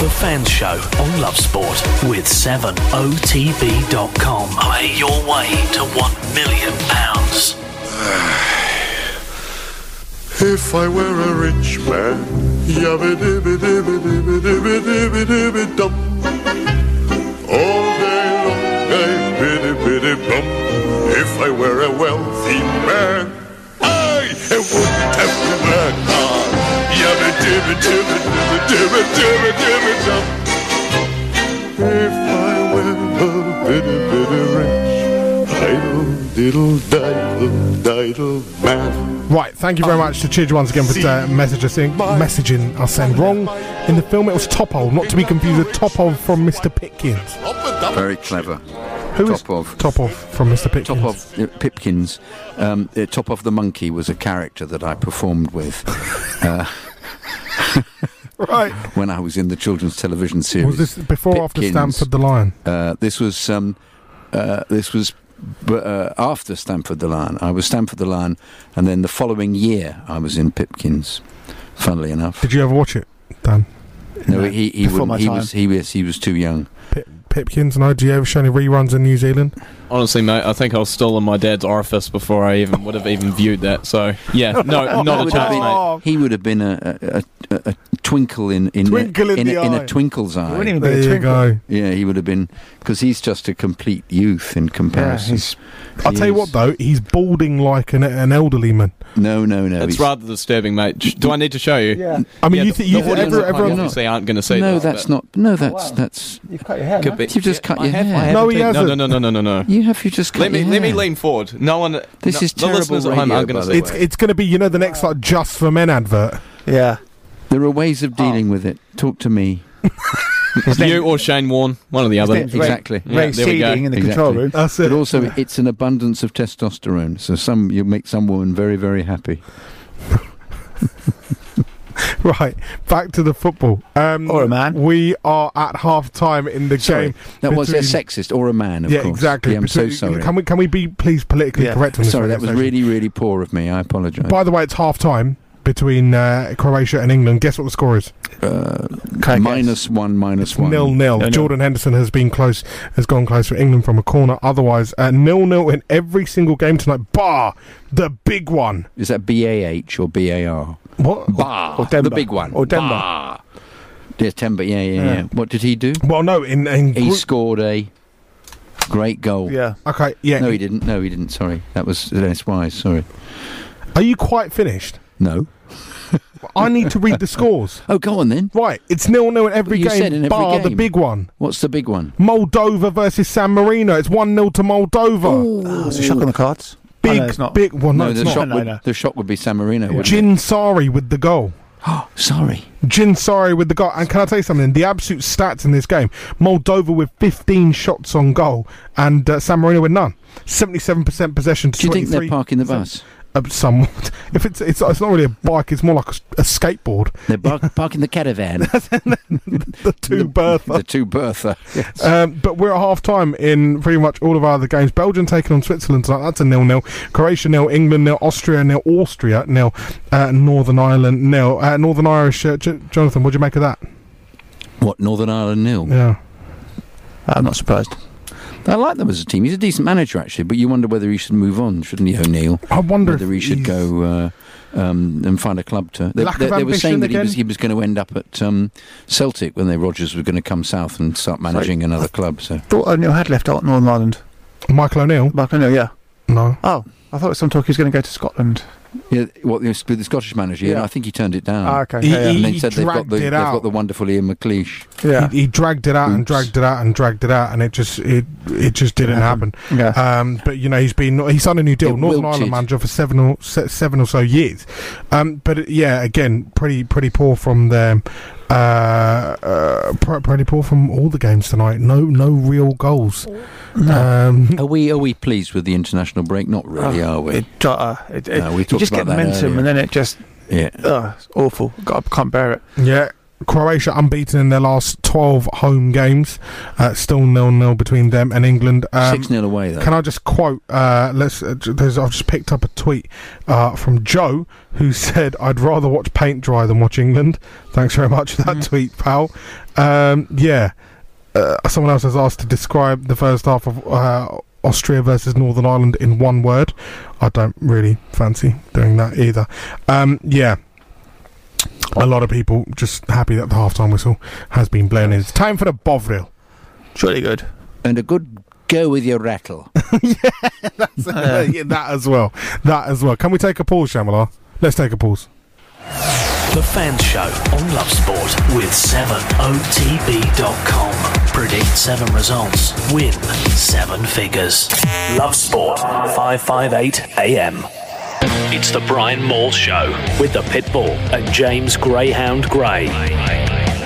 S2: The Fans Show on Love Sport with 7otb.com. Play your way to £1 million.
S21: If I were a rich man, yabba-dibba-dibba-dibba-dibba-dibba-dibba-dum. All day long, I biddy-biddy-bum. If I were a wealthy man, I wouldn't have to work hard. Yabba-dibba-dibba-dibba-dibba-dibba-dibba-dum. If I were a biddy-biddy rich, idle-diddle-diddle-diddle man.
S3: Right, thank you very much to Chidge once again for uh, message us in, messaging us in wrong. In the film, it was Topol, not to be confused with Topol from Mr. Pitkins.
S5: Very clever.
S3: Who
S5: top
S3: is
S5: of
S3: Topol from Mr. Pitkins?
S5: top of uh, Pipkins. Um, uh, top of the monkey was a character that I performed with. Uh,
S3: Right.
S5: when I was in the children's television series.
S3: Was this before or after
S5: Pipkins.
S3: Stanford the Lion?
S5: Uh, this was um, uh, this was b- uh, after Stanford the Lion. I was Stanford the Lion, and then the following year I was in Pipkins. Funnily enough,
S3: Did you ever watch it, Dan?
S5: No, he, he,
S3: Before
S5: wouldn't.
S3: my
S5: he
S3: time.
S5: was he was he was too young.
S3: Pipkins and IGA were showing reruns in New Zealand.
S6: Honestly, mate, I think I was still in my dad's orifice before I even would have even viewed that. So yeah, no,
S5: He
S6: not a
S5: would
S6: chance,
S5: have been-
S6: mate.
S5: He would have been a a, a, a twinkle in in
S6: Twinkle
S5: a,
S6: in
S5: in,
S6: the
S5: a, in
S6: eye.
S5: a twinkle's eye.
S6: wouldn't even be a There you twinkle. go.
S5: Yeah, he would have been because he's just a complete youth in comparison.
S3: he's- I'll tell you what though, he's balding like an, an elderly man.
S5: No, no, no.
S6: It's
S5: he's-
S6: rather disturbing, mate. Sh- Do I need to show you?
S5: Yeah.
S3: I mean, you
S6: the-
S3: thi- you
S6: the
S3: thi-
S6: audience
S3: every-
S6: at home
S3: everyone-
S6: obviously aren't going to see
S5: no,
S6: this,
S5: that's
S6: but-
S5: not. No, that's that's. You've cut your hair.
S6: Could be.
S5: You've just cut your hair.
S6: no, he hasn't. No, no, no, no, no, no.
S5: You have. You just cut
S6: Let me
S5: your
S6: let me
S5: hair.
S6: lean forward. No one.
S5: This
S6: no,
S5: is
S6: the listeners
S5: terrible
S6: at home
S5: radio,
S6: aren't going to
S5: by the
S6: see.
S3: It's it's going to be you know the next like just for men advert.
S4: Yeah,
S5: there are ways of
S6: Oh.
S5: dealing with it. Talk to me.
S6: you or Shane Warne, one or the other.
S5: Exactly.
S6: Yeah, there we go.
S3: That's
S5: But also, it's an abundance of testosterone. So some you make some woman very, very happy.
S3: Right, back to the football. Um, or a man. We are at half time in the
S5: Sorry,
S3: game.
S5: that was a
S3: between-
S5: sexist or a man, of
S3: yeah,
S5: course.
S3: exactly.
S5: Yeah, I'm so
S3: between-
S5: sorry.
S3: Can we can we be please politically
S5: Yeah.
S3: correct on this?
S5: Sorry,
S3: radio
S5: that was
S3: station?
S5: really, really poor of me. I apologise.
S3: By the way, it's half time between uh, Croatia and England. Guess what the score is?
S5: Uh, minus one, minus one.
S3: Nil nil. Jordan Henderson has been close, has gone close for England from a corner. Otherwise, uh, nil nil in every single game tonight, bar the big one.
S5: Is that B A H or B A R?
S3: What?
S5: Bar. The big one.
S3: Or Denver.
S5: Bar. Yeah, Denver. Yeah, yeah, yeah,
S3: Yeah.
S5: What did he do?
S3: Well, no, in, in
S5: he
S3: group-
S5: scored a great goal.
S3: Yeah. Okay, yeah.
S5: No, he didn't. No, he didn't. Sorry, that was Dennis Wise. Sorry.
S3: Are you quite finished?
S5: No.
S3: I need to read the scores.
S5: Oh, go on then.
S3: Right, it's nil nil in every
S5: You
S3: game,
S5: said in every
S3: bar the
S5: game.
S3: big one.
S5: What's the big one?
S3: Moldova versus San Marino. It's one 0 to Moldova.
S4: it's a shock on the cards. Oh,
S3: Big,
S4: no, it's not.
S3: big. Well, no,
S5: the
S3: it's
S5: shot
S3: not.
S5: would, the shot would be San Marino. wouldn't it?
S3: Jin Sari with the goal.
S5: Oh, sorry.
S3: Jin Sari with the goal. And can I tell you something? The absolute stats in this game Moldova with 15 shots on goal and uh, San Marino with none. 77% possession to
S5: Do you think they're
S3: 23%.
S5: parking the bus?
S3: Uh, somewhat. If it's, it's it's not really a bike, it's more like a, s- a skateboard.
S5: They're bar- parking the caravan.
S3: the two bertha.
S5: The two bertha. Yes.
S3: Um, but we're at half time in pretty much all of our other games. Belgium taking on Switzerland tonight. That's a nil nil. Croatia nil. England nil. Austria nil. Austria nil. Uh, Northern Ireland nil. Uh, Northern Irish. Uh, J- Jonathan, what do you make of that?
S5: What Northern Ireland nil?
S3: Yeah.
S5: I'm not surprised. I like them as a team. He's a decent manager, actually, but you wonder whether he should move on, shouldn't he, O'Neill?
S3: I wonder
S5: whether he should go uh, um, and find a club to. They,
S3: Lack of
S5: they, they were
S3: ambition
S5: saying that he
S3: again?
S5: was, he was going to end up at um, Celtic when they Rogers was going to come south and start managing another club. So
S4: thought O'Neill had left out Northern Ireland.
S3: Michael O'Neill.
S4: Michael O'Neill, yeah.
S3: No.
S4: Oh, I thought some talk he was going to go to Scotland.
S5: yeah, what the, the Scottish manager? Yeah.
S4: Yeah.
S5: I think he turned it down.
S4: Ah, okay. He- Yeah, yeah.
S5: and
S3: he
S5: they said they've got
S3: dragged
S5: the
S3: it
S5: they've
S3: out.
S5: got the wonderful Ian McLeish.
S4: Yeah.
S3: He, he dragged it out and dragged it out and dragged it out, and it just it it just didn't happen. Um, but you know he's been he signed a new deal,
S5: It
S3: Northern
S5: wilted.
S3: Ireland manager for seven or se- seven or so years. Um, but it- yeah, again, pretty pretty poor from them. Uh, uh, pr- pretty poor from all the games tonight. No no real goals. Um,
S5: Are we are we pleased with the international break? Not really,
S4: Oh,
S5: are we?
S4: It, uh, it, it,
S5: No, we
S4: you
S5: talked
S4: just get
S5: about that
S4: momentum
S5: earlier.
S4: and then it just.
S5: Yeah.
S4: Ugh, it's awful. God, I can't bear it.
S3: Yeah. Croatia unbeaten in their last 12 home games. Uh, still nil nil between them and England. Um,
S5: 6-0 away, though.
S3: Can I just quote? Uh, let's. Uh, j- there's, I've just picked up a tweet uh, from Joe who said, I'd rather watch paint dry than watch England. Thanks very much for
S5: Mm.
S3: that tweet, pal. Um, yeah. Uh, someone else has asked to describe the first half of uh, Austria versus Northern Ireland in one word. I don't really fancy doing that either. Um, yeah. A lot of people just happy that the halftime whistle has been blown in. It's time for the Bovril.
S4: Surely good.
S5: And a good go with your rattle.
S3: yeah, that as well. That as well. Can we take a pause, Shamala? Let's take a pause.
S2: The Fans Show on Love Sport with 7otb.com. Predict seven results, win seven figures. Love Sport, 558 AM. It's the Brian Moore Show with the Pitbull and James Greyhound Grey.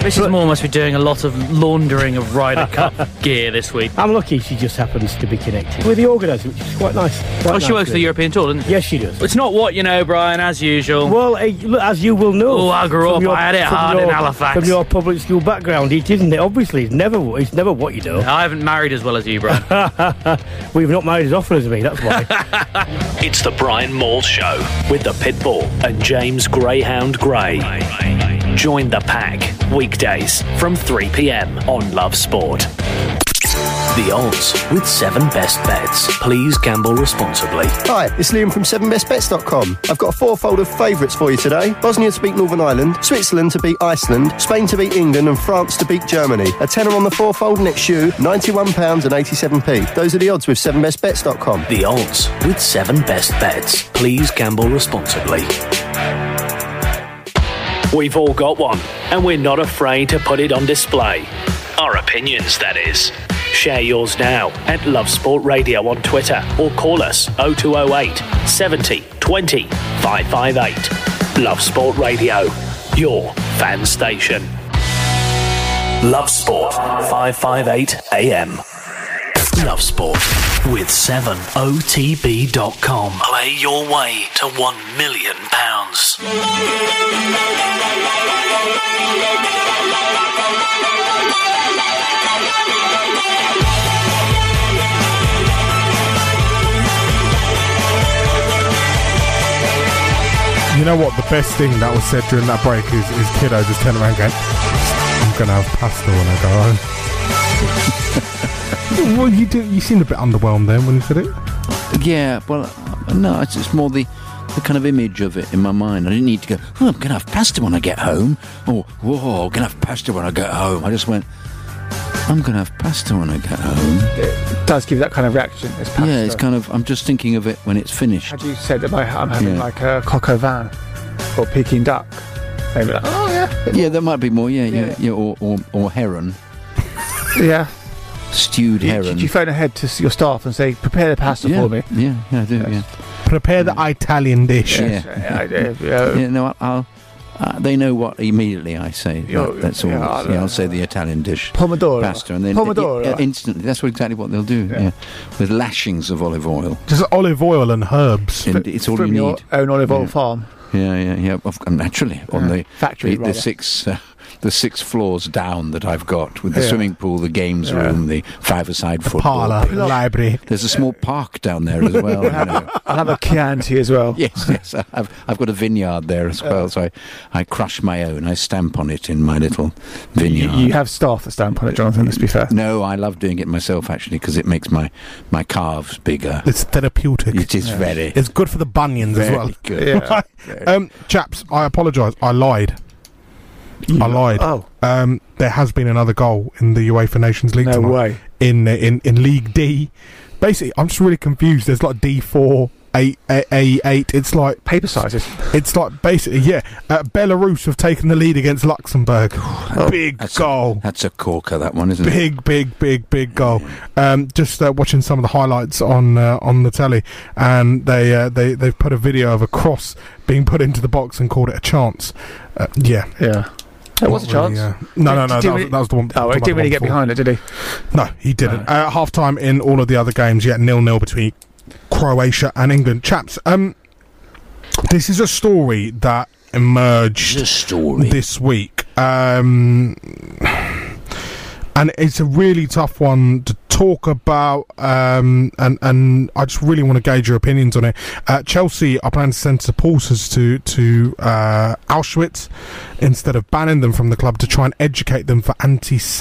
S10: Mrs. Moore must be doing a lot of laundering of Ryder Cup gear this week.
S22: I'm lucky she just happens to be connected with the organiser, which is quite nice. Quite
S10: oh, she
S22: nice,
S10: works for the
S22: really.
S10: European Tour, doesn't she?
S22: Yes, she does.
S10: It's not what you know, Brian, as usual.
S22: Well, eh, look, as you will know.
S10: Oh, I grew
S22: from
S10: up, I had it
S22: from
S10: hard in
S22: your-
S10: Halifax.
S22: From your public school background, it isn't it? Obviously, it's never, wh- it's never what you know.
S10: I haven't married as well as you, Brian.
S22: We've not married as often as me, that's why.
S2: It's the Brian Moore Show with the Pitbull and James Greyhound Grey. Join the pack weekdays from 3 p.m. on Love Sport. The odds with seven best bets. Please gamble responsibly.
S14: Hi, it's Liam from 7bestbets.com. I've got a fourfold of favourites for you today. Bosnia to beat Northern Ireland, Switzerland to beat Iceland, Spain to beat England, and France to beat Germany. A tenner on the fourfold next shoe, £91.87p. Those are the odds with 7bestbets.com.
S2: The odds with seven best bets. Please gamble responsibly. We've all got one, and we're not afraid to put it on display. Our opinions, that is. Share yours now at Love Sport Radio on Twitter or call us 0208 70 20 558. Love Sport Radio, your fan station. Love Sport 558 AM. Love Sport with 7otb.com. Play your way to 1 million pounds.
S3: You know what? The best thing that was said during that break is, is kiddo just turning around going, I'm going to have pasta when I go home. well, you do, you seemed a bit underwhelmed then when you said it.
S5: Yeah, well, uh, no, it's, it's more the the kind of image of it in my mind. I didn't need to go. Oh, I'm gonna have pasta when I get home, or whoa, I'm gonna have pasta when I get home. I just went. I'm gonna have pasta when I get home.
S4: It does give that kind of reaction. It's pasta.
S5: Yeah, it's kind of. I'm just thinking of it when it's finished.
S4: Had you said that my, I'm having
S5: Yeah.
S4: like a coq au vin or Peking duck, maybe like, oh yeah,
S5: Yeah, there might be more. Yeah, yeah, yeah, or, or or heron,
S4: yeah.
S5: stewed
S4: You,
S5: heron.
S4: did you phone ahead to s- your staff and say prepare the pasta
S5: yeah,
S4: for me? Mm.
S5: Yeah, yeah, I do. Yeah.
S3: Prepare the Italian dish.
S5: Yeah, Yeah, no, I- I'll. Uh, they know what immediately I say.
S4: Yeah,
S5: That- that's all.
S4: yeah,
S5: Yeah,
S4: I
S5: I'll say the Italian dish,
S4: Pomodoro.
S5: pasta, and then
S4: Pomodoro.
S5: yeah, instantly. That's what exactly what they'll do. Yeah. with lashings of olive oil.
S3: Just olive oil and herbs.
S5: And it's all
S4: from
S5: you
S4: your
S5: need.
S4: own olive oil
S5: Yeah.
S4: farm.
S5: Yeah, yeah, yeah. Of, and naturally, on the
S4: Factory,
S5: the, the
S4: rather.
S5: six uh, the six floors down that I've got with the
S3: Yeah.
S5: swimming pool, the games
S3: Yeah.
S5: room, the five-a-side football.
S3: Parlour,
S5: pitch.
S3: library.
S5: There's a small park down there as well. you know.
S4: I'll have a Chianti as well.
S5: Yes, yes. I- I've, I've got a vineyard there as well, so I, I crush my own. I stamp on it in my little vineyard.
S4: You have staff that stamp on it, Jonathan. Let's be fair.
S5: No, I love doing it myself actually because it makes my, my calves bigger.
S3: It's therapeutic.
S5: It is very.
S3: It's good for the bunions as
S5: Very
S3: well.
S5: good. Yeah.
S3: Right. Um, chaps, I apologise. I lied. I lied.
S4: Oh.
S3: Um, there has been another goal in the UEFA Nations League
S4: No
S3: tonight.
S4: way.
S3: In, uh, in in League D. Basically, I'm just really confused. There's like D4, A, A, A8. It's like.
S4: Paper sizes.
S3: It's like basically, yeah. Uh, Belarus have taken the lead against Luxembourg.
S5: Oh,
S3: Big goal.
S5: That's a corker, that one, isn't it?
S3: Big, big, big, big goal. Um, just uh, watching some of the highlights on uh, on the telly, and they uh, they they've put a video of a cross being put into the box and called it a chance. Uh, yeah,
S4: yeah. It was
S3: Not
S4: a chance.
S3: really, uh, no, no, no.
S4: Did
S3: That was,
S4: we-
S3: that was the one.
S4: Oh,
S3: the
S4: he didn't
S3: one
S4: really get
S3: before.
S4: behind it, did he?
S3: No, he didn't. Uh, half time in all of the other games, yet nil nil between Croatia and England. Chaps, um, this is a story that emerged this week. Um, and it's a really tough one to talk about, um, and and I just really want to gauge your opinions on it. Uh, Chelsea are planning to send supporters to to uh, Auschwitz instead of banning them from the club to try and educate them for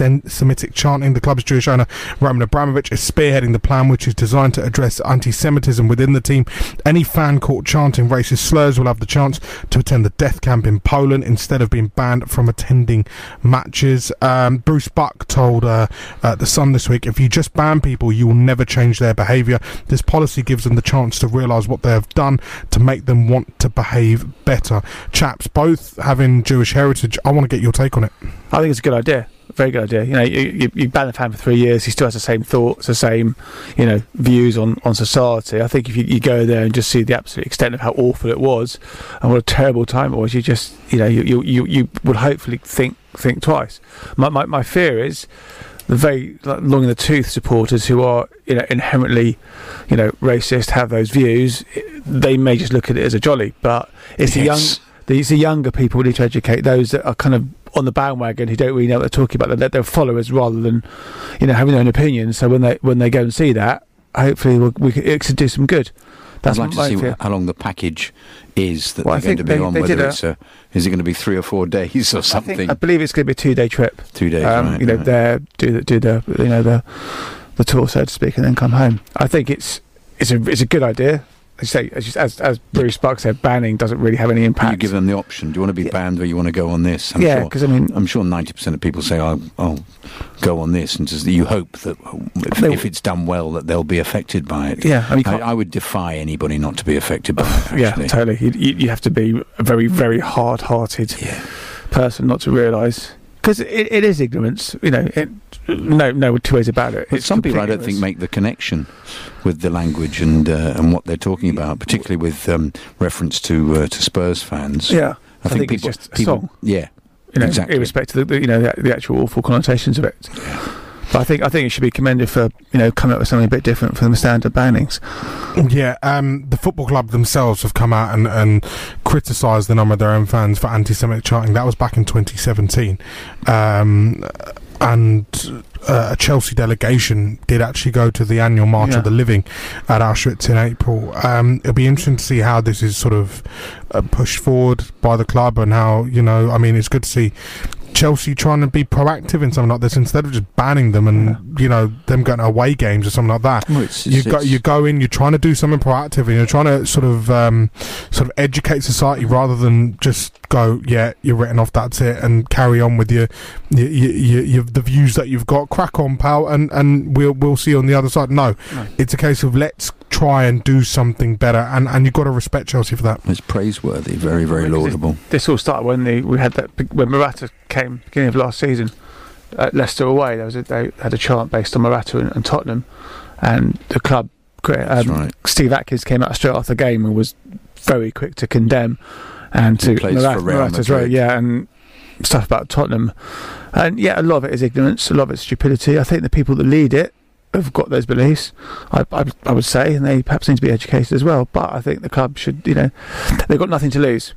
S3: anti-Semitic chanting. The club's Jewish owner Roman Abramovich is spearheading the plan, which is designed to address anti-Semitism within the team. Any fan caught chanting racist slurs will have the chance to attend the death camp in Poland instead of being banned from attending matches. Um, Bruce Buck told uh, uh, The Sun this week if you just ban people, you will never change their behaviour. This policy gives them the chance to realise what they have done to make them want to behave better. Chaps, both having Jewish heritage, I want to get your take on it.
S4: I think it's a good idea. Very good idea. You know, you, you, you ban the fan for three years. He still has the same thoughts, the same, you know, views on, on society. I think if you, you go there and just see the absolute extent of how awful it was, and what a terrible time it was, you just, you know, you you, you, you would hopefully think think twice. My my, my fear is the very like, long in the tooth supporters who are, you know, inherently, you know, racist, have those views. They may just look at it as a jolly, but it's the
S5: Yes.
S4: young these are younger people we need to educate those that are kind of on the bandwagon who don't really know what they're talking about. They're, they're followers rather than, you know, having their own opinions. So when they when they go and see that, hopefully we'll, we can, it could do some good. That's
S5: I'd like to
S4: my
S5: see
S4: fear.
S5: how long the package is that
S4: Well, I
S5: they're going to
S4: think
S5: be
S4: they-
S5: on.
S4: they did
S5: whether
S4: a-
S5: it's a, is it going to be three or four days or
S4: I, think,
S5: something?
S4: I believe it's going to be a two day trip.
S5: Two days,
S4: Um,
S5: right,
S4: you know,
S5: right.
S4: there do the, do the you know the the tour so to speak, and then come home. I think it's it's a it's a good idea. As you say, as, you- as, as Bruce Buck said, banning doesn't really have any impact.
S5: You give them the option. Do you want to be banned or you want to go on this?
S4: Yeah,
S5: sure-
S4: 'cause I mean-
S5: I'm sure 90% of people say, I'll, I'll go on this. And just, you hope that if, if it's done well, that they'll be affected by it.
S4: Yeah, I mean, you
S5: I,
S4: can't-
S5: I would defy anybody not to be affected by it.
S4: yeah,
S5: actually.
S4: totally. You, you, you have to be a very very hard hearted person not to realise because it, it is ignorance. You know, it, no no two ways about it.
S5: But
S4: It's
S5: some people, I
S4: complete
S5: don't think,
S4: ignorance.
S5: make the connection with the language and uh, and what they're talking about, particularly with um, reference to uh, to Spurs fans.
S4: Yeah,
S5: I, think,
S4: it's
S5: people,
S4: just a
S5: people,
S4: song.
S5: Yeah,
S4: you know,
S5: exactly.
S4: irrespective of the, the, you know the, the actual awful connotations of it. But I think I think it should be commended for you know coming up with something a bit different from the standard bannings.
S3: Yeah, um, the football club themselves have come out and, and criticised the number of their own fans for anti Semitic chanting. That was back in 2017. Um, and uh, a Chelsea delegation did actually go to the annual March
S4: Yeah.
S3: of the Living at Auschwitz in April. Um, it'll be interesting to see how this is sort of uh, pushed forward by the club and how, you know, I mean, it's good to see. Chelsea trying to be proactive in something like this instead of just banning them and you know them going to away games or something like that.
S5: Well, it's-
S3: you
S5: it's-
S3: go,
S5: it's-
S3: you go in, you're trying to do something proactive, and you're trying to sort of um, sort of educate society rather than just go, yeah, you're written off, that's it, and carry on with your your, your, your the views that you've got. Crack on, pal, and and we'll we'll see you on the other side. No, it's a case of let's try and do something better, and and you've got to respect Chelsea for that.
S5: It's praiseworthy, very very
S4: Because
S5: laudable.
S4: This all started when the we had that big- when Murata came beginning of last season at Leicester away. There was a, they had a chant based on Murata and, and Tottenham, and the club. cre- Um,
S5: right.
S4: Steve Atkins came out straight after the game and was very quick to condemn and to
S5: He plays
S4: Murata,
S5: for Real
S4: Murata's
S5: Madrid.
S4: right, yeah, and stuff about Tottenham. And yeah, a lot of it is ignorance, a lot of it's stupidity. I think the people that lead it have got those beliefs, I, I, I would say, and they perhaps need to be educated as well. But I think the club should, you know, they've got nothing to lose.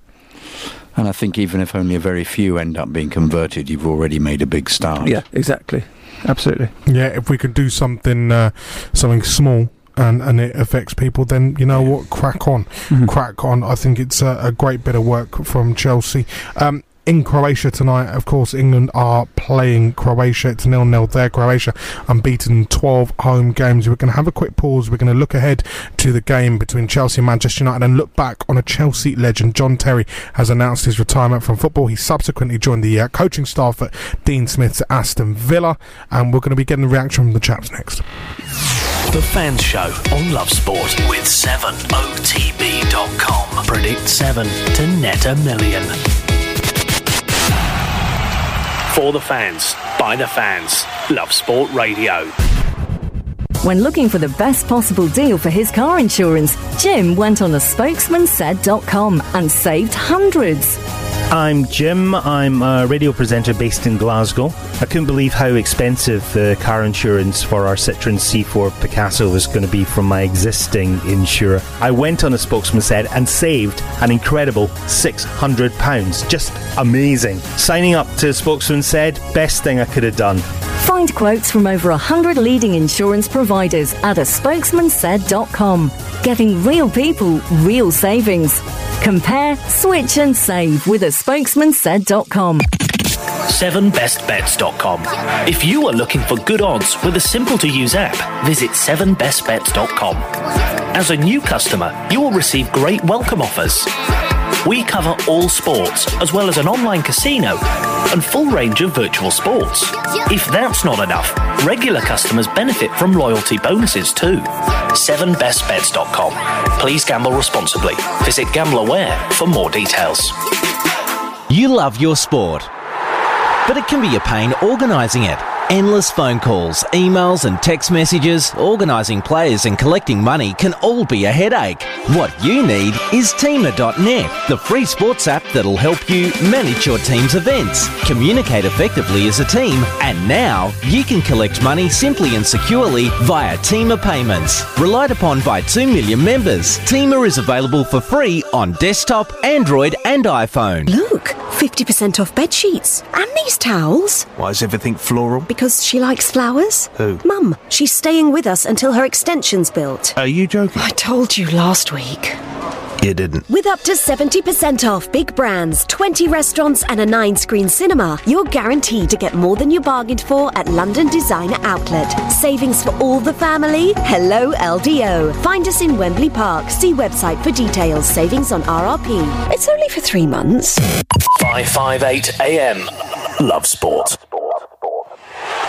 S5: And I think even if only a very few end up being converted, you've already made a big start.
S4: Yeah, exactly. Absolutely.
S3: Yeah, if we can do something uh, something small and and it affects people, then you know what? Crack on,
S4: Mm-hmm.
S3: crack on. I think it's a, a great bit of work from Chelsea. Um, in Croatia tonight, of course, England are playing Croatia. It's nil nil there. Croatia unbeaten, twelve home games. We're going to have a quick pause. We're going to look ahead to the game between Chelsea and Manchester United and look back on a Chelsea legend. John Terry has announced his retirement from football. He subsequently joined the uh, coaching staff at Dean Smith's Aston Villa, and we're going to be getting the reaction from the chaps next.
S2: The Fans Show on Love Sport with 7otb.com. Predict 7 to net a million. For the fans, by the fans, Love Sport Radio.
S7: When looking for the best possible deal for his car insurance, Jim went on a spokesmansaid.com and saved hundreds.
S15: I'm Jim. I'm a radio presenter based in Glasgow. I couldn't believe how expensive the car insurance for our Citroen C4 Picasso was going to be from my existing insurer. I went on a spokesman said and saved an incredible £600. Just amazing. Signing up to spokesman said, best thing I could have done.
S7: Find quotes from over 100 leading insurance providers at a spokesmansaid.com. Getting real people, real savings. Compare, switch and save with a spokesmansaid.com.
S2: 7bestbets.com. If you are looking for good odds with a simple to use app, visit 7bestbets.com. As a new customer, you will receive great welcome offers. We cover all sports, as well as an online casino and full range of virtual sports. If that's not enough, regular customers benefit from loyalty bonuses too. 7bestbets.com. Please gamble responsibly. Visit GambleAware for more details.
S12: You love your sport, but it can be a pain organising it. Endless phone calls, emails, and text messages, organising players and collecting money can all be a headache. What you need is Teamer.net, the free sports app that'll help you manage your team's events, communicate effectively as a team, and now you can collect money simply and securely via Teamer payments. Relied upon by 2 million members, Teamer is available for free on desktop, Android, and iPhone.
S7: Look,
S8: 50% off bed sheets and these towels.
S13: Why is everything floral?
S8: Because she likes flowers.
S13: Who?
S8: Mum. She's staying with us until her extension's built.
S13: Are you joking?
S8: I told you last week.
S13: You didn't.
S8: With up to 70% off big brands, 20 restaurants, and a 9 screen cinema, you're guaranteed to get more than you bargained for at London Designer Outlet. Savings for all the family? Hello LDO. Find us in Wembley Park. See website for details. Savings on RRP. It's only for three months.
S2: 558 AM. Love Sport.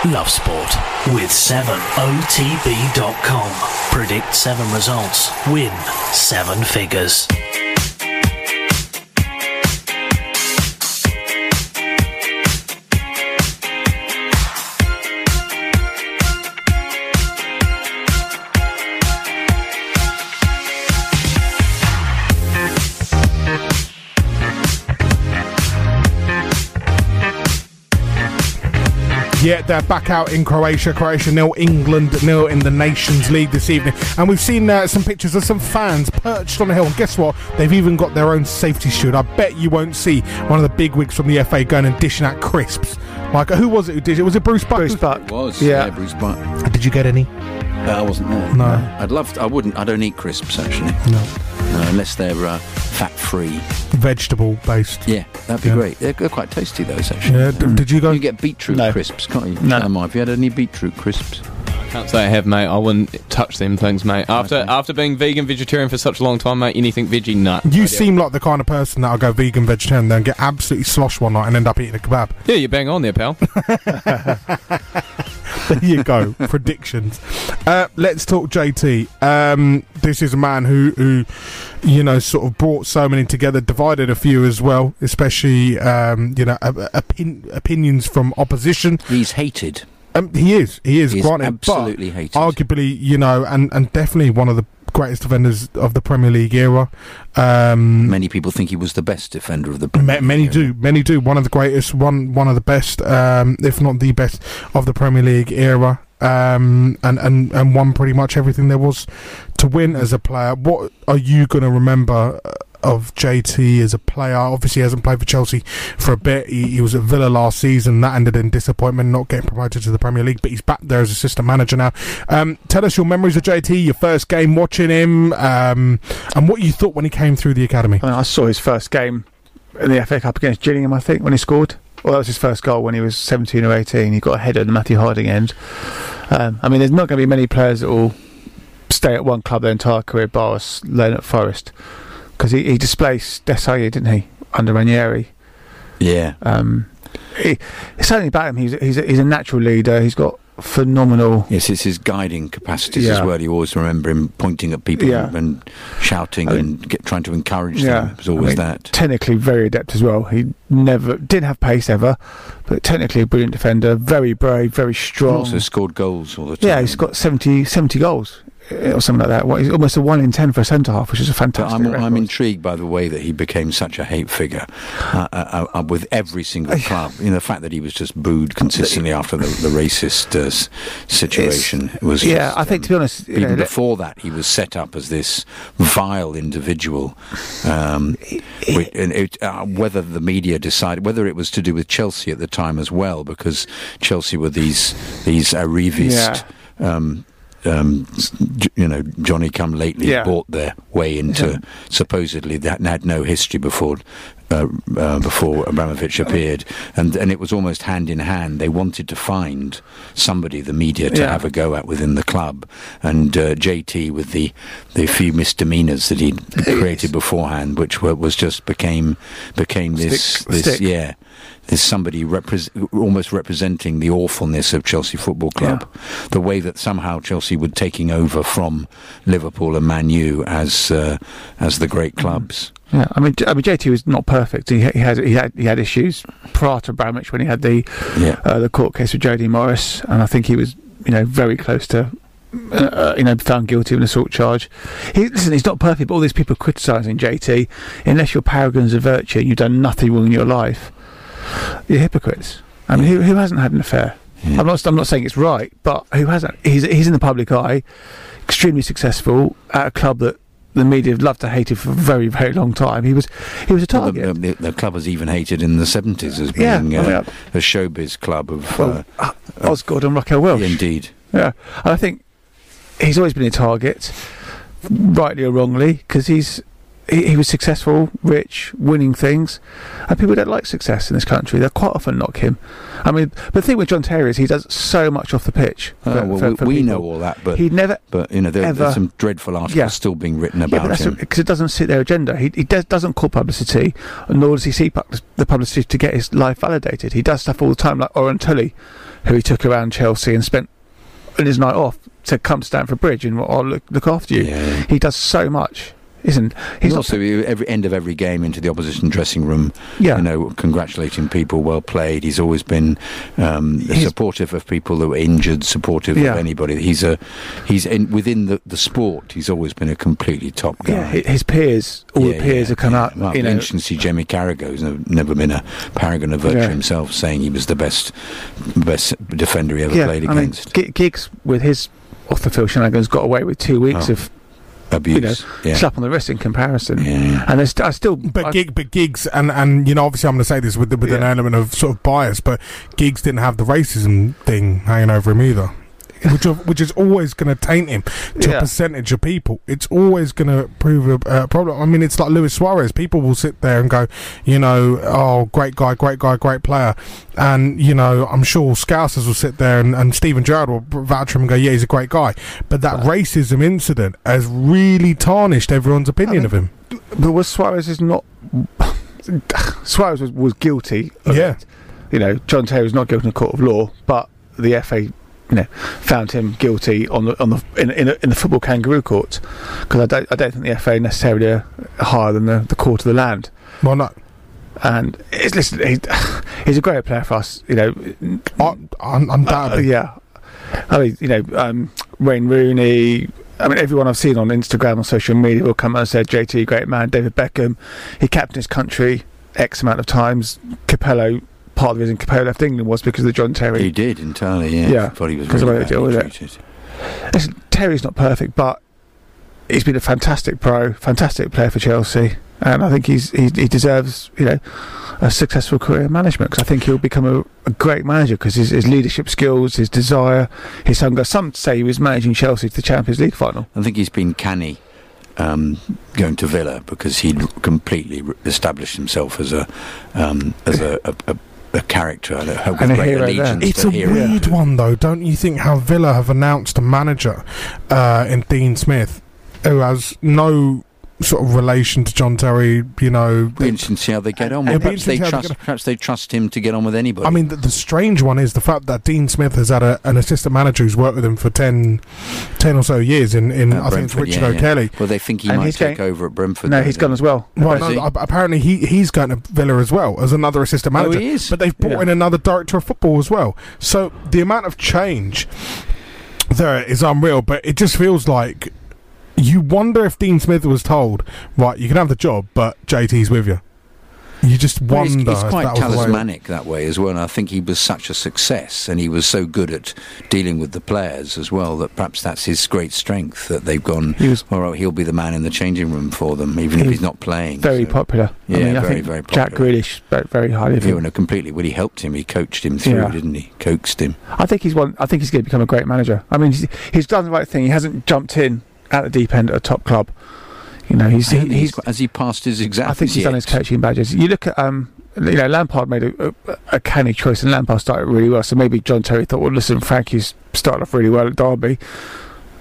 S2: Love Sport with 7otb.com. Predict 7 results, win 7 figures.
S3: Yeah, they're back out in Croatia. Croatia nil, England nil in the Nations League this evening. And we've seen uh, some pictures of some fans perched on a hill. And guess what? They've even got their own safety shield. I bet you won't see one of the big wigs from the FA going and dishing out crisps. Like, who was it who did it? Was it Bruce Buck? Bruce Buck.
S5: was
S3: Yeah.
S5: yeah, Bruce Buck.
S3: Did you get any?
S5: Uh, I wasn't there.
S3: No.
S5: I'd love. To, I wouldn't. I don't eat crisps actually.
S3: No.
S5: No, unless they're uh, fat free.
S3: Vegetable based.
S5: Yeah, that'd be
S3: Yeah.
S5: great. They're, they're quite tasty those actually.
S3: Yeah, d- did you go?
S5: You get beetroot crisps, can't you? No. Am I? Have you had any beetroot crisps?
S6: Can't say I have, mate. I wouldn't touch them things, mate. After after being vegan vegetarian for such a long time, mate, anything veggie, nut.
S3: You seem like the kind of person that'll go vegan, vegetarian, then get absolutely sloshed one night and end up eating a kebab.
S6: Yeah, you bang on there, pal.
S3: there you go. Predictions. Uh, let's talk JT. Um, this is a man who, who, you know, sort of brought so many together, divided a few as well, especially, um, you know, op- opin- opinions from opposition.
S5: He's hated.
S3: Um, he is. He is.
S5: He is
S3: granted, but
S5: absolutely hated.
S3: Arguably, you know, and, and definitely one of the greatest defenders of the Premier League era. Um,
S5: Many people think he was the best defender of the.
S3: Ma- many do, many do. One of the greatest, one one of the best, um, if not the best, of the Premier League era, um, and and and won pretty much everything there was to win as a player. What are you going to remember uh, of JT as a player? Obviously, he hasn't played for Chelsea for a bit. He, he was at Villa last season. That ended in disappointment, not getting promoted to the Premier League. But he's back there as assistant manager now. Um, tell us your memories of JT, your first game watching him, um, and what you thought when he came through the academy.
S4: I, mean, I saw his first game in the FA Cup against Gillingham, I think, when he scored. Well, that was his first goal when he was 17 or 18. He got a header at the Matthew Harding end. Um, I mean, there's not going to be many players that will stay at one club their entire career, bar us Leonard Forrest, because he, he displaced Desailly, didn't he, under Ranieri?
S5: Yeah.
S4: Um, he, it's something about him. He's, he's, a, he's a natural leader. He's got phenomenal.
S5: Yes, it's his guiding capacities as
S4: Yeah.
S5: well. You always remember him pointing at people
S4: Yeah.
S5: and shouting and get, trying to encourage them. There's
S4: I
S5: always
S4: mean,
S5: that.
S4: Technically, very adept as well. He never didn't have pace ever, but technically a brilliant defender. Very brave, very
S5: And
S4: strong.
S5: Also scored goals all the time.
S4: yeah, he's got 70, 70 goals eh, or something like that. What, he's almost a one in ten for a centre half, which is a
S5: But
S4: fantastic.
S5: I'm,
S4: record.
S5: I'm intrigued by the way that he became such a hate figure uh, uh, uh, with every single club. You know, the fact that he was just booed consistently after the, the racist uh, s- situation was.
S4: yeah,
S5: just, um,
S4: I think to be honest, you
S5: even
S4: know,
S5: before that, he was set up as this vile individual. Um, wi- and it, uh, whether the media decided, whether it was to do with Chelsea at the time as well, because Chelsea were these these arrivist. Um, um, j- you know, Johnny come lately
S4: Yeah.
S5: bought their way into
S4: Yeah.
S5: supposedly that had no history before uh, uh, before Abramovich appeared, and and it was almost hand in hand. They wanted to find somebody, the media, to
S4: Yeah.
S5: have a go at within the club, and uh, JT with the the few misdemeanors that he'd created beforehand, which were, was just became became this
S4: Stick-
S5: this
S4: stick.
S5: yeah. There's somebody repres almost representing the awfulness of Chelsea Football Club, the way that somehow Chelsea were taking over from Liverpool and Man U as uh, as the
S4: Mm.
S5: great clubs.
S4: Yeah, I mean, J- I mean, JT was not perfect. He, he had he had he had issues prior to Bramwich when he had the
S5: Yeah.
S4: uh, the court case with Jody Morris, and I think he was you know very close to uh, uh, you know found guilty of an assault charge. He, listen, he's not perfect, but all these people criticising JT, unless you're paragons of virtue and you've done nothing wrong in your life, you're hypocrites. I mean, who, who hasn't had an affair? I'm not. I'm not saying it's right, but who hasn't? He's he's in the public eye, extremely successful at a club that the media have loved to hate him for a very, very long time. He was he was a
S5: Well,
S4: target.
S5: the, Um, the, the club was even hated in the 70s as
S4: Yeah,
S5: being
S4: I mean,
S5: uh, a showbiz club of.
S4: Well,
S5: uh,
S4: Osgood and Raquel Welsh.
S5: Indeed.
S4: Yeah, and I think he's always been a target, rightly or wrongly, because he's he, he was successful, rich, winning things, and people don't like success in this country. They quite often knock him. I mean, the thing with John Terry is he does so much off the pitch.
S5: Oh,
S4: for-
S5: well,
S4: for-
S5: we,
S4: for
S5: we
S4: people.
S5: know all that, but
S4: He'd never,
S5: But you know, there,
S4: ever-
S5: there's some dreadful articles
S4: Yeah.
S5: still being written
S4: Yeah,
S5: about
S4: but that's
S5: him.
S4: because it doesn't suit their agenda. He, he does, doesn't call publicity, nor does he seek pub- the publicity to get his life validated. He does stuff all the time, like Oran Tully, who he took around Chelsea and spent on his night off to come to Stamford Bridge and I'll look, look after you. He does so much, isn't?
S5: He's also every end of every game into the opposition dressing room.
S4: Yeah.
S5: you know, congratulating people, well played. He's always been um, supportive of people that were injured, supportive
S4: Yeah.
S5: of anybody. He's a he's in, within the, the sport. He's always been a completely top guy.
S4: Yeah, hi- his peers, all the
S5: Yeah,
S4: peers have come out.
S5: Well,
S4: you
S5: you
S4: know,
S5: interesting to see Jamie Carragher, who's nev- never been a paragon of virtue
S4: Yeah.
S5: himself, saying he was the best best defender he ever
S4: yeah,
S5: played
S4: I mean,
S5: against.
S4: Gi- Giggs with his off the field shenanigans got away with two weeks
S5: Oh.
S4: of
S5: abuse.
S4: you know,
S5: yeah.
S4: slap on the wrist in comparison. And there's, I still,
S3: but gig, but gigs, and and you know, obviously, I'm going to say this with the- with an element of sort of bias, but gigs didn't have the racism thing hanging over him either. which, are, which is always going to taint him to
S4: Yeah.
S3: a percentage of people. It's always going to prove a uh, problem. I mean, it's like Luis Suarez. People will sit there and go, you know, oh, great guy, great guy, great player. And, you know, I'm sure Scousers will sit there and, and Stephen Gerrard will vouch for him and go, yeah, he's a great guy. But that racism incident has really tarnished everyone's opinion of him.
S4: But was Suarez is not Suarez was, was guilty. Of yeah, you know, John Terry was not guilty in a court of law, but the FA, you know, found him guilty on the on the in in, a, in the football kangaroo court because I don't I don't think the FA necessarily are higher than the, the court of the land.
S3: Why not?
S4: And it's, listen, he, he's a great player for us. You know, Uh,
S3: I, I'm, I'm
S4: yeah, I mean, you know, um, Wayne Rooney. I mean, everyone I've seen on Instagram or social media will come out and say, JT, great man. David Beckham, he captained his country X amount of times. Capello, part of the reason Capello left England was because of the John Terry.
S5: He did entirely. Yeah,
S4: Yeah,
S5: thought he was
S4: 'cause the
S5: really
S4: way they
S5: badly
S4: deal with it.
S5: treated.
S4: Listen, Terry's not perfect, but he's been a fantastic pro, fantastic player for Chelsea. And I think he's he, he deserves you know a successful career in management because I think he'll become a, a great manager because his, his leadership skills, his desire, his hunger. Some say he was managing Chelsea to the Champions League final.
S5: I think he's been canny um, going to Villa because he'd completely re- established himself as a um, as a, a, a, a character and a, a
S3: And a
S5: great
S3: hero
S5: allegiance to
S3: It's a
S5: hero.
S3: weird one, though, don't you think? How Villa have announced a manager uh, in Dean Smith who has no sort of relation to John Terry, you know.
S5: Be interesting to see how they get on.
S3: It'll
S5: Well,
S3: be
S5: perhaps they
S3: interesting to see how they
S5: trust.
S3: get
S5: Perhaps they trust him to get on with anybody.
S3: I mean, the, the strange one is the fact that Dean Smith has had a, an assistant manager who's worked with him for 10, 10 or so years in, in I think it's
S5: Brentford,
S3: Richard
S5: yeah, yeah.
S3: O'Kelly.
S5: Well, they think he
S3: And
S5: might
S3: he's
S5: take
S3: going-
S5: over at Brentford.
S4: No,
S5: though,
S4: he's
S5: don't
S4: gone as well.
S3: Well,
S5: Is
S3: no,
S5: he?
S3: a- apparently he, he's going to Villa as well as another assistant
S5: Oh,
S3: manager.
S5: he is?
S3: But they've brought
S5: Yeah.
S3: in another director of football as well. So the amount of change there is unreal, but it just feels like you wonder if Dean Smith was told, right, you can have the job, but JT's with you. You just
S5: Well, it's-
S3: wonder.
S5: it's,
S3: if
S5: quite
S3: that was the way-
S5: talismanic that way as well. And I think he was such a success, and he was so good at dealing with the players as well that perhaps that's his great strength that they've gone. He was, all right, he'll be the man in the changing room for them, even if
S4: He
S5: he's not playing.
S4: Very
S5: So-
S4: popular.
S5: Yeah,
S4: I mean, I
S5: very,
S4: think
S5: very
S4: Jack
S5: popular.
S4: Grealish spoke very highly of
S5: Yeah,
S4: him.
S5: no, completely. Well, he helped him. He coached him through,
S4: Yeah.
S5: didn't he? Coaxed him.
S4: I think he's one. I think he's going to become a great manager. I mean, he's, he's done the right thing. He hasn't jumped in at the deep end at a top club. You know, he's
S5: I don't
S4: he,
S5: think
S4: he's.
S5: quite- has he passed his exams?
S4: I think he's
S5: yet?
S4: done his coaching badges. You look at um, you know, Lampard made a, a, a canny choice, and Lampard started really well. So maybe John Terry thought, well, listen, Frankie's started off really well at Derby.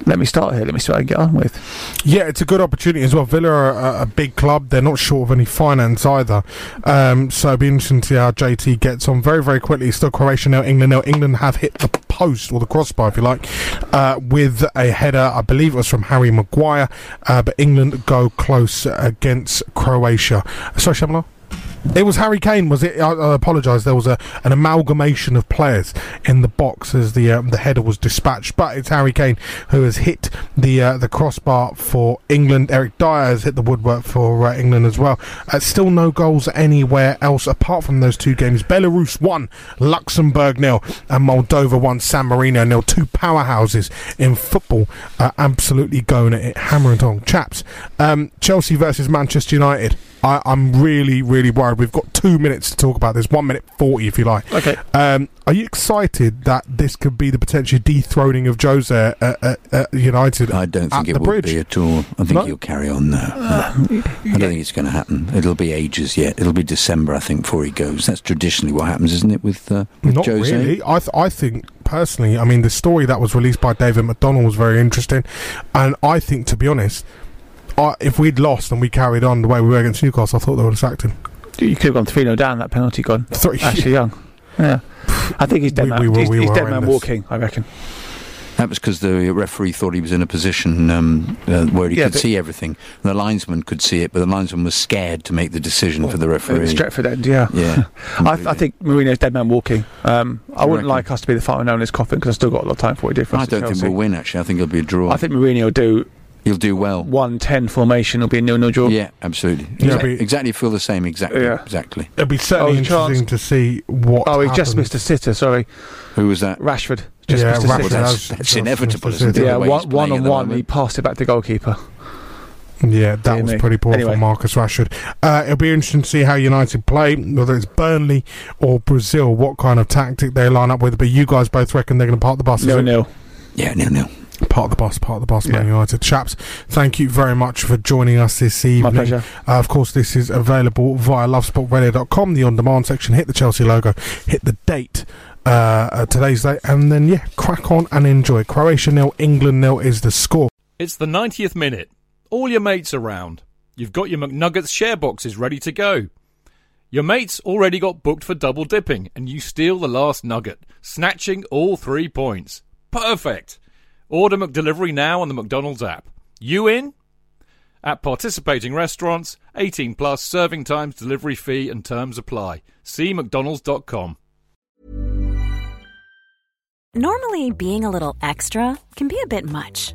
S4: Let me start here. Let me see what I can get on with.
S3: Yeah, it's a good opportunity as well. Villa are a, a big club; they're not short of any finance either. Um, so it'll be interesting to see how JT gets on. Very, very quickly. Still Croatia now. England now. England have hit the post or the crossbar, if you like, uh, with a header. I believe it was from Harry Maguire. Uh, but England go close against Croatia. Sorry, Shamla. It was Harry Kane, was it? I, I apologise. There was a, an amalgamation of players in the box as the um, the header was dispatched, but it's Harry Kane who has hit the uh, the crossbar for England. Eric Dyer has hit the woodwork for uh, England as well. Uh, still no goals anywhere else apart from those two games. Belarus one, Luxembourg nil, and Moldova one, San Marino nil. Two powerhouses in football, uh, absolutely going at it, hammer and on, chaps. Um, Chelsea versus Manchester United. I, I'm really, really worried. We've got two minutes to talk about this. One minute forty, if you like.
S4: Okay.
S3: Um, are you excited that this could be the potential dethroning of Jose at, at, at United? I
S5: don't think it
S3: the
S5: will
S3: bridge?
S5: be at all. I think
S3: No?
S5: he'll carry on now.
S4: Uh,
S5: I don't think it's going to happen. It'll be ages yet. It'll be December, I think, before he goes. That's traditionally what happens, isn't it? With, uh, with
S3: Not
S5: Jose.
S3: really. I th- I think personally, I mean, the story that was released by David McDonald was very interesting, and I think, to be honest, I, if we'd lost and we carried on the way we were against Newcastle, I thought they would have sacked him.
S4: You could have gone 3 0 down, that penalty gone.
S3: Three.
S4: Ashley Young. Yeah. I think he's dead
S3: We-
S4: man.
S3: we were-
S4: he's
S3: we
S4: he's
S3: were
S4: dead man
S3: horrendous.
S4: walking, I reckon.
S5: That was because the referee thought he was in a position um, uh, where he
S4: Yeah,
S5: could
S4: but-
S5: see everything. The linesman could see it, but the linesman was scared to make the decision
S4: uh,
S5: for the referee.
S4: Stretford end, yeah.
S5: Yeah.
S4: I, I think Mourinho's dead man walking. Um, I
S5: You
S4: wouldn't
S5: reckon?
S4: like us to be the final known as coffin because I've still got a lot of time for what he did for us.
S5: I
S4: at
S5: don't think
S4: Chelsea.
S5: we'll win. Actually, I think it'll be a draw.
S4: I think Mourinho will do.
S5: He'll do well.
S4: One ten formation will be a nil nil draw.
S5: Yeah, absolutely.
S4: Yeah,
S5: Exac- exactly. Feel the same. Exactly. Exactly.
S3: It'd be certainly
S4: Oh, there's a chance.
S3: interesting to see what.
S4: Oh, he just
S3: happened.
S4: missed a sitter. Sorry,
S5: Who was that?
S4: Rashford. Just
S3: Yeah,
S4: missed a
S3: Rashford
S4: sitter.
S3: has- That's- that's has inevitable, missed a isn't it, sitter.
S4: Yeah,
S3: the way he's
S4: one, one
S3: playing
S4: on
S3: at the
S4: one. He
S3: moment?
S4: passed it back to goalkeeper.
S3: Yeah, that
S4: Dear
S3: was
S4: me.
S3: pretty poor
S4: Anyway.
S3: from Marcus Rashford. Uh, it'll be interesting to see how United play, whether it's Burnley or Brazil, what kind of tactic they line up with. But you guys both reckon they're going to park the bus. is
S4: No,
S3: it?
S4: no.
S5: Yeah, no, no.
S3: Part of the boss, part of the boss, Man
S4: Yeah.
S3: United. Chaps, thank you very much for joining us this evening.
S4: pleasure.
S3: Uh, of course, this is available via lovesportradio.com, the on demand section. Hit the Chelsea logo, hit the date. Uh, uh, today's date, and then yeah, crack on and enjoy. Croatia nil, England nil is the score.
S1: It's the 90th minute. All your mates around. You've got your McNuggets share boxes ready to go. Your mates already got booked for double dipping, and you steal the last nugget, snatching all three points. Perfect! Order McDelivery now on the McDonald's app. You in? At participating restaurants, 18 plus serving times, delivery fee, and terms apply. See McDonald's.com.
S17: Normally, being a little extra can be a bit much,